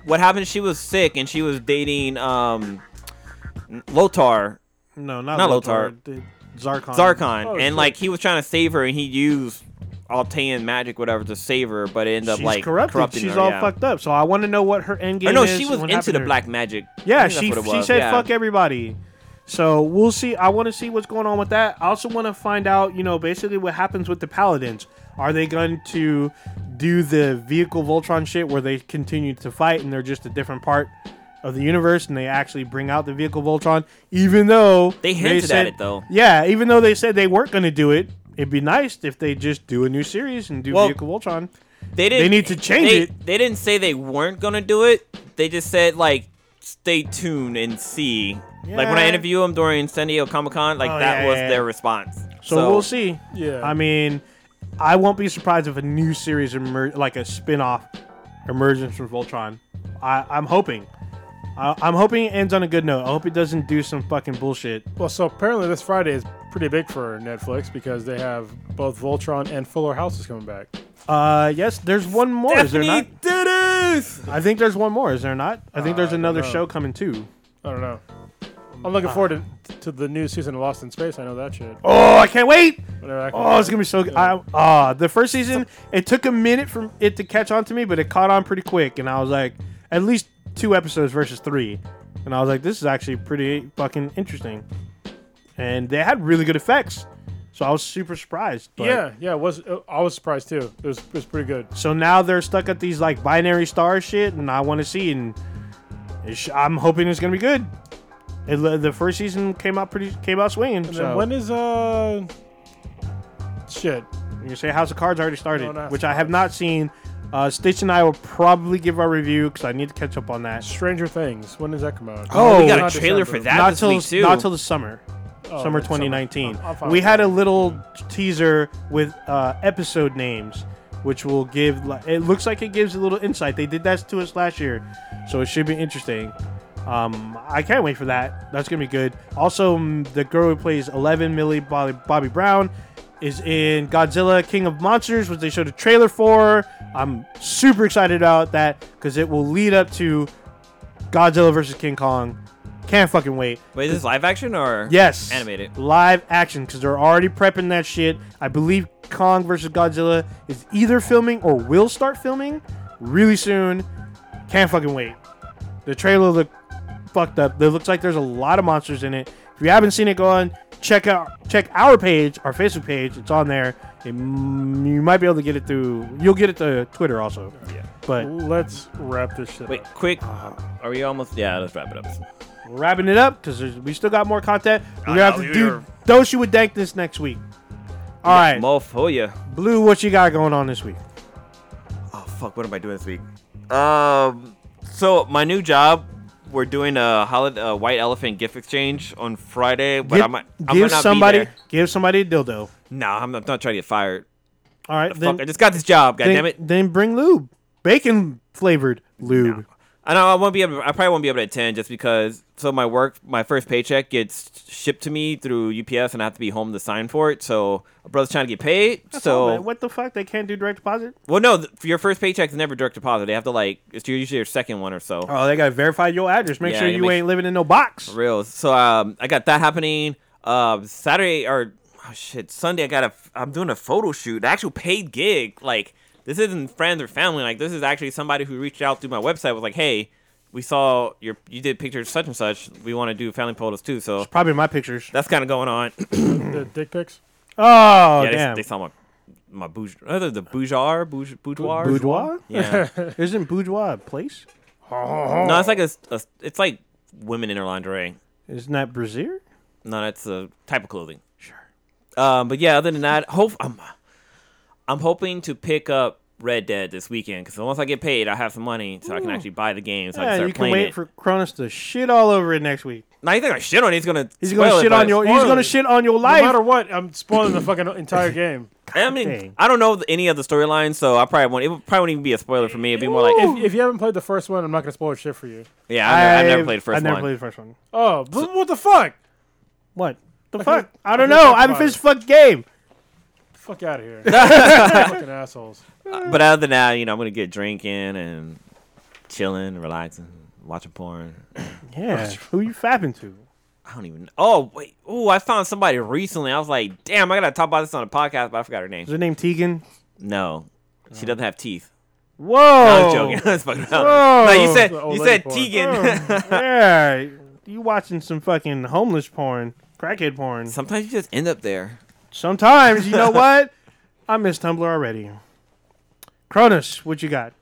[SPEAKER 2] what happened? She was sick and she was dating um, Lotar
[SPEAKER 1] no, not,
[SPEAKER 2] not
[SPEAKER 1] Lothar.
[SPEAKER 2] Lothar.
[SPEAKER 1] the- Zarkon.
[SPEAKER 2] Zarkon,
[SPEAKER 3] Oh,
[SPEAKER 2] and
[SPEAKER 3] shit.
[SPEAKER 2] like he was trying to save her and he used Altan magic whatever to save her, but it ended up
[SPEAKER 1] She's
[SPEAKER 2] like
[SPEAKER 1] corrupted.
[SPEAKER 2] corrupting
[SPEAKER 1] she's
[SPEAKER 2] her,
[SPEAKER 1] all
[SPEAKER 2] yeah.
[SPEAKER 1] fucked up. So I want to know what her end game
[SPEAKER 2] Or no,
[SPEAKER 1] is.
[SPEAKER 2] she was
[SPEAKER 1] and what
[SPEAKER 2] into
[SPEAKER 1] happened to
[SPEAKER 2] the
[SPEAKER 1] her.
[SPEAKER 2] black magic. I
[SPEAKER 1] Yeah,
[SPEAKER 2] think that's
[SPEAKER 1] she
[SPEAKER 2] what it
[SPEAKER 1] she
[SPEAKER 2] was,
[SPEAKER 1] said
[SPEAKER 2] yeah.
[SPEAKER 1] fuck everybody. So we'll see. I want to see what's going on with that. I also want to find out, you know, basically what happens with the paladins. Are they going to do the vehicle Voltron shit where they continue to fight and they're just a different part of the universe and they actually bring out the vehicle Voltron? Even though
[SPEAKER 2] They hinted at
[SPEAKER 1] said,
[SPEAKER 2] it, though.
[SPEAKER 1] Yeah, even though they said they weren't going to do it, it'd be nice if they just do a new series and do
[SPEAKER 2] Well,
[SPEAKER 1] vehicle Voltron.
[SPEAKER 2] They didn't.
[SPEAKER 1] need to change
[SPEAKER 2] they-
[SPEAKER 1] it.
[SPEAKER 2] They didn't say they weren't gonna do it. They just said like, stay tuned and see. Like when I
[SPEAKER 1] Yeah.
[SPEAKER 2] interviewed them during San Diego Comic Con, like
[SPEAKER 1] Oh,
[SPEAKER 2] that
[SPEAKER 1] yeah,
[SPEAKER 2] was
[SPEAKER 1] yeah, yeah.
[SPEAKER 2] their response.
[SPEAKER 1] So, we'll see.
[SPEAKER 3] Yeah.
[SPEAKER 1] I mean, I won't be surprised if a new series emerge, like a spin-off emerges from Voltron. I, I'm hoping. I, I'm hoping it ends on a good note. I hope it doesn't do some fucking bullshit.
[SPEAKER 3] Well, so apparently this Friday is pretty big for Netflix because they have both Voltron and Fuller House is coming back.
[SPEAKER 1] Uh, yes, there's one more. Is there not?
[SPEAKER 2] Stephanie did it.
[SPEAKER 1] I think there's one more. Is there not? I think
[SPEAKER 3] Uh, I
[SPEAKER 1] there's
[SPEAKER 3] don't
[SPEAKER 1] another
[SPEAKER 3] know.
[SPEAKER 1] show coming too.
[SPEAKER 3] I don't know. I'm looking forward to, to the new season of Lost in Space. I know that shit.
[SPEAKER 1] Oh, I can't wait.
[SPEAKER 3] Whenever that comes
[SPEAKER 1] Oh, it's
[SPEAKER 3] out.
[SPEAKER 1] gonna be so good. I, ah, the first season, it took a minute for it to catch on to me, but it caught on pretty quick, and I was like, at least two episodes versus three, and I was like, this is actually pretty fucking interesting, and they had really good effects, so I was super surprised. but-
[SPEAKER 3] yeah, yeah. It was uh, I was surprised too. It was it was pretty good.
[SPEAKER 1] So now they're stuck at these like binary star shit, and I want to see, and it sh- I'm hoping it's gonna be good. It, le- the first season came out pretty came out swinging.
[SPEAKER 3] And
[SPEAKER 1] so
[SPEAKER 3] then when is uh shit?
[SPEAKER 1] You can say House of Cards already started,
[SPEAKER 3] No, not
[SPEAKER 1] which I have not seen. Uh, Stitch and I will probably give our review because I need to catch up on that.
[SPEAKER 3] Stranger Things. When does that come out?
[SPEAKER 1] Oh,
[SPEAKER 2] we got
[SPEAKER 3] Not
[SPEAKER 2] a trailer
[SPEAKER 3] December.
[SPEAKER 2] for that
[SPEAKER 1] not
[SPEAKER 2] this
[SPEAKER 1] till
[SPEAKER 2] week too.
[SPEAKER 1] not till the summer,
[SPEAKER 3] Oh,
[SPEAKER 1] summer
[SPEAKER 3] that's
[SPEAKER 1] 2019.
[SPEAKER 3] I'm- I'm fine
[SPEAKER 1] we
[SPEAKER 3] with
[SPEAKER 1] had
[SPEAKER 3] that.
[SPEAKER 1] a little teaser with uh, episode names, which will give. li- It looks like it gives a little insight. They did that to us last year, so it should be interesting. Um, I can't wait for that. That's gonna be good. Also, mm, the girl who plays Eleven, Millie Bobby, Bobby Brown, is in Godzilla King of Monsters, which they showed a trailer for. I'm super excited about that because it will lead up to Godzilla versus King Kong. Can't fucking wait.
[SPEAKER 2] Wait, is this live action or
[SPEAKER 1] Yes.
[SPEAKER 2] animated?
[SPEAKER 1] Live action, because they're already prepping that shit. I believe Kong versus Godzilla is either filming or will start filming really soon. Can't fucking wait. The trailer looked fucked up. It looks like there's a lot of monsters in it. If you haven't seen it, go on check out check our page, our Facebook page. It's on there. It, m- you might be able to get it through. You'll get it to Twitter also. Yeah. But
[SPEAKER 3] Let's wrap this shit.
[SPEAKER 2] Wait,
[SPEAKER 3] up.
[SPEAKER 2] quick. Are we almost? Yeah, let's wrap it up.
[SPEAKER 1] we're wrapping it up because we still got more content. We're gonna
[SPEAKER 2] I
[SPEAKER 1] have to
[SPEAKER 2] know
[SPEAKER 1] do
[SPEAKER 2] you're-
[SPEAKER 1] Doshi with Dank this next week. All right.
[SPEAKER 2] Mofoya.
[SPEAKER 1] Blue, what you got going on this week?
[SPEAKER 2] Oh fuck! What am I doing this week? Um, so my new job, we're doing a holiday a white elephant gift exchange on Friday, but I might I might
[SPEAKER 1] give
[SPEAKER 2] not
[SPEAKER 1] somebody,
[SPEAKER 2] Be there.
[SPEAKER 1] give somebody a dildo.
[SPEAKER 2] Nah, I'm not, I'm not trying to get fired.
[SPEAKER 1] All right, then,
[SPEAKER 2] fuck! I just got this job. God
[SPEAKER 1] then,
[SPEAKER 2] damn it!
[SPEAKER 1] then bring lube, bacon flavored lube.
[SPEAKER 2] I know I won't be able. I probably won't be able to attend just because. So my work, my first paycheck gets shipped to me through UPS, and I have to be home to sign for it. So my brother's trying to get paid.
[SPEAKER 1] Oh,
[SPEAKER 2] so
[SPEAKER 1] man, what the fuck? They can't do direct deposit.
[SPEAKER 2] well, no, th- for your first paycheck is never direct deposit. They have to like it's usually your second one or so.
[SPEAKER 1] Oh, they gotta verify your address. Make
[SPEAKER 2] Yeah,
[SPEAKER 1] sure
[SPEAKER 2] you
[SPEAKER 1] you
[SPEAKER 2] make-
[SPEAKER 1] ain't living in no box.
[SPEAKER 2] real. So um, I got that happening. Um, Saturday or oh shit, Sunday I got a. I'm doing a photo shoot, an actual paid gig. Like this isn't friends or family. Like this is actually somebody who reached out through my website. Was like, hey, we saw your you did pictures such and such. We want to do family photos too. So
[SPEAKER 1] Probably my pictures.
[SPEAKER 2] that's kind of going on.
[SPEAKER 3] The dick pics.
[SPEAKER 1] Oh
[SPEAKER 2] yeah, they,
[SPEAKER 1] damn.
[SPEAKER 2] they saw my my bouge, uh, the, the bougeoir, bouge, boudoir,
[SPEAKER 1] Boudoir?
[SPEAKER 2] Yeah,
[SPEAKER 1] Isn't boudoir a place?
[SPEAKER 2] no, it's like a, a it's like women in their lingerie.
[SPEAKER 1] Isn't that brassiere?
[SPEAKER 2] No, that's a type of clothing. Sure. Um, but yeah, other than that, hope I'm I'm hoping to pick up Red Dead this weekend because once I get paid, I have some money so I can actually buy the game so I can
[SPEAKER 1] Hmm. Yeah,
[SPEAKER 2] start
[SPEAKER 1] you can
[SPEAKER 2] playing
[SPEAKER 1] wait
[SPEAKER 2] it.
[SPEAKER 1] for Cronus to shit all over it next week.
[SPEAKER 2] Now you think I shit on? it, He's gonna
[SPEAKER 1] He's gonna
[SPEAKER 2] spoil it,
[SPEAKER 1] shit
[SPEAKER 2] but-
[SPEAKER 1] on your. He's
[SPEAKER 3] spoil
[SPEAKER 1] gonna
[SPEAKER 3] it.
[SPEAKER 1] shit on your
[SPEAKER 3] No
[SPEAKER 1] life.
[SPEAKER 3] matter what, I'm spoiling the fucking entire game.
[SPEAKER 2] I mean,
[SPEAKER 1] Dang.
[SPEAKER 2] I don't know the- any of the storylines, so I probably won't. It would- probably wouldn't even be a spoiler for me. It'd be more like,
[SPEAKER 3] If, if you haven't played the first one, I'm not gonna spoil shit for you.
[SPEAKER 2] yeah, I've, never- I've never played the first
[SPEAKER 1] I never
[SPEAKER 2] one.
[SPEAKER 1] played the first one.
[SPEAKER 3] Oh, bl- what the fuck?
[SPEAKER 1] What the
[SPEAKER 3] can we-
[SPEAKER 1] fuck? I
[SPEAKER 3] I
[SPEAKER 1] don't
[SPEAKER 3] can we
[SPEAKER 1] know.
[SPEAKER 3] talk
[SPEAKER 1] I haven't
[SPEAKER 3] about
[SPEAKER 1] finished the fuck game.
[SPEAKER 3] fuck out of here. Fucking assholes.
[SPEAKER 2] But other than that, you know, I'm gonna get drinking and chilling, relaxing, watching porn.
[SPEAKER 1] Yeah. Who you fapping to?
[SPEAKER 2] I don't even. Oh wait. Oh, I found somebody recently. I was like, damn, I gotta talk about this on a podcast, but I forgot her name.
[SPEAKER 1] Is her name Tegan?
[SPEAKER 2] No,
[SPEAKER 3] Uh-huh.
[SPEAKER 2] she doesn't have teeth.
[SPEAKER 1] Whoa.
[SPEAKER 2] No, I'm joking. I was fucking around. No, you said
[SPEAKER 3] Whoa.
[SPEAKER 2] you
[SPEAKER 3] Old
[SPEAKER 2] said
[SPEAKER 3] Oh. lady Oh.
[SPEAKER 2] Tegan.
[SPEAKER 1] yeah. You watching some fucking homeless porn, crackhead porn.
[SPEAKER 2] Sometimes you just end up there.
[SPEAKER 1] Sometimes, you know what? I miss Tumblr already. Cronus, what you got?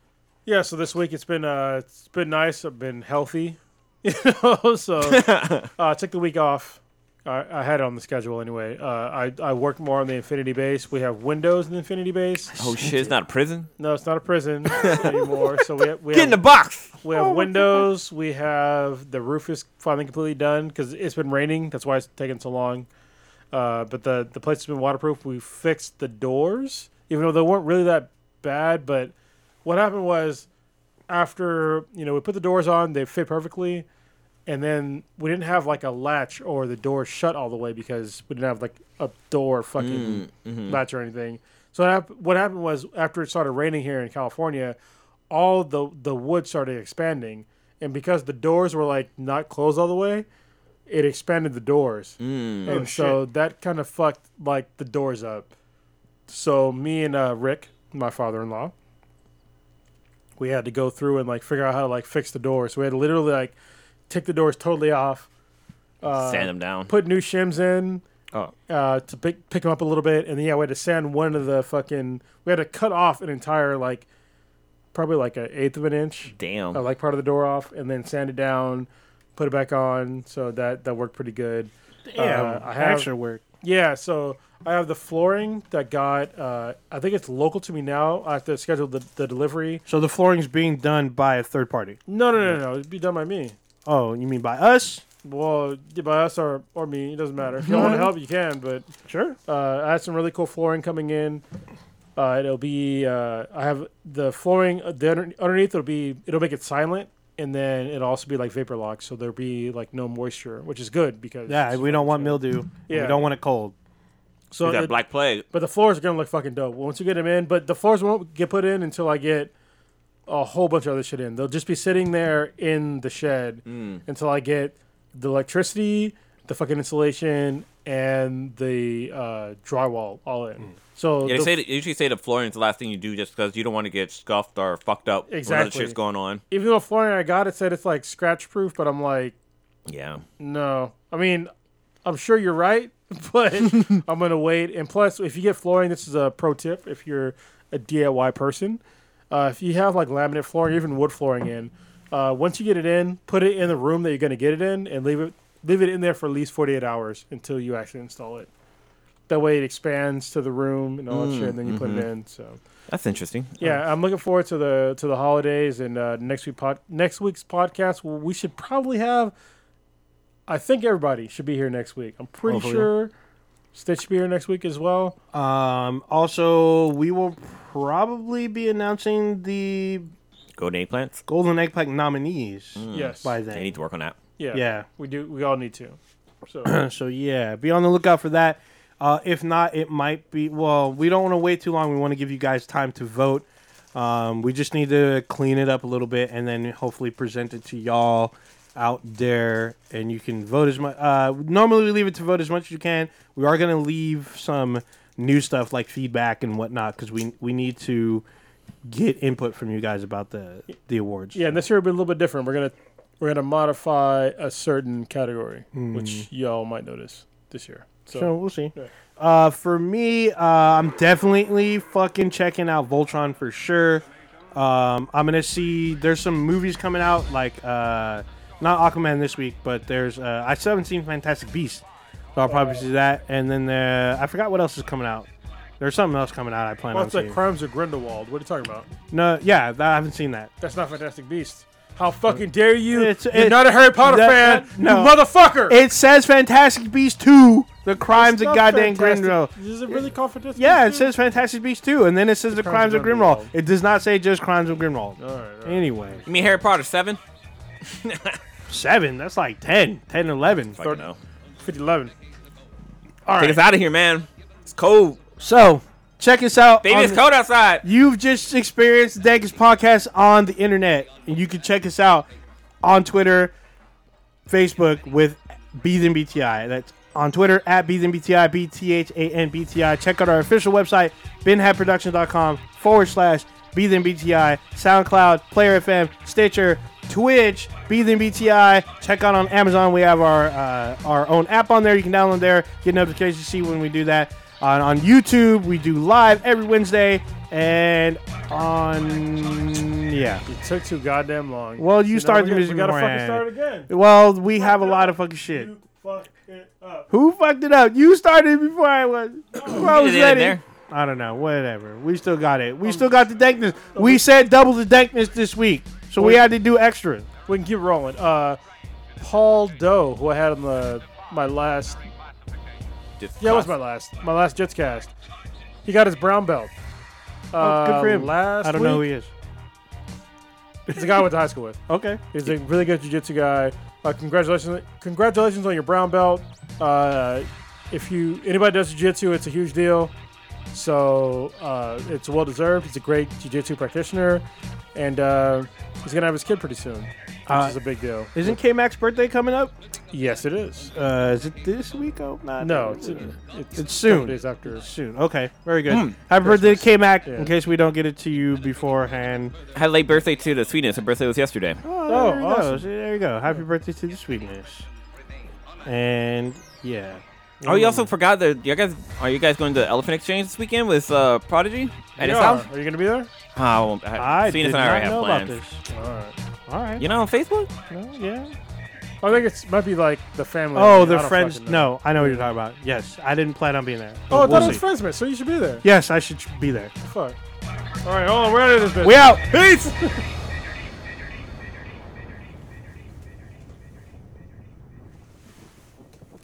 [SPEAKER 3] Yeah, so this week it's been uh, it's been nice. I've been healthy, you know. So uh, I took the week off. I, I had it on the schedule anyway. Uh, I I worked more on the Infinity Base. We have windows in the Infinity Base.
[SPEAKER 2] Oh shit! It's not a prison.
[SPEAKER 3] No, it's not a prison anymore. So we have, we
[SPEAKER 2] Get in
[SPEAKER 3] have,
[SPEAKER 2] the box.
[SPEAKER 3] we have windows. We have the roof is finally completely done because it's been raining. That's why it's taken so long. Uh, but the the place has been waterproof. We fixed the doors, even though they weren't really that bad. But what happened was after you know we put the doors on, they fit perfectly, and then we didn't have like a latch or the door shut all the way because we didn't have like a door fucking latch or anything. So what hap- what happened was after it started raining here in California, all the the wood started expanding, and because the doors were like not closed all the way, it expanded the doors, and so that kind of fucked like the doors up. So me and uh, Rick, my father-in-law, we had to go through and like figure out how to like fix the doors. So we had to literally like take the doors totally off,
[SPEAKER 2] Stand them down.
[SPEAKER 3] Uh, put new shims in,
[SPEAKER 2] oh.
[SPEAKER 3] uh, to pick pick them up a little bit, and then yeah, we had to sand one of the fucking. We had to cut off an entire like, probably like an eighth of an inch,
[SPEAKER 2] Damn.
[SPEAKER 3] uh, like part of the door off, and then sand it down, put it back on. So that that worked pretty good. Uh, I have-
[SPEAKER 1] Um, extra work.
[SPEAKER 3] Yeah, so I have the flooring that got. Uh, I think it's local to me now. I have to schedule the, the delivery.
[SPEAKER 1] So the flooring's being done by a third party.
[SPEAKER 3] No, no, no, no, no. It'd be done by me.
[SPEAKER 1] Oh, you mean by us?
[SPEAKER 3] Well, by us or, or me, it doesn't matter. If you want to help, you can. But
[SPEAKER 1] Sure.
[SPEAKER 3] Uh, I have some really cool flooring coming in. Uh, it'll be uh, I have the flooring uh, the under, underneath. It'll be it'll make it silent, and then it'll also be like vapor lock, so there'll be like no moisture, which is good because
[SPEAKER 1] Yeah, we don't want mildew.
[SPEAKER 3] Yeah.
[SPEAKER 1] We don't want it cold.
[SPEAKER 3] So
[SPEAKER 2] that
[SPEAKER 3] it-
[SPEAKER 2] black plague.
[SPEAKER 3] but the floors are gonna look fucking dope once you get them in. But the floors won't get put in until I get a whole bunch of other shit in. They'll just be sitting there in the shed
[SPEAKER 2] Hmm.
[SPEAKER 3] until I get the electricity, the fucking insulation, and the uh, drywall all in.
[SPEAKER 1] Hmm.
[SPEAKER 3] So
[SPEAKER 2] Yeah, they
[SPEAKER 3] the-
[SPEAKER 2] say that, they usually say the flooring's the last thing you do just because you don't want to get scuffed or fucked up when other
[SPEAKER 3] Exactly.
[SPEAKER 2] shit's going on.
[SPEAKER 3] even though flooring I got it said it's like scratch proof, but I'm like,
[SPEAKER 2] Yeah.
[SPEAKER 3] no. I mean, I'm sure you're right, but I'm gonna wait. And plus, if you get flooring, this is a pro tip if you're a DIY person. Uh, if you have like laminate flooring, even wood flooring in, uh, once you get it in, put it in the room that you're gonna get it in, and leave it leave it in there for at least 48 hours until you actually install it. That way, it expands to the room and all that shit, and then you put it in. So.
[SPEAKER 2] That's interesting.
[SPEAKER 3] Yeah, I'm looking forward to the to the holidays and uh, next week pod, next week's podcast. Well, we should probably have. I think everybody should be here next week. I'm pretty
[SPEAKER 1] Hopefully.
[SPEAKER 3] sure Stitch should be here next week as well.
[SPEAKER 1] Um, also, we will probably be announcing the
[SPEAKER 2] Golden egg plants.
[SPEAKER 1] Golden Egg Pack nominees
[SPEAKER 3] Mm. yes,
[SPEAKER 1] Mm. by then.
[SPEAKER 2] They need to work on that.
[SPEAKER 3] yeah,
[SPEAKER 1] yeah.
[SPEAKER 3] we do. We all need to. So
[SPEAKER 1] So yeah, be on the lookout for that. Uh, if not, it might be. Well, we don't want to wait too long. We want to give you guys time to vote. Um, we just need to clean it up a little bit and then hopefully present it to y'all out there, and you can vote as much. Uh, normally, we leave it to vote as much as you can. We are gonna leave some new stuff like feedback and whatnot because we we need to get input from you guys about the the awards.
[SPEAKER 3] yeah, and this year will be a little bit different. We're gonna we're gonna modify a certain category, which y'all might notice this year. So,
[SPEAKER 1] Mm. So we'll see. Uh, for me, uh, I'm definitely fucking checking out Voltron for sure. Um, I'm gonna see. There's some movies coming out, like uh, not Aquaman this week, but there's. Uh, I still haven't seen Fantastic Beast, so I'll probably see that. And then uh, I forgot what else is coming out. There's something else coming out. I plan on
[SPEAKER 3] what's
[SPEAKER 1] seeing.
[SPEAKER 3] that? Crimes of Grindelwald. What are you talking about?
[SPEAKER 1] no, yeah, that, I haven't seen that.
[SPEAKER 3] That's not Fantastic Beast. How fucking dare you?
[SPEAKER 1] Uh, It's-
[SPEAKER 3] You're
[SPEAKER 1] it-
[SPEAKER 3] not a Harry Potter
[SPEAKER 1] that-
[SPEAKER 3] fan,
[SPEAKER 1] that- no.
[SPEAKER 3] you motherfucker.
[SPEAKER 1] It says Fantastic Beast Two: The Crimes of
[SPEAKER 3] Not
[SPEAKER 1] Goddamn
[SPEAKER 3] Fantastic-
[SPEAKER 1] Grindelwald.
[SPEAKER 3] Is it really called Fantastic?
[SPEAKER 1] Yeah, it
[SPEAKER 3] Beasts?
[SPEAKER 1] says Fantastic Beasts 2, and then it says The Crimes,
[SPEAKER 3] Crimes
[SPEAKER 1] of Grimwald.
[SPEAKER 3] of Grindelwald.
[SPEAKER 1] It does not say just Crimes of Grimwald.
[SPEAKER 3] All right, all right.
[SPEAKER 1] Anyway,
[SPEAKER 2] You mean Harry Potter 7?
[SPEAKER 1] 7, that's like 10, 10, 11.
[SPEAKER 2] Fucking no.
[SPEAKER 3] 5011.
[SPEAKER 1] All
[SPEAKER 2] Take
[SPEAKER 1] right.
[SPEAKER 2] us out of here, man. It's cold.
[SPEAKER 1] So, Check us out.
[SPEAKER 2] Baby,
[SPEAKER 1] on
[SPEAKER 2] it's
[SPEAKER 1] the-
[SPEAKER 2] cold outside.
[SPEAKER 1] You've just experienced the Dankest Podcast on the internet. And you can check us out on Twitter, Facebook with BTI. That's on Twitter at BTI, B T H A N B T I. Check out our official website, binhatproduction.com forward slash BTI, SoundCloud, Player FM, Stitcher, Twitch, BTI. Check out on Amazon. We have our uh, our own app on there. You can download there, get notifications, to see when we do that. On, on YouTube, we do live every Wednesday, and on yeah.
[SPEAKER 3] It took too goddamn long.
[SPEAKER 1] Well, you
[SPEAKER 3] know,
[SPEAKER 1] started
[SPEAKER 3] we
[SPEAKER 1] the
[SPEAKER 3] gotta-
[SPEAKER 1] music
[SPEAKER 3] We gotta
[SPEAKER 1] beforehand.
[SPEAKER 3] fucking start it again.
[SPEAKER 1] Well, we have a lot of fucking shit.
[SPEAKER 3] You fuck it up.
[SPEAKER 1] Who fucked it up? You started it before I was. Before I
[SPEAKER 2] Get
[SPEAKER 1] was
[SPEAKER 2] it in
[SPEAKER 1] ready.
[SPEAKER 2] there.
[SPEAKER 1] I don't know. Whatever. We still got it. We still got the dankness. We said double the dankness this week, so we
[SPEAKER 3] Wait.
[SPEAKER 1] had to do extra.
[SPEAKER 3] We can keep rolling. Uh, Paul Doe, who I had on the my last
[SPEAKER 2] Just
[SPEAKER 3] Yeah, it was my
[SPEAKER 2] cross-
[SPEAKER 3] last. My last Jets cast. He got his brown belt. Uh,
[SPEAKER 1] good for him.
[SPEAKER 3] Last
[SPEAKER 1] I don't
[SPEAKER 3] week,
[SPEAKER 1] know who he is.
[SPEAKER 3] It's a guy I went to high school with.
[SPEAKER 1] Okay.
[SPEAKER 3] He's a really good jiu-jitsu guy. Uh, congratulations, congratulations on your brown belt. Uh, if you anybody does jiu-jitsu, it's a huge deal. So uh, it's well deserved. He's a great jiu-jitsu practitioner, and uh, he's gonna have his kid pretty soon, which
[SPEAKER 1] Uh,
[SPEAKER 3] is a big deal.
[SPEAKER 1] Isn't K Mac's birthday coming up?
[SPEAKER 3] Yes, it is.
[SPEAKER 1] Uh, is it this week? Oh, not
[SPEAKER 3] No, it's
[SPEAKER 1] It's soon.
[SPEAKER 3] Days after.
[SPEAKER 1] soon. Okay. Very
[SPEAKER 2] Hmm.
[SPEAKER 1] good. Happy birthday, K Mac.
[SPEAKER 3] Yeah.
[SPEAKER 1] In case we don't get it to you beforehand.
[SPEAKER 2] Had late birthday to the sweetness. Her birthday was yesterday.
[SPEAKER 1] Oh, there you go.
[SPEAKER 3] awesome.
[SPEAKER 1] See, There you go. Happy birthday to the sweetness. And yeah.
[SPEAKER 2] Oh, you also forgot that you guys are you guys going to Elephant Exchange this weekend with uh, Prodigy at
[SPEAKER 3] You
[SPEAKER 2] his
[SPEAKER 3] are.
[SPEAKER 2] house?
[SPEAKER 3] are you gonna be there?
[SPEAKER 2] Oh,
[SPEAKER 1] I did
[SPEAKER 2] Sweetness and I
[SPEAKER 1] not
[SPEAKER 2] already
[SPEAKER 1] know
[SPEAKER 2] have
[SPEAKER 1] about
[SPEAKER 2] plans.
[SPEAKER 1] this.
[SPEAKER 3] All right.
[SPEAKER 1] All right.
[SPEAKER 2] You know, on Facebook.
[SPEAKER 1] No, yeah.
[SPEAKER 3] I think it's might be like the family.
[SPEAKER 1] Oh,
[SPEAKER 3] I
[SPEAKER 1] the
[SPEAKER 3] don't
[SPEAKER 1] friends.
[SPEAKER 3] fucking know.
[SPEAKER 1] No, I know what you're talking about. Yes, I didn't plan on being there. but
[SPEAKER 3] Oh, I thought
[SPEAKER 1] we'll
[SPEAKER 3] it was
[SPEAKER 1] see.
[SPEAKER 3] friends, man. So you should be there.
[SPEAKER 1] Yes, I should be there.
[SPEAKER 3] Fuck. All right, hold on. We're out of this bitch.
[SPEAKER 1] We out. Peace.